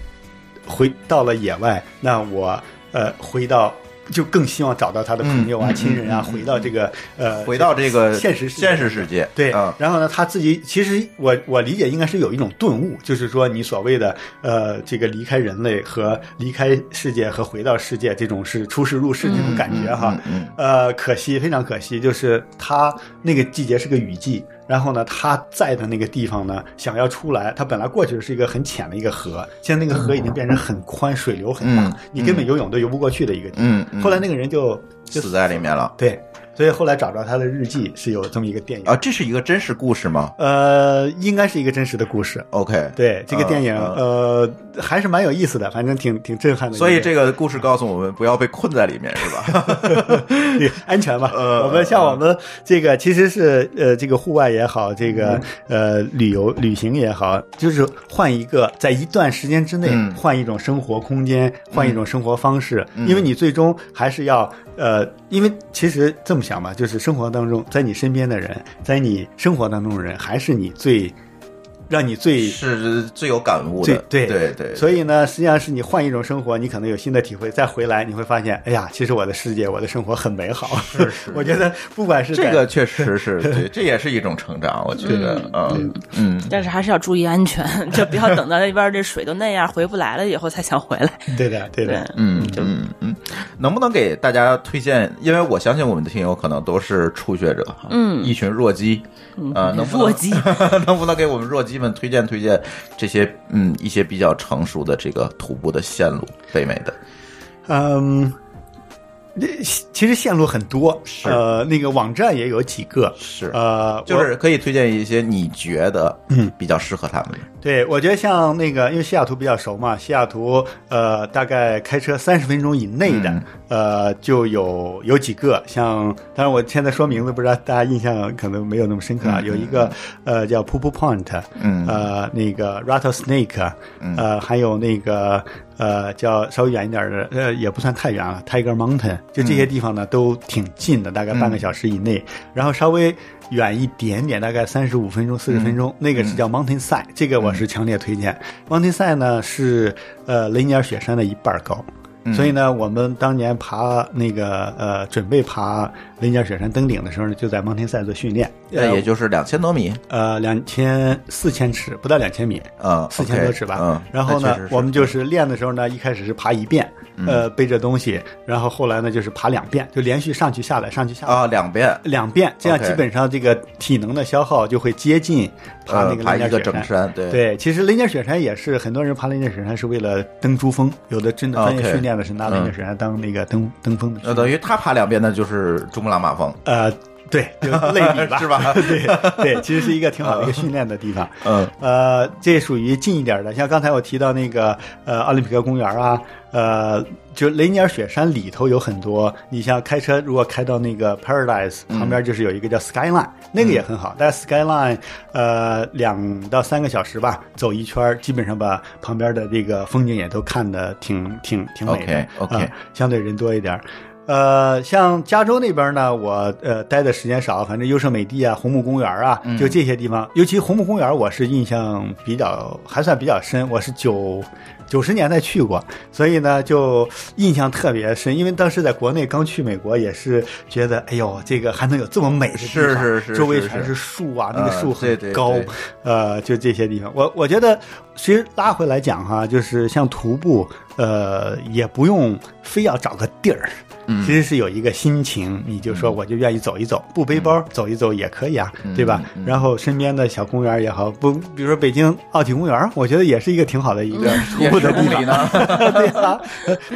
[SPEAKER 4] 回到了野外，那我呃回到就更希望找到他的朋友啊、
[SPEAKER 1] 嗯嗯
[SPEAKER 4] 亲人啊，回到这个呃
[SPEAKER 1] 回到这个
[SPEAKER 4] 现实世界
[SPEAKER 1] 现实世界，
[SPEAKER 4] 对，
[SPEAKER 1] 啊，
[SPEAKER 4] 然后呢，他自己其实我我理解应该是有一种顿悟，就是说你所谓的呃这个离开人类和离开世界和回到世界这种是出世入世这种感觉哈，
[SPEAKER 1] 嗯
[SPEAKER 4] 呃，可惜，非常可惜，就是他那个季节是个雨季，然后呢，他在的那个地方呢，想要出来，他本来过去是一个很浅的一个河，现在那个河已经变成很宽，水流很大，
[SPEAKER 1] 嗯
[SPEAKER 4] 你根本游泳都游不过去的一个地方。
[SPEAKER 1] 嗯嗯，
[SPEAKER 4] 后来那个人就就
[SPEAKER 1] 死在里面了
[SPEAKER 4] 对，所以后来找着他的日记是有这么一个电影，
[SPEAKER 1] 啊，这是一个真实故事吗
[SPEAKER 4] 呃，应该是一个真实的故事。
[SPEAKER 1] ？OK，，
[SPEAKER 4] 对这个电影，
[SPEAKER 1] 嗯
[SPEAKER 4] 呃，还是蛮有意思的，反正挺挺震撼的一个
[SPEAKER 1] 所
[SPEAKER 4] 电
[SPEAKER 1] 以
[SPEAKER 4] 影。
[SPEAKER 1] 这个故事告诉我们不要被困在里面，是 吧？
[SPEAKER 4] 对安全吧。
[SPEAKER 1] 呃
[SPEAKER 4] 我们像我们这个其实是呃，这个户外也好，这个
[SPEAKER 1] 嗯
[SPEAKER 4] 呃旅游旅行也好，就是换一个在一段时间之内
[SPEAKER 1] 嗯
[SPEAKER 4] 换一种生活空间，换一种生活方式，
[SPEAKER 1] 嗯
[SPEAKER 4] 因为你最终还是要呃，因为其实这么想吧，就是生活当中在你身边的人，在你生活当中的人，还是你最让你最
[SPEAKER 1] 是最有感悟的，
[SPEAKER 4] 对
[SPEAKER 1] 对对，
[SPEAKER 4] 所以呢，实际上是你换一种生活，你可能有新的体会，再回来你会发现，哎呀，其实我的世界，我的生活很美好。 是是，我觉得不管是
[SPEAKER 1] 这
[SPEAKER 4] 在
[SPEAKER 1] 个确实是 对，这也是一种成长，我觉得，嗯嗯，
[SPEAKER 2] 但是还是要注意安全， 就不要等到那边这水都那样回不来了以后才想回来。
[SPEAKER 4] 对的 对
[SPEAKER 2] 对
[SPEAKER 4] 的，，
[SPEAKER 1] 嗯
[SPEAKER 2] 就
[SPEAKER 1] 嗯嗯，能不能给大家推荐？因为我相信我们的听友可能都是初学者，嗯，一群弱鸡，
[SPEAKER 2] 嗯
[SPEAKER 4] 呃
[SPEAKER 1] 啊、能不能
[SPEAKER 2] 弱 鸡
[SPEAKER 1] 能不能给我们弱鸡们推荐推荐这些嗯一些比较成熟的这个徒步的线路？北美的，
[SPEAKER 4] 嗯。那其实线路很多，呃，那个网站也有几个，
[SPEAKER 1] 是
[SPEAKER 4] 呃，
[SPEAKER 1] 就
[SPEAKER 4] 我
[SPEAKER 1] 是可以推荐一些你觉得嗯比较适合他们的，
[SPEAKER 4] 对，我觉得像那个，因为西雅图比较熟嘛，西雅图呃，大概开车三十分钟以内的，
[SPEAKER 1] 嗯
[SPEAKER 4] 呃，就有有几个，像，当然我现在说名字，不知道大家印象可能没有那么深刻啊。
[SPEAKER 1] 嗯
[SPEAKER 4] 有一个呃叫 p o o p o Point，
[SPEAKER 1] 嗯
[SPEAKER 4] 呃，那个 Rattlesnake，呃，还有那个呃叫稍微远一点的，呃，也不算太远了，Tiger Mountain，就这些
[SPEAKER 1] 嗯
[SPEAKER 4] 地方呢、都挺近的，大概半个小时以内，然后稍微远一点点，大概三十五分钟、四十
[SPEAKER 1] 嗯
[SPEAKER 4] 分钟，那个是叫 Mountain Side，这个我是强烈推荐。Mountain Side 呢是呃雷尼尔雪山的一半儿高。
[SPEAKER 1] 嗯
[SPEAKER 4] 所以呢，我们当年爬那个呃，准备爬雷尼尔雪山登顶的时候呢，就在 Mountain Side 做训练，
[SPEAKER 1] 那、也就是两千多米，
[SPEAKER 4] 呃两千四千尺，不到两千米，
[SPEAKER 1] 嗯，
[SPEAKER 4] 四千多尺
[SPEAKER 1] OK，
[SPEAKER 4] 吧。
[SPEAKER 1] 嗯，
[SPEAKER 4] 然后
[SPEAKER 1] 那
[SPEAKER 4] 呢
[SPEAKER 1] 确实，嗯
[SPEAKER 4] 我们就是练的时候呢，一开始是爬一遍，呃，背着东西，然后后来呢就是爬两遍，就连续上去下来，上去下来。
[SPEAKER 1] 啊两遍，
[SPEAKER 4] 两遍，这样
[SPEAKER 1] OK
[SPEAKER 4] 基本上这个体能的消耗就会接近爬那
[SPEAKER 1] 呃
[SPEAKER 4] 个
[SPEAKER 1] 爬
[SPEAKER 4] 雷尼
[SPEAKER 1] 一
[SPEAKER 4] 尔
[SPEAKER 1] 个
[SPEAKER 4] 雪
[SPEAKER 1] 整
[SPEAKER 4] 山。
[SPEAKER 1] 山，对
[SPEAKER 4] 对，其实雷尼尔雪山也是很多人爬雷尼尔雪山是为了登珠峰，有的真的专业
[SPEAKER 1] OK
[SPEAKER 4] 训练的是拿雷尼尔雪山当那个登登峰的训
[SPEAKER 1] 那
[SPEAKER 4] 练。
[SPEAKER 1] 等于他爬两遍，那就是珠穆朗玛峰，
[SPEAKER 4] 呃，对，就类比吧，
[SPEAKER 1] 是吧呃
[SPEAKER 4] 对对，其实是一个挺好的一个训练的地方。
[SPEAKER 1] 嗯
[SPEAKER 4] 呃，这属于近一点的，像刚才我提到那个呃奥林匹克公园啊，呃，就雷尼尔雪山里头有很多，你像开车如果开到那个 Paradise 旁边，就是有一个叫 Skyline，、那个也很好，但是 Skyline 呃两到三个小时吧，走一圈儿，基本上把旁边的这个风景也都看得挺挺挺美的
[SPEAKER 1] OK，OK
[SPEAKER 4] 啊相对人多一点儿。呃，像加州那边呢，我呃待的时间少，反正优胜美地啊、红木公园啊，
[SPEAKER 1] 嗯
[SPEAKER 4] 就这些地方，尤其红木公园，我是印象比较还算比较深。我是九九十年代去过，所以呢就印象特别深，因为当时在国内刚去美国，也是觉得哎呦，这个还能有这么美的地方，
[SPEAKER 1] 是是是
[SPEAKER 4] 周围
[SPEAKER 1] 是是
[SPEAKER 4] 全是树啊，
[SPEAKER 1] 呃
[SPEAKER 4] 那个树
[SPEAKER 1] 对
[SPEAKER 4] 很
[SPEAKER 1] 对
[SPEAKER 4] 高，
[SPEAKER 1] 对
[SPEAKER 4] 呃，就这些地方，我我觉得其实拉回来讲哈，就是像徒步，呃，也不用非要找个地儿，
[SPEAKER 1] 嗯
[SPEAKER 4] 其实是有一个心情，你就说我就愿意走一走，不背包、走一走也可以啊，
[SPEAKER 1] 嗯
[SPEAKER 4] 对吧？
[SPEAKER 1] 嗯嗯
[SPEAKER 4] 然后身边的小公园也好，不，比如说北京奥体公园，我觉得也是一个挺好的一 个徒
[SPEAKER 1] 嗯也
[SPEAKER 4] 步
[SPEAKER 1] 是
[SPEAKER 4] 的地
[SPEAKER 1] 公
[SPEAKER 4] 方
[SPEAKER 1] 里。呢，
[SPEAKER 4] 对啊，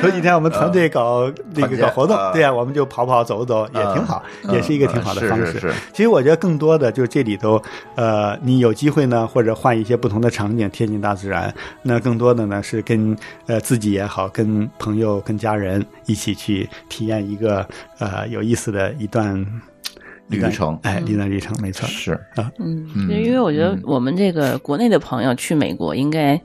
[SPEAKER 4] 头几天我们团队搞那
[SPEAKER 1] 团
[SPEAKER 4] 个
[SPEAKER 1] 建
[SPEAKER 4] 搞活动
[SPEAKER 1] 啊，
[SPEAKER 4] 对啊，我们就跑跑走走也挺好，也是一个挺好的方
[SPEAKER 1] 嗯是
[SPEAKER 4] 式
[SPEAKER 1] 是是。
[SPEAKER 4] 其实我觉得更多的就是这里头，呃，你有机会呢，或者换一些不同的场景贴近大自然，那更多的呢是跟呃自己也好，跟朋友、跟家人一起去体验一个呃有意思的一段
[SPEAKER 1] 旅程
[SPEAKER 4] 一段哎，一段旅程，没错。
[SPEAKER 1] 啊是
[SPEAKER 2] 嗯
[SPEAKER 1] 嗯，
[SPEAKER 2] 因为我觉得
[SPEAKER 1] 嗯
[SPEAKER 2] 我们这个国内的朋友去美国应该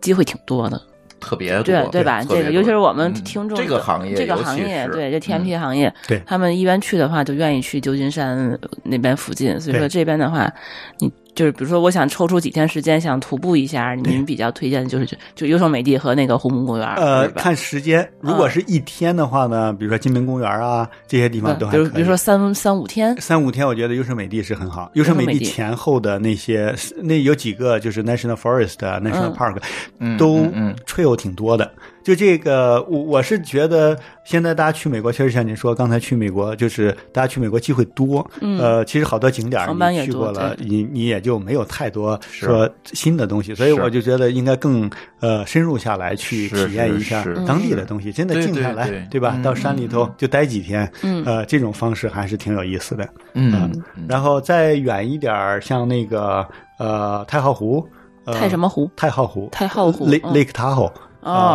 [SPEAKER 2] 机会挺多的，
[SPEAKER 1] 特别多
[SPEAKER 2] 对对吧？
[SPEAKER 1] 特别
[SPEAKER 2] 这
[SPEAKER 1] 多
[SPEAKER 2] 个尤其是我们
[SPEAKER 1] 嗯
[SPEAKER 2] 听众
[SPEAKER 1] 这个行业，
[SPEAKER 2] 这个
[SPEAKER 1] 尤其
[SPEAKER 2] 行业
[SPEAKER 1] 是
[SPEAKER 2] 对这 TMP
[SPEAKER 1] 嗯
[SPEAKER 2] 行业，
[SPEAKER 4] 对
[SPEAKER 2] 他们一般去的话就愿意去旧金山那边附近，所以说
[SPEAKER 4] 对
[SPEAKER 2] 这边的话，你就是比如说我想抽出几天时间想徒步一下，你们比较推荐的就是就就优胜美地和那个胡姆公园，
[SPEAKER 4] 呃
[SPEAKER 2] 是，吧
[SPEAKER 4] 看时间，如果是一天的话呢，比如说金门公园啊这些地方都
[SPEAKER 2] 嗯
[SPEAKER 4] 还
[SPEAKER 2] 比
[SPEAKER 4] 可
[SPEAKER 2] 如
[SPEAKER 4] 以。
[SPEAKER 2] 比如说三三五天，
[SPEAKER 4] 三五天，我觉得优胜美地是很好。优胜美
[SPEAKER 2] 优胜美地
[SPEAKER 4] 地前后的那些，那有几个就是 National Forest、National 啊
[SPEAKER 2] 嗯
[SPEAKER 4] Park，、
[SPEAKER 1] 嗯
[SPEAKER 4] 都
[SPEAKER 1] 嗯嗯
[SPEAKER 4] trail 挺多的。就这个，我我是觉得现在大家去美国，确实像您说，刚才去美国就是大家去美国机会多。
[SPEAKER 2] 嗯
[SPEAKER 4] 呃，其实好多景点儿
[SPEAKER 2] 航班
[SPEAKER 4] 你
[SPEAKER 2] 也
[SPEAKER 4] 去过
[SPEAKER 2] 多
[SPEAKER 4] 了，
[SPEAKER 2] 对
[SPEAKER 4] 你你也就没有太多说新的东西，所以我就觉得应该更呃深入下来去
[SPEAKER 1] 是
[SPEAKER 4] 体验一下
[SPEAKER 1] 是
[SPEAKER 2] 是
[SPEAKER 4] 当地的东西，真的
[SPEAKER 1] 对
[SPEAKER 4] 静
[SPEAKER 1] 对
[SPEAKER 4] 下来，
[SPEAKER 1] 对
[SPEAKER 4] 吧？
[SPEAKER 1] 嗯
[SPEAKER 4] 到山里头就待几天，
[SPEAKER 2] 嗯
[SPEAKER 4] 呃，这种方式还是挺有意思的。
[SPEAKER 1] 嗯嗯
[SPEAKER 4] 然后再远一点儿，像那个呃太浩湖，呃、
[SPEAKER 2] 太什么湖
[SPEAKER 4] 太浩湖，
[SPEAKER 2] 太浩湖
[SPEAKER 4] Lake
[SPEAKER 2] 嗯
[SPEAKER 4] Lake Tahoe。啊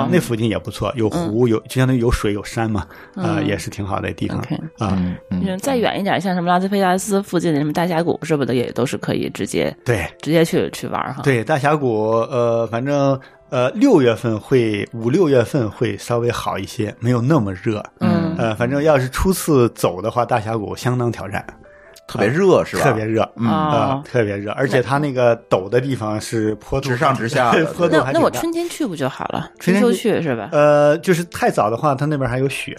[SPEAKER 2] 哦，
[SPEAKER 4] 那附近也不错，有湖，有就相当于有水有山嘛，啊、
[SPEAKER 2] 嗯
[SPEAKER 4] 也是挺好的地方
[SPEAKER 2] OK
[SPEAKER 4] 啊。
[SPEAKER 1] 嗯嗯
[SPEAKER 2] 嗯，再远一点，像什么拉斯维加斯附近的什么大峡谷，是不是也都是可以直接
[SPEAKER 4] 对
[SPEAKER 2] 直接去去玩儿哈？，
[SPEAKER 4] 对，大峡谷，呃，反正呃，六月份会五六月份会稍微好一些，没有那么热。
[SPEAKER 2] 嗯
[SPEAKER 4] 呃，反正要是初次走的话，大峡谷相当挑战，
[SPEAKER 1] 特别热是吧？
[SPEAKER 4] 特别热。
[SPEAKER 1] 嗯
[SPEAKER 4] 啊、
[SPEAKER 2] 哦，
[SPEAKER 4] 特别热，而且它那个陡的地方是坡度
[SPEAKER 1] 直上直下的
[SPEAKER 4] 坡度
[SPEAKER 2] 那
[SPEAKER 4] 还
[SPEAKER 2] 那
[SPEAKER 4] 挺
[SPEAKER 2] 我
[SPEAKER 4] 大
[SPEAKER 2] 春天去不就好了？春
[SPEAKER 4] 春天
[SPEAKER 2] 秋
[SPEAKER 4] 去
[SPEAKER 2] 去是吧？
[SPEAKER 4] 呃，就是太早的话，它那边还有雪，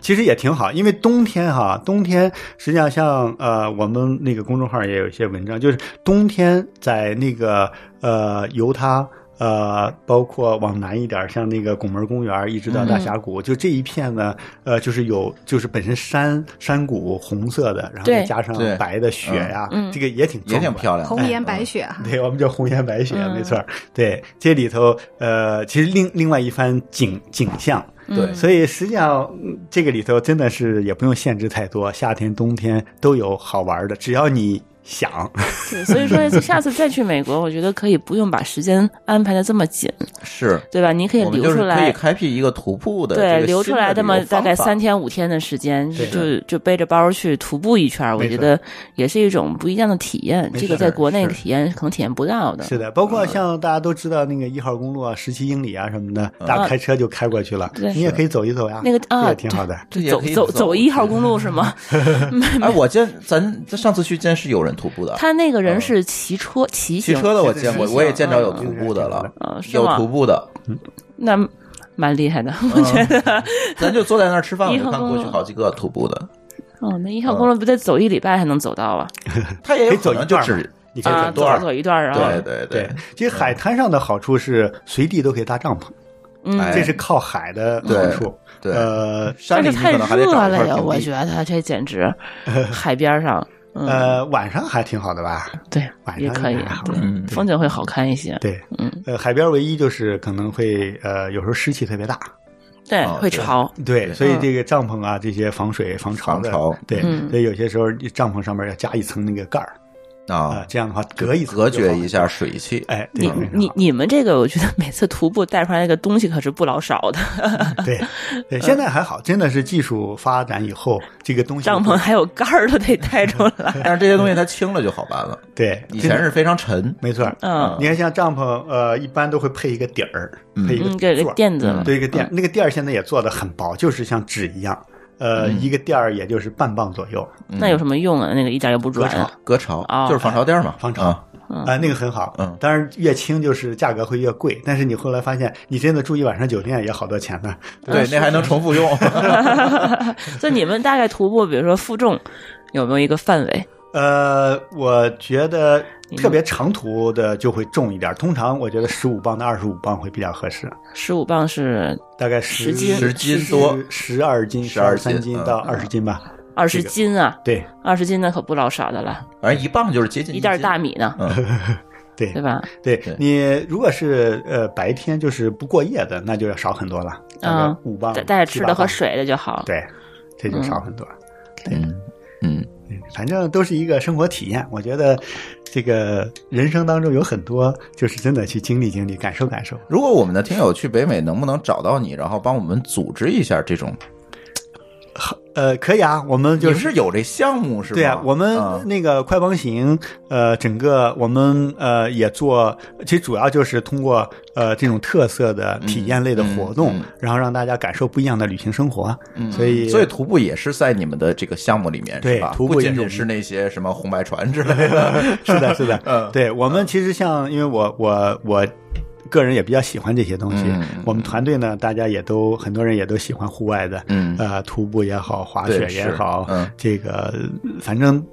[SPEAKER 4] 其实也挺好，因为冬天哈，冬天实际上像呃，我们那个公众号也有一些文章，就是冬天在那个呃犹他。呃，包括往南一点，像那个拱门公园，一直到大峡
[SPEAKER 2] 嗯
[SPEAKER 4] 谷，就这一片呢，呃，就是有，就是本身山山谷红色的，然后再
[SPEAKER 2] 对
[SPEAKER 4] 加上
[SPEAKER 1] 对
[SPEAKER 4] 白的雪呀、
[SPEAKER 2] 嗯
[SPEAKER 4] 这个也挺
[SPEAKER 1] 也
[SPEAKER 4] 壮
[SPEAKER 1] 挺
[SPEAKER 4] 观
[SPEAKER 1] 漂亮的，嗯
[SPEAKER 3] 红颜白雪啊，
[SPEAKER 4] 对，我们叫红颜白雪，
[SPEAKER 2] 嗯
[SPEAKER 4] 没错儿。对，这里头呃，其实另另外一番景景象，
[SPEAKER 1] 对
[SPEAKER 4] 所以实际上嗯这个里头真的是也不用限制太多，夏天、冬天都有好玩的，只要你想。
[SPEAKER 2] 对，所 以说下次再去美国，我觉得可以不用把时间安排的这么紧，
[SPEAKER 1] 是。
[SPEAKER 2] 对吧？你可以
[SPEAKER 1] 我们就
[SPEAKER 2] 留
[SPEAKER 1] 是
[SPEAKER 2] 出
[SPEAKER 1] 可以
[SPEAKER 2] 来，
[SPEAKER 1] 开辟一个徒步的这
[SPEAKER 2] 对，
[SPEAKER 1] 个
[SPEAKER 2] 留
[SPEAKER 1] 新
[SPEAKER 2] 出来
[SPEAKER 1] 的
[SPEAKER 2] 这
[SPEAKER 1] 旅
[SPEAKER 2] 么
[SPEAKER 1] 游
[SPEAKER 2] 大概
[SPEAKER 1] 方法
[SPEAKER 2] 三天五天的时间，
[SPEAKER 4] 对
[SPEAKER 2] 就就背着包去徒步一圈儿，我
[SPEAKER 4] 没
[SPEAKER 2] 觉
[SPEAKER 4] 错
[SPEAKER 2] 得也是一种不一样的体验。
[SPEAKER 4] 没
[SPEAKER 2] 这个
[SPEAKER 4] 错
[SPEAKER 2] 在国内
[SPEAKER 1] 是
[SPEAKER 2] 体验可能体验不到的。
[SPEAKER 4] 是的，包
[SPEAKER 1] 嗯
[SPEAKER 4] 括像大家都知道那个一号公路啊，十七英里啊什么的，
[SPEAKER 1] 嗯
[SPEAKER 4] 大家开车就开过去了，
[SPEAKER 2] 对
[SPEAKER 4] 你也可以走一走呀，
[SPEAKER 2] 那个
[SPEAKER 4] 这
[SPEAKER 2] 啊
[SPEAKER 4] 也挺好的。
[SPEAKER 1] 这也
[SPEAKER 2] 走
[SPEAKER 1] 可以
[SPEAKER 2] 走
[SPEAKER 1] 走
[SPEAKER 2] 走一号公路 是吗？
[SPEAKER 1] 哎，我见咱咱上次去见是有人徒步的，
[SPEAKER 2] 他那个人是骑车骑
[SPEAKER 1] 嗯骑
[SPEAKER 2] 行
[SPEAKER 1] 车的我见过，
[SPEAKER 2] 骑行
[SPEAKER 1] 我也见着有
[SPEAKER 2] 嗯
[SPEAKER 1] 徒步的了，
[SPEAKER 2] 嗯，是
[SPEAKER 1] 有
[SPEAKER 2] 吗
[SPEAKER 1] 徒？步嗯的，
[SPEAKER 2] 那蛮厉害的， 我觉得。
[SPEAKER 1] 咱就坐在那儿吃饭，我
[SPEAKER 2] 一
[SPEAKER 1] 就
[SPEAKER 2] 号
[SPEAKER 1] 看过
[SPEAKER 2] 公
[SPEAKER 1] 去
[SPEAKER 2] 路
[SPEAKER 1] 好几个徒步的，
[SPEAKER 2] 哦，那一号公路不得走一礼拜才能走到啊？
[SPEAKER 1] 他也有
[SPEAKER 4] 可以走
[SPEAKER 1] 可
[SPEAKER 4] 一
[SPEAKER 1] 能就
[SPEAKER 4] 段儿嘛
[SPEAKER 1] 只
[SPEAKER 4] 你可以
[SPEAKER 2] 啊，
[SPEAKER 1] 走
[SPEAKER 4] 走
[SPEAKER 2] 走
[SPEAKER 1] 段儿
[SPEAKER 2] 走一段，然后
[SPEAKER 1] 对啊对
[SPEAKER 4] 对，其实海滩上的好处是随地都可以搭帐篷，
[SPEAKER 2] 嗯，
[SPEAKER 1] 哎
[SPEAKER 4] 这是靠海的好
[SPEAKER 1] 对
[SPEAKER 4] 处。
[SPEAKER 1] 对
[SPEAKER 4] 呃，
[SPEAKER 1] 山
[SPEAKER 2] 但
[SPEAKER 1] 里
[SPEAKER 2] 是
[SPEAKER 1] 你
[SPEAKER 2] 太
[SPEAKER 1] 可能还得
[SPEAKER 2] 热
[SPEAKER 1] 找一块
[SPEAKER 2] 了呀，我
[SPEAKER 1] 平
[SPEAKER 2] 觉
[SPEAKER 1] 地。
[SPEAKER 2] 得这简直海边上，嗯，
[SPEAKER 4] 呃，晚上还挺好的吧？
[SPEAKER 2] 对
[SPEAKER 4] 晚，上
[SPEAKER 2] 也可以啊
[SPEAKER 4] 应该还好，
[SPEAKER 2] 对，
[SPEAKER 1] 嗯，
[SPEAKER 2] 风景会好看一些，
[SPEAKER 4] 对，
[SPEAKER 2] 嗯，
[SPEAKER 4] 呃，海边唯一就是可能会呃，有时候湿气特别大，
[SPEAKER 2] 对，
[SPEAKER 1] 哦
[SPEAKER 2] 会
[SPEAKER 1] 对
[SPEAKER 2] 潮，
[SPEAKER 4] 对，
[SPEAKER 1] 对
[SPEAKER 4] 所以这个帐篷啊，这些防水防潮的，
[SPEAKER 1] 防潮
[SPEAKER 4] 对，
[SPEAKER 2] 嗯
[SPEAKER 4] 所以有些时候你帐篷上面要加一层那个盖儿啊、
[SPEAKER 1] 啊，
[SPEAKER 4] 这样的话隔一层
[SPEAKER 1] 隔
[SPEAKER 4] 就好
[SPEAKER 1] 绝一，下水汽。
[SPEAKER 4] 哎，对
[SPEAKER 2] 你你你们这个，我觉得每次徒步带出来那个东西可是不老少的，
[SPEAKER 4] 对对，现在还好，真的是技术发展以后，这个东西
[SPEAKER 2] 帐篷还有盖儿都得带出来，
[SPEAKER 1] 但是这些东西它轻了就好办了，
[SPEAKER 4] 对，
[SPEAKER 1] 以
[SPEAKER 4] 真
[SPEAKER 1] 前
[SPEAKER 4] 的
[SPEAKER 1] 是非常沉。
[SPEAKER 4] 没错，
[SPEAKER 2] 嗯
[SPEAKER 4] 你看像帐篷，呃，一般都会配一个底儿，配一个
[SPEAKER 2] 嗯，给
[SPEAKER 4] 座
[SPEAKER 2] 个
[SPEAKER 4] 儿
[SPEAKER 2] 垫嗯子了，
[SPEAKER 4] 对，一个垫儿，那个垫儿现在也做的很薄，就是像纸一样，呃，
[SPEAKER 1] 嗯
[SPEAKER 4] 一个垫儿也就是半磅左右，
[SPEAKER 2] 那有什么用啊？那个一点也不
[SPEAKER 4] 隔
[SPEAKER 2] 软，
[SPEAKER 4] 潮
[SPEAKER 1] 隔潮
[SPEAKER 2] 哦
[SPEAKER 1] 就是防潮垫嘛，
[SPEAKER 4] 防潮
[SPEAKER 1] 啊
[SPEAKER 2] 嗯
[SPEAKER 4] 啊，那个很好。
[SPEAKER 1] 嗯
[SPEAKER 4] 当然越轻就是价格会越贵，但是你后来发现，你真的住一晚上酒店也好多钱呢。
[SPEAKER 1] 对，那还能重复用。
[SPEAKER 2] 所以你们大概徒步，比如说负重，有没有一个范围？
[SPEAKER 4] 呃，我觉得
[SPEAKER 2] 嗯
[SPEAKER 4] 特别长途的就会重一点，通常我觉得十五磅到二十五磅会比较合适，
[SPEAKER 2] 十五磅是
[SPEAKER 4] 大概
[SPEAKER 2] 10斤
[SPEAKER 1] 10斤多
[SPEAKER 4] 十二斤、十
[SPEAKER 1] 12
[SPEAKER 4] 二
[SPEAKER 1] 斤
[SPEAKER 4] 三斤
[SPEAKER 1] 嗯
[SPEAKER 4] 到二十斤吧。
[SPEAKER 2] 二十
[SPEAKER 4] 这个
[SPEAKER 2] 斤啊，
[SPEAKER 4] 对
[SPEAKER 2] 二十斤那可不老少的了，
[SPEAKER 1] 反正一磅就是接近
[SPEAKER 2] 一袋
[SPEAKER 1] 斤
[SPEAKER 2] 大。米呢，
[SPEAKER 1] 嗯，
[SPEAKER 4] 对
[SPEAKER 2] 对吧？
[SPEAKER 4] 对
[SPEAKER 1] 对
[SPEAKER 4] 你如果是呃白天就是不过夜的，那就要少很多了，大概五
[SPEAKER 2] 嗯
[SPEAKER 4] 磅
[SPEAKER 2] 带带着吃的和，
[SPEAKER 4] 7-8
[SPEAKER 2] 水的就好
[SPEAKER 4] 磅。对，这就少很多。
[SPEAKER 1] 嗯嗯，
[SPEAKER 4] 反正都是一个生活体验，我觉得这个人生当中有很多就是真的去经历经历、感受感受。
[SPEAKER 1] 如果我们的听友去北美，能不能找到你，然后帮我们组织一下这种？
[SPEAKER 4] 呃，可以啊，我们
[SPEAKER 1] 你
[SPEAKER 4] 就
[SPEAKER 1] 们是有这项目是吧？
[SPEAKER 4] 对啊，我们
[SPEAKER 1] 嗯
[SPEAKER 4] 那个快帮行，呃，整个我们呃也做，其实主要就是通过呃这种特色的体验类的活
[SPEAKER 1] 嗯
[SPEAKER 4] 动，
[SPEAKER 1] 嗯嗯
[SPEAKER 4] 然后让大家感受不一样的旅行生活。
[SPEAKER 1] 嗯
[SPEAKER 4] 所以
[SPEAKER 1] 所以徒步也是在你们的这个项目里面，
[SPEAKER 4] 对
[SPEAKER 1] 是吧？
[SPEAKER 4] 徒步
[SPEAKER 1] 不仅
[SPEAKER 4] 也
[SPEAKER 1] 仅
[SPEAKER 4] 有
[SPEAKER 1] 是那些什么红白船之类 的，
[SPEAKER 4] 是的，是的，
[SPEAKER 1] 嗯
[SPEAKER 4] 对我们其实像，因为我我我个人也比较喜欢这些东西，
[SPEAKER 1] 嗯嗯嗯
[SPEAKER 4] 我们团队呢，大家也都很多人也都喜欢户外的，
[SPEAKER 1] 嗯
[SPEAKER 4] 呃，徒步也好，滑
[SPEAKER 1] 对
[SPEAKER 4] 雪也
[SPEAKER 1] 是
[SPEAKER 4] 好，
[SPEAKER 1] 嗯
[SPEAKER 4] 这个反正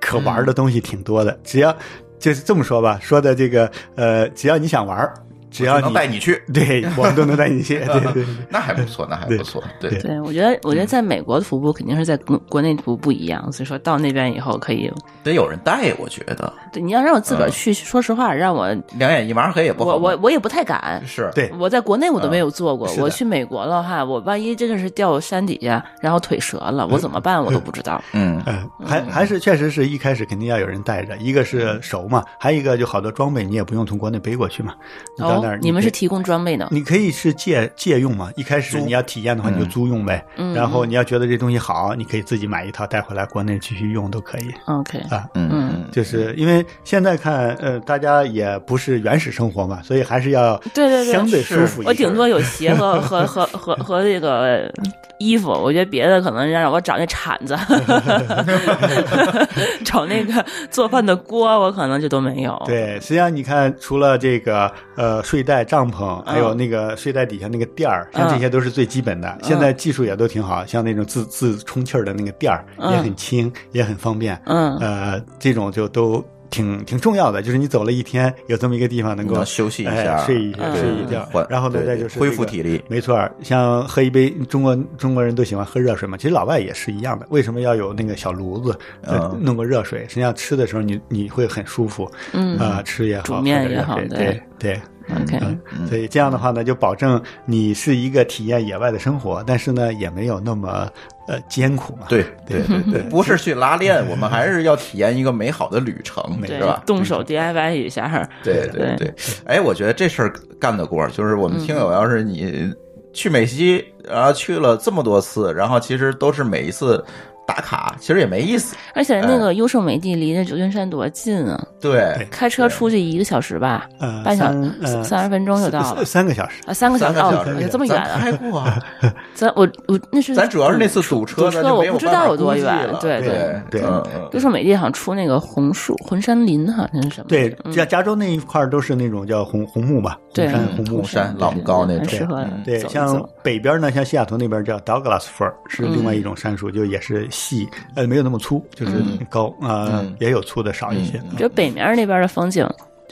[SPEAKER 4] 可玩的东西挺多的，只要就是这么说吧，说的这个呃，只要你想玩儿， 只要
[SPEAKER 1] 我就
[SPEAKER 4] 你
[SPEAKER 1] 能带你 去，
[SPEAKER 4] 对我们都能带你去，对对对。
[SPEAKER 1] 那还不错，那还不错，对
[SPEAKER 4] 对
[SPEAKER 2] 对，我觉得，我
[SPEAKER 4] 嗯
[SPEAKER 2] 觉得在美国徒步肯定是在国国内徒步不一样，所以说到那边以后可以，
[SPEAKER 1] 得有人带，我觉得
[SPEAKER 2] 对，你要让我自个
[SPEAKER 4] 嗯
[SPEAKER 2] 儿去，说实话，让我，
[SPEAKER 1] 两眼一麻黑也不好
[SPEAKER 2] 我
[SPEAKER 1] 弄。
[SPEAKER 2] 我我也不太敢。
[SPEAKER 1] 是
[SPEAKER 4] 对
[SPEAKER 2] 我在国内我都没有做过
[SPEAKER 4] 哎嗯，是的
[SPEAKER 2] 我去美国了哈，我万一真的是掉山底下，然后腿折了，我怎么办？我都不知道。
[SPEAKER 1] 嗯
[SPEAKER 4] 嗯，还还是确实是一开始肯定要有人带着，一个
[SPEAKER 2] 嗯
[SPEAKER 4] 是熟嘛，还有一个就好多装备你也不用从国内背过去嘛，你到那儿
[SPEAKER 2] 哦，你们
[SPEAKER 4] 可以
[SPEAKER 2] 是提供装备呢？
[SPEAKER 4] 你可以是借借用嘛，一开始
[SPEAKER 1] 租
[SPEAKER 4] 你要体验的话，
[SPEAKER 1] 嗯
[SPEAKER 4] 你就租用呗。
[SPEAKER 2] 嗯
[SPEAKER 4] 然后你要觉得这东西好，你可以自己买一套带回来国内继续用都可以。
[SPEAKER 2] OK，
[SPEAKER 1] 嗯
[SPEAKER 2] 嗯
[SPEAKER 4] 啊就是因为现在看，呃，大家也不是原始生活嘛，所以还是要
[SPEAKER 2] 对对对
[SPEAKER 4] 相对舒服一点。
[SPEAKER 2] 我顶多有鞋和和和和和这个衣服，我觉得别的可能让我找那铲 子， 找那个做饭的锅，我可能就都没有。，
[SPEAKER 4] 对，实际上你看，除了这个呃睡袋、帐篷，
[SPEAKER 2] 嗯
[SPEAKER 4] 还有那个睡袋底下那个垫儿，像这些都是最基本的。现在技术也都挺好，像那种自自充气儿的那个垫儿
[SPEAKER 2] 嗯
[SPEAKER 4] 也很轻，也很方便。
[SPEAKER 2] 嗯
[SPEAKER 4] 呃，这种就都挺挺重要的，就是你走了一天，有这么一个地方能够
[SPEAKER 1] 能休息一下
[SPEAKER 4] 哎睡一下
[SPEAKER 2] 嗯
[SPEAKER 4] 睡一觉
[SPEAKER 1] 缓，
[SPEAKER 4] 然后呢
[SPEAKER 1] 对
[SPEAKER 4] 再
[SPEAKER 1] 对
[SPEAKER 4] 就是这
[SPEAKER 1] 恢复
[SPEAKER 4] 个
[SPEAKER 1] 体力
[SPEAKER 4] 没错儿，像喝一杯中国中国人都喜欢喝热水嘛，其实老外也是一样的。为什么要有那个小炉子，再
[SPEAKER 1] 嗯
[SPEAKER 4] 弄个热水？实际上吃的时候你你会很舒服，
[SPEAKER 2] 嗯
[SPEAKER 4] 啊、吃也好，
[SPEAKER 2] 煮
[SPEAKER 4] 喝
[SPEAKER 2] 面
[SPEAKER 4] 点
[SPEAKER 2] 也
[SPEAKER 4] 热
[SPEAKER 2] 好
[SPEAKER 4] 水
[SPEAKER 2] 对
[SPEAKER 4] 对对。
[SPEAKER 2] ，OK，
[SPEAKER 1] 嗯
[SPEAKER 4] 所以这样的话呢，就保证你是一个体验野外的生活，但是呢，也没有那么呃艰苦嘛。
[SPEAKER 1] 对对对 对，不是去拉练，我们还是要体验一个美好的旅程，
[SPEAKER 4] 对
[SPEAKER 1] 是
[SPEAKER 2] 对
[SPEAKER 1] 吧，？嗯
[SPEAKER 2] 动手 DIY 一下。
[SPEAKER 1] 对对对，哎，我觉得这事儿干得过，就是我们听
[SPEAKER 2] 嗯
[SPEAKER 1] 友要是你去美西，然后去了这么多次，然后其实都是每一次打卡，其实也没意思。
[SPEAKER 2] 而且
[SPEAKER 1] 哎
[SPEAKER 2] 那个优胜美地离那九郡山多近啊，
[SPEAKER 1] 对，啊
[SPEAKER 2] 开车出去一个小时吧，
[SPEAKER 4] 呃，
[SPEAKER 2] 半小
[SPEAKER 4] 三呃
[SPEAKER 2] 三十分钟就到了
[SPEAKER 4] 三三个小时。
[SPEAKER 2] 啊，三个小时
[SPEAKER 1] 三个
[SPEAKER 2] 哦
[SPEAKER 1] 小时，
[SPEAKER 2] 有这么远
[SPEAKER 1] 咱
[SPEAKER 2] 啊？
[SPEAKER 1] 开过 啊，
[SPEAKER 2] 咱我我那是嗯
[SPEAKER 1] 咱主要是那次堵车，咱
[SPEAKER 2] 堵车
[SPEAKER 1] 就没
[SPEAKER 2] 我
[SPEAKER 1] 有
[SPEAKER 2] 不知道
[SPEAKER 1] 办法
[SPEAKER 2] 有多
[SPEAKER 1] 估计
[SPEAKER 2] 远
[SPEAKER 1] 了
[SPEAKER 2] 对
[SPEAKER 1] 对
[SPEAKER 4] 对
[SPEAKER 1] 嗯
[SPEAKER 2] 优
[SPEAKER 1] 嗯
[SPEAKER 2] 胜美地好像出那个红树红杉林，好像是什么？
[SPEAKER 4] 对，
[SPEAKER 2] 嗯
[SPEAKER 4] 加加州那一块儿都是那种叫红红木吧，
[SPEAKER 2] 对
[SPEAKER 4] 红杉
[SPEAKER 2] 嗯
[SPEAKER 4] 红木
[SPEAKER 1] 红。山
[SPEAKER 2] 对
[SPEAKER 1] 啊老木高那
[SPEAKER 2] 很
[SPEAKER 1] 种
[SPEAKER 2] 适合
[SPEAKER 1] 嗯
[SPEAKER 4] 对，
[SPEAKER 2] 走一
[SPEAKER 4] 像
[SPEAKER 2] 走
[SPEAKER 4] 北边呢，像西雅图那边叫 Douglas fir 是另
[SPEAKER 1] 嗯
[SPEAKER 4] 外一种杉树，就也是细，呃，没有那么粗，就是高啊
[SPEAKER 1] 嗯，
[SPEAKER 4] 也有粗的少一些。啊
[SPEAKER 1] 嗯
[SPEAKER 2] 我觉得北面那边的风景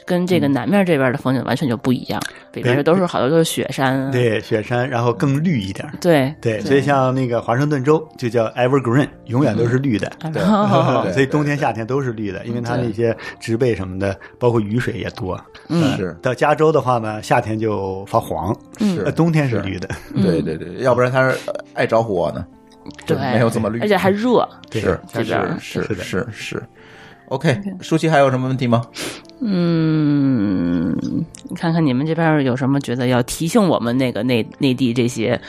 [SPEAKER 2] 跟这个南面这边的风景完全就不一样，北边这都是好多都是雪山、
[SPEAKER 1] 嗯
[SPEAKER 2] 啊，
[SPEAKER 4] 对，雪山，然后更绿一点儿。
[SPEAKER 2] 对
[SPEAKER 4] 对，所以像那个华盛顿州就叫 evergreen，永远都是绿的。
[SPEAKER 2] 然 后
[SPEAKER 1] 嗯哦对
[SPEAKER 4] 所以冬天夏天都是绿的，因为它那些植被什么的，包括雨水也多。
[SPEAKER 1] 嗯是
[SPEAKER 4] 到加州的话呢，夏天就发黄，呃
[SPEAKER 2] 嗯
[SPEAKER 1] 是，
[SPEAKER 4] 冬天是绿的。
[SPEAKER 1] 对对对，要不然它是呃爱着火呢，
[SPEAKER 2] 对，
[SPEAKER 1] 没有这么绿，
[SPEAKER 2] 而且还热，
[SPEAKER 4] 对
[SPEAKER 1] 是
[SPEAKER 2] 这边儿
[SPEAKER 1] 是
[SPEAKER 4] 是
[SPEAKER 1] 是
[SPEAKER 4] 的
[SPEAKER 1] 是是。OK，舒淇还有什么问题吗？
[SPEAKER 2] 嗯，看看你们这边有什么觉得要提醒我们那个内内地这些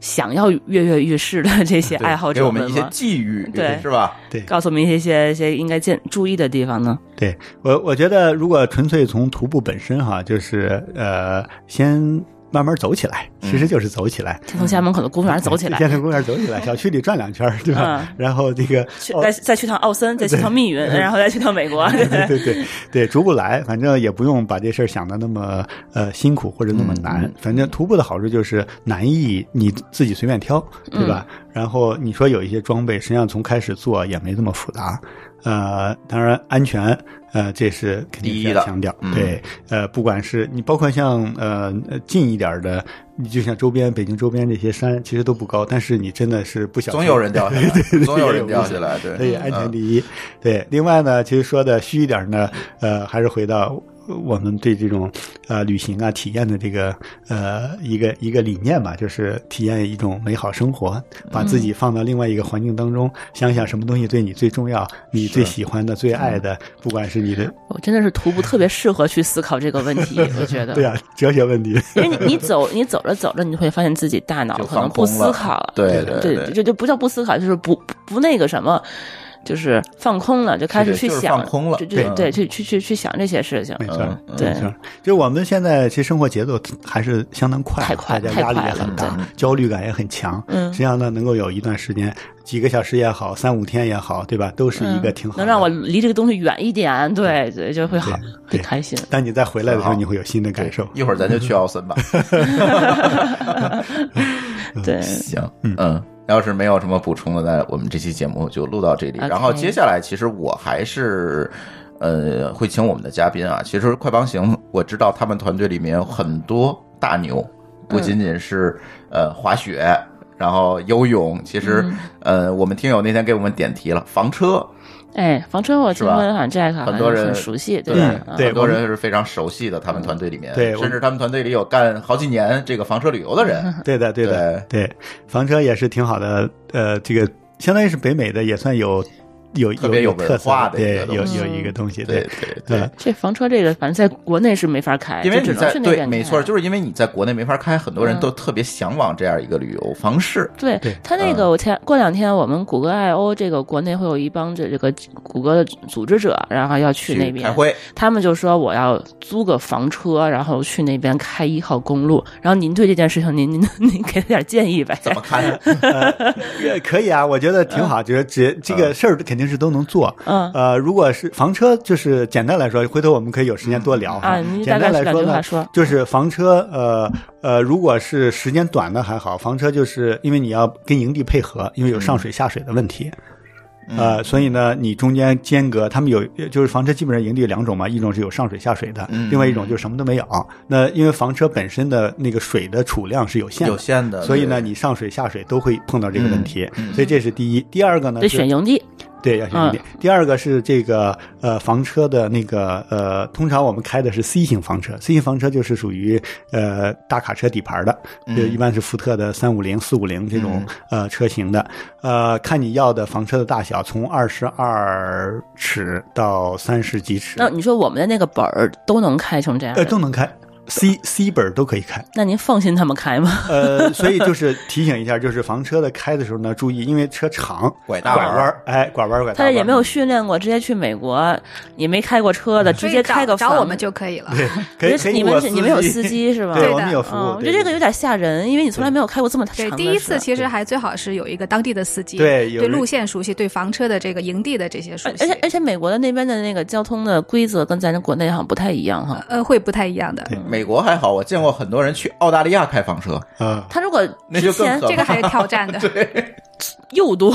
[SPEAKER 2] 想要跃跃欲试的这些爱好
[SPEAKER 1] 给
[SPEAKER 2] 者
[SPEAKER 1] 我们一些
[SPEAKER 2] 吗？
[SPEAKER 1] 寄语，
[SPEAKER 2] 对
[SPEAKER 1] 是吧？
[SPEAKER 2] 告诉我们一些些一些应该见注意的地方
[SPEAKER 1] 嗯
[SPEAKER 2] 呢？
[SPEAKER 4] 对我，我觉得如果纯粹从徒步本身哈，就是呃，先慢慢走起来，其实就是走起来，
[SPEAKER 2] 先从家门口的公园嗯走 起来，嗯
[SPEAKER 4] 先从公园走起来，小区里转两圈儿，对吧？然后这个
[SPEAKER 2] 去
[SPEAKER 4] 哦
[SPEAKER 2] 再再去趟奥森，再去趟密云，然后再去趟美国。
[SPEAKER 4] 对对对对，逐步来，反正也不用把这事儿想的那么呃辛苦或者那么难。反正徒步的好处就是难易你自己随便挑，对吧？然后你说有一些装备，实际上从开始做也没这么复杂。呃，当然安全，呃，这是肯定
[SPEAKER 1] 第
[SPEAKER 4] 是
[SPEAKER 1] 一
[SPEAKER 4] 要
[SPEAKER 1] 的
[SPEAKER 4] 强调。
[SPEAKER 1] 嗯
[SPEAKER 4] 对，呃，不管是你包括像呃呃近一点儿的，你就像周边北京周边这些山，其实都不高，但是你真的是不小心
[SPEAKER 1] 总有人 掉下来，总有人掉
[SPEAKER 4] 下来。
[SPEAKER 1] 下来，对，
[SPEAKER 4] 所以安全
[SPEAKER 1] 嗯
[SPEAKER 4] 第一。对，另外呢，其实说的虚一点呢，呃，还是回到呃我们对这种呃旅行啊体验的这个呃一个一个理念吧，就是体验一种美好生活，把
[SPEAKER 2] 嗯
[SPEAKER 4] 自己放到另外一个环境当中，想想什么东西对你最重要，你最喜欢的、最爱的，不管是你的
[SPEAKER 2] 我真的是徒步特别适合去思考这个问 题，我觉得。
[SPEAKER 4] 对啊哲学问题，
[SPEAKER 2] 因为你你走你走着走着，你会发现自己大脑
[SPEAKER 1] 就
[SPEAKER 2] 可能
[SPEAKER 1] 放
[SPEAKER 2] 不
[SPEAKER 1] 空
[SPEAKER 2] 思
[SPEAKER 1] 了
[SPEAKER 2] 考了，
[SPEAKER 1] 对
[SPEAKER 2] 对
[SPEAKER 1] 对对
[SPEAKER 2] 这就不叫不思考，就是不不不那个什么，就是放空了，就开始
[SPEAKER 1] 是
[SPEAKER 2] 去
[SPEAKER 1] 的就是
[SPEAKER 2] 想，
[SPEAKER 1] 放空了
[SPEAKER 2] 就就
[SPEAKER 1] 对
[SPEAKER 2] 对，去去去去想这些事情，
[SPEAKER 4] 没错
[SPEAKER 2] 嗯
[SPEAKER 4] 儿，
[SPEAKER 2] 对
[SPEAKER 4] 没错儿。就我们现在其实生活节奏还是相当快啊，
[SPEAKER 2] 太快
[SPEAKER 4] 大家
[SPEAKER 2] 太
[SPEAKER 4] 压力
[SPEAKER 2] 快
[SPEAKER 4] 也
[SPEAKER 2] 了
[SPEAKER 4] 很大
[SPEAKER 1] 对，
[SPEAKER 4] 焦虑感也很强。
[SPEAKER 2] 嗯
[SPEAKER 4] 实际上呢，能够有一段时间，几个小时也好，三五天也好，对吧？都是一个挺好的。
[SPEAKER 2] 嗯能让我离这个东西远一点，对对，就会好，
[SPEAKER 4] 对
[SPEAKER 2] 很开心。
[SPEAKER 4] 当你再回来的时候，
[SPEAKER 1] 好
[SPEAKER 4] 你会有新的感受。
[SPEAKER 1] 一会儿咱就去奥森 吧，
[SPEAKER 2] 对，
[SPEAKER 1] 行，嗯。要是没有什么补充的，那我们这期节目就录到这里。然后
[SPEAKER 2] OK
[SPEAKER 1] 接下来，其实我还是，呃，会请我们的嘉宾啊。其实快帮行，我知道他们团队里面有很多大牛，
[SPEAKER 2] 嗯
[SPEAKER 1] 不仅仅是、呃滑雪，然后游泳。其实，
[SPEAKER 2] 嗯
[SPEAKER 1] 呃，我们听友那天给我们点题了，房车，
[SPEAKER 2] 哎，房车我
[SPEAKER 1] 是
[SPEAKER 2] 听
[SPEAKER 1] 吧
[SPEAKER 2] 说好像 Jack 好
[SPEAKER 1] 很多
[SPEAKER 2] 像
[SPEAKER 1] 人
[SPEAKER 2] 很熟悉，
[SPEAKER 1] 对
[SPEAKER 2] 吧？嗯
[SPEAKER 4] 对
[SPEAKER 1] 很多人是非常熟悉的。他们团队里面，
[SPEAKER 4] 对我
[SPEAKER 1] 甚至他们团队里有干好几年这个房车旅游的人，
[SPEAKER 4] 对的，对的，对，房车也是挺好的。呃，这个相当于是北美的，也算有有
[SPEAKER 1] 特别
[SPEAKER 4] 有
[SPEAKER 1] 有文
[SPEAKER 4] 特色
[SPEAKER 1] 化的一
[SPEAKER 4] 对
[SPEAKER 1] 个，
[SPEAKER 4] 有
[SPEAKER 1] 东西
[SPEAKER 4] 有
[SPEAKER 2] 嗯
[SPEAKER 4] 一个东西，
[SPEAKER 1] 对
[SPEAKER 4] 对嗯
[SPEAKER 1] 对
[SPEAKER 4] 对
[SPEAKER 1] 对。
[SPEAKER 2] 这房车这个，反正在国内是没法开，
[SPEAKER 1] 因为
[SPEAKER 2] 哎就只
[SPEAKER 1] 你
[SPEAKER 2] 能
[SPEAKER 1] 在
[SPEAKER 2] 去那
[SPEAKER 1] 对，
[SPEAKER 2] 边
[SPEAKER 1] 没
[SPEAKER 2] 开
[SPEAKER 1] 错，就是因为你在国内没法开，很多人
[SPEAKER 2] 啊嗯
[SPEAKER 1] 都特别向往这样一个旅游方式。
[SPEAKER 2] 对
[SPEAKER 4] 对
[SPEAKER 2] 他那个，我前过两天我们谷歌 I O 这个国内会有一帮这这个谷歌的组织者，然后要去那
[SPEAKER 1] 去开
[SPEAKER 2] 边，
[SPEAKER 1] 会，
[SPEAKER 2] 他们就说我要租个房车，然后去那边开一号公路。然后您对这件事情，您您您给他点建议呗？
[SPEAKER 1] 怎么 开？
[SPEAKER 4] 呃可以啊，我觉得挺好，觉得这这
[SPEAKER 1] 嗯
[SPEAKER 4] 个事儿肯定是都能做。
[SPEAKER 2] 嗯
[SPEAKER 1] 啊
[SPEAKER 4] 呃，如果是房车，就是简单来说，回头我们可以有时间多聊哈。
[SPEAKER 2] 啊，您大
[SPEAKER 4] 简
[SPEAKER 2] 概
[SPEAKER 4] 单
[SPEAKER 2] 是
[SPEAKER 4] 来
[SPEAKER 2] 两
[SPEAKER 4] 说
[SPEAKER 2] 句话
[SPEAKER 4] 呢，
[SPEAKER 2] 说，
[SPEAKER 4] 就是房车，呃呃，如果是时间短的还好，房车就是因为你要跟营地配合，因为有上水下水的问题。
[SPEAKER 1] 嗯
[SPEAKER 2] 嗯
[SPEAKER 4] 呃，所以呢，你中间间隔，他们有就是房车基本上营地有两种嘛，一种是有上水下水的，
[SPEAKER 1] 嗯
[SPEAKER 4] 另外一种就什么都没有。那因为房车本身的那个水的储量是有限的，
[SPEAKER 1] 有限的，
[SPEAKER 4] 所以
[SPEAKER 1] 对，
[SPEAKER 4] 呢，
[SPEAKER 1] 嗯
[SPEAKER 4] 你上水下水都会碰到这个问题，
[SPEAKER 2] 嗯
[SPEAKER 4] 所以这是第一。第二个呢，
[SPEAKER 2] 得
[SPEAKER 4] 是
[SPEAKER 2] 选营地，
[SPEAKER 4] 对要选一点。
[SPEAKER 2] 嗯
[SPEAKER 4] 第二个是这个呃房车的那个呃，通常我们开的是 C 型房车，C 型房车就是属于呃大卡车底盘的，
[SPEAKER 2] 嗯
[SPEAKER 4] 就
[SPEAKER 1] 嗯
[SPEAKER 4] 一般是福特的三五零、四五零这种、呃车型的。呃，看你要的房车的大小，从二十二尺到三十几尺，
[SPEAKER 2] 那你说我们的那个本儿都能开成这样
[SPEAKER 4] 呃
[SPEAKER 2] 的，
[SPEAKER 4] 都能开，C C 本儿都可以 开。
[SPEAKER 2] 那您放心他们开 吗？
[SPEAKER 4] 呃，所以就是提醒一下，就是房车的开的时候呢，注意，因为车长，
[SPEAKER 1] 拐大
[SPEAKER 4] 拐
[SPEAKER 1] 弯
[SPEAKER 4] 弯
[SPEAKER 1] 儿，
[SPEAKER 4] 儿，哎，拐弯儿拐大
[SPEAKER 2] 他
[SPEAKER 4] 弯儿，
[SPEAKER 2] 也没有训练过，直接去美国也没开过车
[SPEAKER 1] 嗯
[SPEAKER 2] 的，
[SPEAKER 3] 所
[SPEAKER 2] 直
[SPEAKER 3] 以
[SPEAKER 2] 接
[SPEAKER 3] 找
[SPEAKER 2] 开个
[SPEAKER 3] 找
[SPEAKER 2] 房
[SPEAKER 3] 我们就可以了。
[SPEAKER 4] 可以
[SPEAKER 2] 我觉
[SPEAKER 4] 可
[SPEAKER 2] 得
[SPEAKER 4] 以
[SPEAKER 2] 你
[SPEAKER 4] 我
[SPEAKER 2] 们是你们有司机是吧？
[SPEAKER 4] 对，
[SPEAKER 3] 对
[SPEAKER 4] 我们
[SPEAKER 3] 的
[SPEAKER 4] 有服务。
[SPEAKER 2] 我觉得哦这个有点吓人，因为你从来没有开过这么长
[SPEAKER 3] 对，
[SPEAKER 2] 的
[SPEAKER 3] 第一
[SPEAKER 2] 车
[SPEAKER 3] 次其实还最好是有一个当地的司机，
[SPEAKER 4] 对有
[SPEAKER 3] 对
[SPEAKER 4] 人
[SPEAKER 3] 路线熟悉，对房车的这个营地的这些熟
[SPEAKER 2] 而
[SPEAKER 3] 悉，
[SPEAKER 2] 而且而且美国的那边的那个交通的规则跟咱国内好像不太一样
[SPEAKER 1] 啊
[SPEAKER 2] 哈。
[SPEAKER 3] 呃会不太一样的。
[SPEAKER 1] 美国还好，我见过很多人去澳大利亚开房车，
[SPEAKER 4] 啊，
[SPEAKER 2] 他如果
[SPEAKER 1] 那就
[SPEAKER 2] 之
[SPEAKER 1] 更
[SPEAKER 2] 前
[SPEAKER 1] 可
[SPEAKER 3] 这个还是 挑战的，
[SPEAKER 2] 又 多，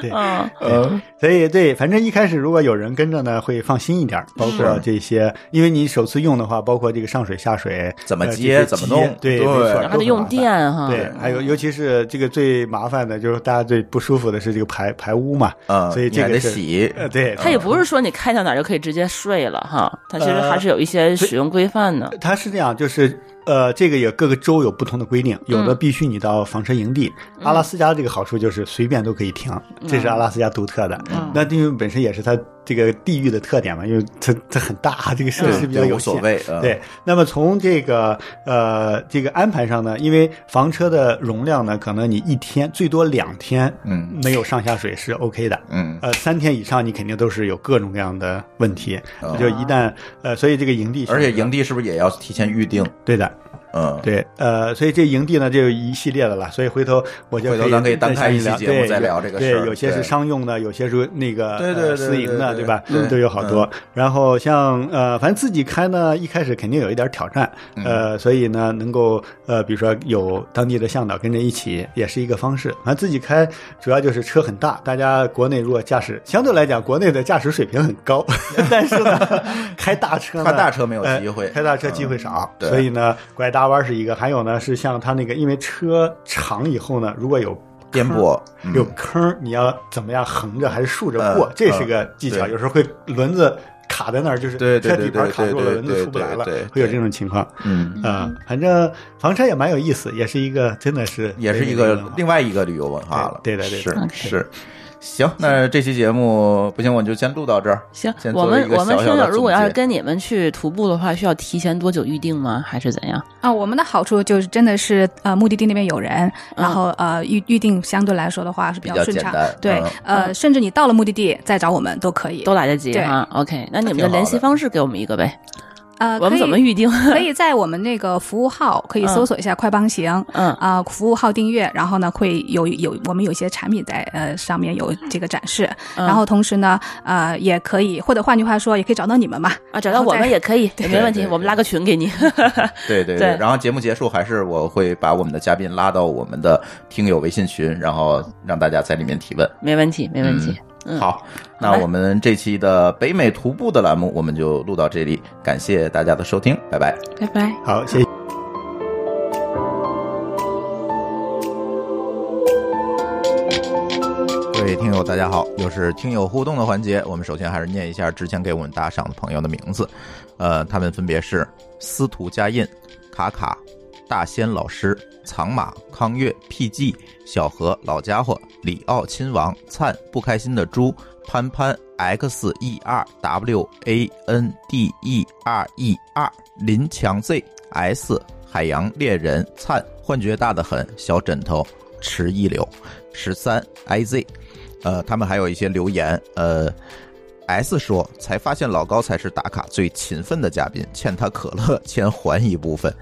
[SPEAKER 4] 对
[SPEAKER 2] 嗯，
[SPEAKER 1] 嗯，
[SPEAKER 4] 所以对，反正一开始如果有人跟着呢，会放心一点儿。包括这些，因为你首次用的话，包括这个上水下水
[SPEAKER 1] 怎么
[SPEAKER 4] 呃
[SPEAKER 1] 接
[SPEAKER 4] 这些
[SPEAKER 1] 怎么
[SPEAKER 4] 接
[SPEAKER 1] 弄
[SPEAKER 4] 对，
[SPEAKER 1] 对
[SPEAKER 4] 没错
[SPEAKER 1] 然
[SPEAKER 2] 然后
[SPEAKER 4] 都
[SPEAKER 2] 得
[SPEAKER 4] 很
[SPEAKER 2] 用
[SPEAKER 4] 麻烦
[SPEAKER 2] 电啊哈。嗯
[SPEAKER 4] 对，还有尤其是这个最麻烦的就是大家最不舒服的是这个排排污嘛，
[SPEAKER 1] 嗯
[SPEAKER 4] 所以
[SPEAKER 1] 你
[SPEAKER 4] 这
[SPEAKER 1] 还
[SPEAKER 4] 个
[SPEAKER 1] 得
[SPEAKER 4] 是
[SPEAKER 1] 洗，
[SPEAKER 4] 呃，对，
[SPEAKER 2] 他也不是说你开到哪儿就可以直接睡了哈，他其实
[SPEAKER 1] 呃
[SPEAKER 2] 还是有一些使用规范的。
[SPEAKER 4] 它是这样，就是呃，这个也各个州有不同的规定，
[SPEAKER 2] 嗯
[SPEAKER 4] 有的必须你到房车营地。阿拉斯加这个好处就是随便都可以停，这是阿拉斯加独特的。
[SPEAKER 2] 嗯
[SPEAKER 4] 那因为本身也是它这个地域的特点嘛，因为它它很大， 这个设施比较
[SPEAKER 1] 对，
[SPEAKER 4] 有
[SPEAKER 1] 无所
[SPEAKER 4] 限。
[SPEAKER 1] 谓，嗯，
[SPEAKER 4] 对，那么从这个呃这个安排上呢，因为房车的容量呢，可能你一天最多两天，
[SPEAKER 1] 嗯
[SPEAKER 4] 没有上下水是 OK 的，
[SPEAKER 1] 嗯，
[SPEAKER 4] 呃，三天以上你肯定都是有各种各样的问题，
[SPEAKER 1] 哦
[SPEAKER 4] 就一旦呃，所以这个营地选
[SPEAKER 1] 而
[SPEAKER 4] 择，
[SPEAKER 1] 且营地是不是也要提前预定？
[SPEAKER 4] 对的，
[SPEAKER 1] 嗯，
[SPEAKER 4] 对，呃，所以这营地呢，这有一系列的了，所以回头我就
[SPEAKER 1] 回头咱可以单
[SPEAKER 4] 再
[SPEAKER 1] 开
[SPEAKER 4] 下
[SPEAKER 1] 一
[SPEAKER 4] 一
[SPEAKER 1] 期
[SPEAKER 4] 聊，
[SPEAKER 1] 节目
[SPEAKER 4] 对
[SPEAKER 1] 再聊这个
[SPEAKER 4] 对
[SPEAKER 1] 事儿
[SPEAKER 4] 有些
[SPEAKER 1] 对
[SPEAKER 4] 是商用的，有些是那个
[SPEAKER 1] 对对对
[SPEAKER 4] 呃私营的，
[SPEAKER 1] 对对
[SPEAKER 4] 吧嗯
[SPEAKER 1] 对？嗯
[SPEAKER 4] 都有好多。然后像呃，反正自己开呢，一开始肯定有一点挑战，
[SPEAKER 1] 嗯
[SPEAKER 4] 呃，所以呢，能够呃，比如说有当地的向导跟着一起，也是一个方式。反正自己开主要就是车很大，大家国内如果驾驶相对来讲，国内的驾驶水平很高， 但是呢， 开大车呢，
[SPEAKER 1] 开大车没有机会嗯
[SPEAKER 4] 呃开大车机会少，
[SPEAKER 1] 对
[SPEAKER 4] 所以呢，拐大弯是一个，还有呢是像它那个，因为车长以后呢，如果有
[SPEAKER 1] 颠 簸，嗯
[SPEAKER 4] 有坑儿，你要怎么样横着还是竖着过
[SPEAKER 1] 嗯，
[SPEAKER 4] 这是个技巧。
[SPEAKER 1] 嗯对
[SPEAKER 4] 有时候会轮子卡在那儿，就是
[SPEAKER 1] 对对
[SPEAKER 4] 车
[SPEAKER 1] 对
[SPEAKER 4] 底盘
[SPEAKER 1] 对
[SPEAKER 4] 卡
[SPEAKER 1] 对
[SPEAKER 4] 住了，
[SPEAKER 1] 对
[SPEAKER 4] 轮子
[SPEAKER 1] 对
[SPEAKER 4] 出不来了
[SPEAKER 1] 对对，
[SPEAKER 4] 会有这种情况。
[SPEAKER 1] 嗯，
[SPEAKER 4] 啊，反正房车也蛮有意思，也是一个真的是
[SPEAKER 1] 也是一
[SPEAKER 4] 北美
[SPEAKER 1] 个
[SPEAKER 4] 的文化
[SPEAKER 1] 另外一个旅游文化了。
[SPEAKER 4] 对对对对
[SPEAKER 1] 是
[SPEAKER 2] OK
[SPEAKER 1] 是。行，那这期节目不行，我就先录到这儿。
[SPEAKER 2] 行
[SPEAKER 1] 先，
[SPEAKER 2] 我
[SPEAKER 1] 做一
[SPEAKER 2] 们
[SPEAKER 1] 个
[SPEAKER 2] 我们
[SPEAKER 1] 小小
[SPEAKER 2] 听
[SPEAKER 1] 的
[SPEAKER 2] 友
[SPEAKER 1] 总
[SPEAKER 2] 如果要是
[SPEAKER 1] 结
[SPEAKER 2] 跟你们去徒步的话，需要提前多久预定吗？还是怎样？
[SPEAKER 3] 啊，我们的好处就是真的是呃，目的地那边有人，
[SPEAKER 2] 嗯
[SPEAKER 3] 然后呃预预定相对来说的话是
[SPEAKER 1] 比
[SPEAKER 3] 比
[SPEAKER 1] 较
[SPEAKER 3] 较顺畅
[SPEAKER 1] 简单，
[SPEAKER 3] 对
[SPEAKER 1] 嗯，
[SPEAKER 3] 呃，甚至你到了目的地再找我们都可以。
[SPEAKER 2] 都来得及
[SPEAKER 3] 对
[SPEAKER 2] 哈。OK，那你们
[SPEAKER 1] 挺
[SPEAKER 2] 的
[SPEAKER 1] 好
[SPEAKER 2] 联系
[SPEAKER 1] 的
[SPEAKER 2] 方式给我们一个呗，
[SPEAKER 3] 呃，
[SPEAKER 2] 我
[SPEAKER 3] 可
[SPEAKER 2] 们
[SPEAKER 3] 以
[SPEAKER 2] 怎么嗯预定？
[SPEAKER 3] 可以在我们那个服务号可以搜索一下“快帮行”，
[SPEAKER 2] 嗯
[SPEAKER 3] 啊、服务号订阅，然后呢会有有我们有一些产品在呃上面有这个展示，
[SPEAKER 2] 嗯
[SPEAKER 3] 然后同时呢呃也可以，或者换句话说也可以找到你们嘛，
[SPEAKER 2] 啊，找到我们
[SPEAKER 3] 然后再
[SPEAKER 2] 也可以，没
[SPEAKER 1] 对
[SPEAKER 2] 问题，
[SPEAKER 1] 对
[SPEAKER 2] 我们拉个群给你。
[SPEAKER 1] 对对
[SPEAKER 2] 对
[SPEAKER 1] 然后节目结束，还是我会把我们的嘉宾拉到我们的听友微信群，然后让大家在里面提问。
[SPEAKER 2] 没问题，没问题。嗯
[SPEAKER 1] 好，
[SPEAKER 2] 好
[SPEAKER 1] 那
[SPEAKER 2] 嘞
[SPEAKER 1] 我们这期的北美徒步的栏目我们就录到这里，感谢大家的收听，拜拜。
[SPEAKER 2] 拜拜。
[SPEAKER 4] 好，谢谢。
[SPEAKER 1] 各位听友，大家好，又是听友互动的环节。我们首先还是念一下之前给我们打赏的朋友的名字，呃，他们分别是司徒佳印、卡卡、大仙老师、藏马、康月、PG、小何、老家伙、里奥亲王、灿、不开心的猪、潘潘、X E R W A N D E R E R、林强 Z S、海洋猎人、灿、幻觉大的很、小枕头、迟一流、十三 I Z。呃，他们还有一些留言，呃。S 说：“才发现老高才是打卡最勤奋的嘉宾，欠他可乐， 先还一部分。”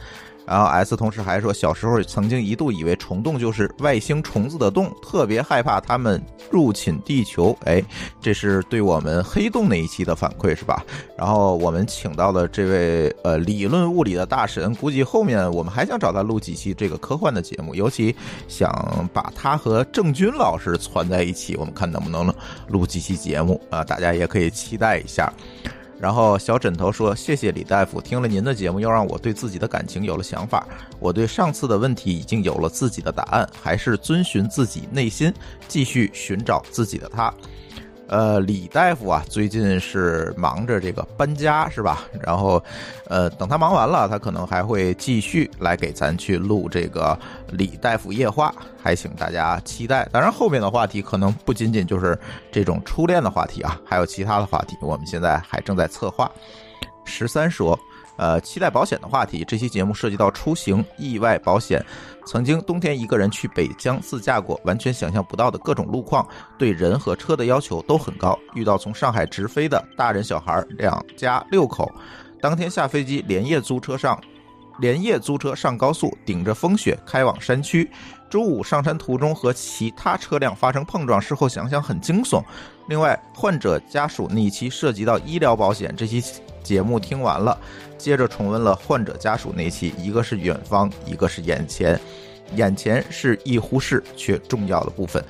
[SPEAKER 1] 然后 S 同时还说，小时候曾经一度以为虫洞就是外星虫子的洞，特别害怕它们入侵地球。哎，这是对我们黑洞那一期的反馈是吧？然后我们请到了这位呃理论物理的大神，估计后面我们还想找他录几期这个科幻的节目，尤其想把他和郑钧老师攒在一起，我们看能不能录几期节目啊、大家也可以期待一下。然后小枕头说：“谢谢李大夫，听了您的节目，又让我对自己的感情有了想法。我对上次的问题已经有了自己的答案，还是遵循自己内心，继续寻找自己的他。”呃，李大夫啊，最近是忙着这个搬家是吧？然后，呃，等他忙完了，他可能还会继续来给咱去录这个李大夫夜话，还请大家期待。当然，后面的话题可能不仅仅就是这种初恋的话题啊，还有其他的话题，我们现在还正在策划。十三说，呃，期待保险的话题。这期节目涉及到出行、意外保险。曾经冬天一个人去北疆自驾过，完全想象不到的各种路况，对人和车的要求都很高。遇到从上海直飞的大人小孩两家六口，当天下飞机连夜租车上，连夜租车上高速，顶着风雪开往山区。周五上山途中和其他车辆发生碰撞，事后想想很惊悚。另外，患者家属那一期涉及到医疗保险，这期节目听完了，接着重温了患者家属那期，一个是远方，一个是眼前。眼前是易忽视却重要的部分，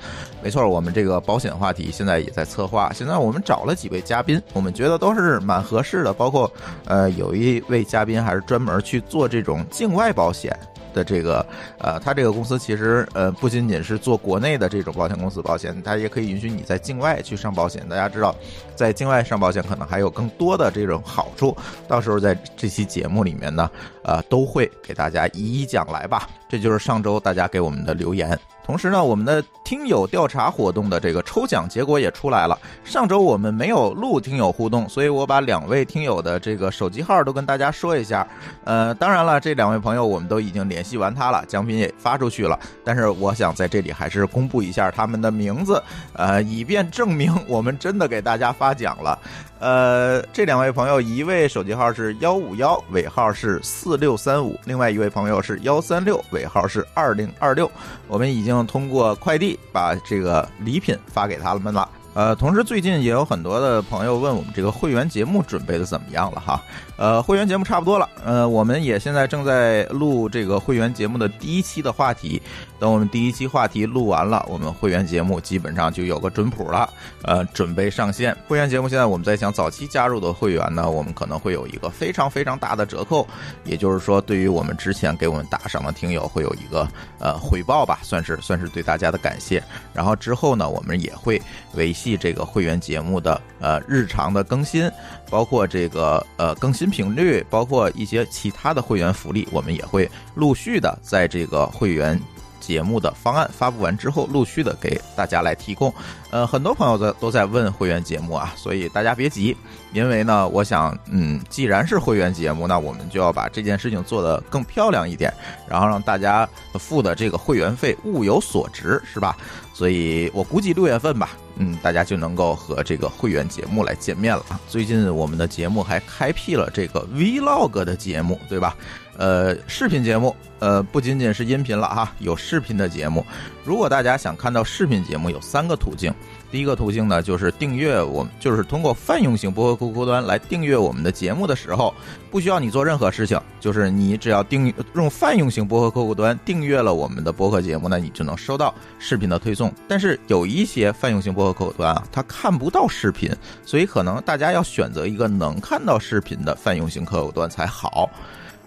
[SPEAKER 1] 没错，我们这个保险话题现在也在策划。现在我们找了几位嘉宾，我们觉得都是蛮合适的，包括呃，有一位嘉宾还是专门去做这种境外保险的这个，呃，他这个公司其实呃不仅仅是做国内的这种保险公司保险，它也可以允许你在境外去上保险。大家知道，在境外上保险可能还有更多的这种好处，到时候在这期节目里面呢，呃，都会给大家一一讲来吧。这就是上周大家给我们的留言。同时呢，我们的听友调查活动的这个抽奖结果也出来了。上周我们没有录听友互动，所以我把两位听友的这个手机号都跟大家说一下。呃，当然了，这两位朋友我们都已经联系完他了，奖品也发出去了。但是我想在这里还是公布一下他们的名字，呃，以便证明我们真的给大家发奖了。呃，这两位朋友，一位手机号是幺五幺，尾号是四六三五；另外一位朋友是幺三六，尾号是二零二六。我们已经通过快递把这个礼品发给他们了。呃，同时最近也有很多的朋友问我们这个会员节目准备的怎么样了哈。呃，会员节目差不多了，呃，我们也现在正在录这个会员节目的第一期的话题。等我们第一期话题录完了，我们会员节目基本上就有个准谱了，呃，准备上线。会员节目现在我们在想，早期加入的会员呢，我们可能会有一个非常非常大的折扣，也就是说，对于我们之前给我们打赏的听友会有一个呃回报吧，算是算是对大家的感谢。然后之后呢，我们也会维系这个会员节目的呃日常的更新，包括这个呃更新频率，包括一些其他的会员福利，我们也会陆续的在这个会员。节目的方案发布完之后，陆续的给大家来提供。呃，很多朋友在都在问会员节目啊，所以大家别急，因为呢，我想，嗯，既然是会员节目，那我们就要把这件事情做得更漂亮一点，然后让大家付的这个会员费物有所值，是吧？所以我估计六月份吧，嗯，大家就能够和这个会员节目来见面了。啊最近我们的节目还开辟了这个 Vlog 的节目，对吧？呃，视频节目，呃，不仅仅是音频了哈，有视频的节目。如果大家想看到视频节目，有三个途径。第一个途径呢，就是订阅我们，就是通过泛用型播客客户端来订阅我们的节目的时候，不需要你做任何事情，就是你只要订用泛用型播客客户端订阅了我们的播客节目，那你就能收到视频的推送。但是有一些泛用型播客客户端啊，它看不到视频，所以可能大家要选择一个能看到视频的泛用型客户端才好。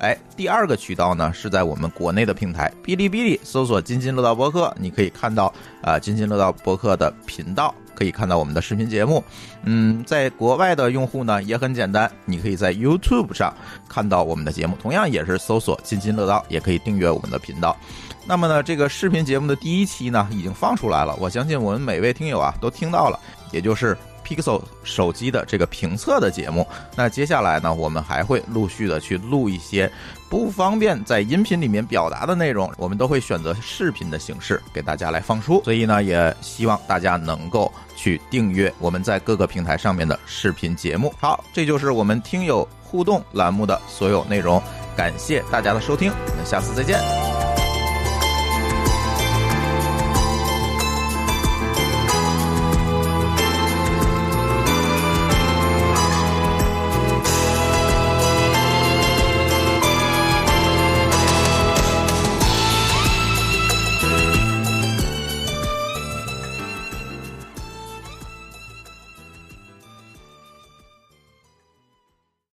[SPEAKER 1] 哎，第二个渠道呢是在我们国内的平台哔哩哔哩，搜索“津津乐道播客”，你可以看到啊、呃“津津乐道播客”的频道，可以看到我们的视频节目。嗯，在国外的用户呢也很简单，你可以在 YouTube 上看到我们的节目，同样也是搜索“津津乐道”，也可以订阅我们的频道。那么呢，这个视频节目的第一期呢已经放出来了，我相信我们每位听友啊都听到了，也就是。Pixel 手机的这个评测的节目，那接下来呢，我们还会陆续的去录一些不方便在音频里面表达的内容，我们都会选择视频的形式给大家来放出。所以呢，也希望大家能够去订阅我们在各个平台上面的视频节目。好，这就是我们听友互动栏目的所有内容，感谢大家的收听，我们下次再见。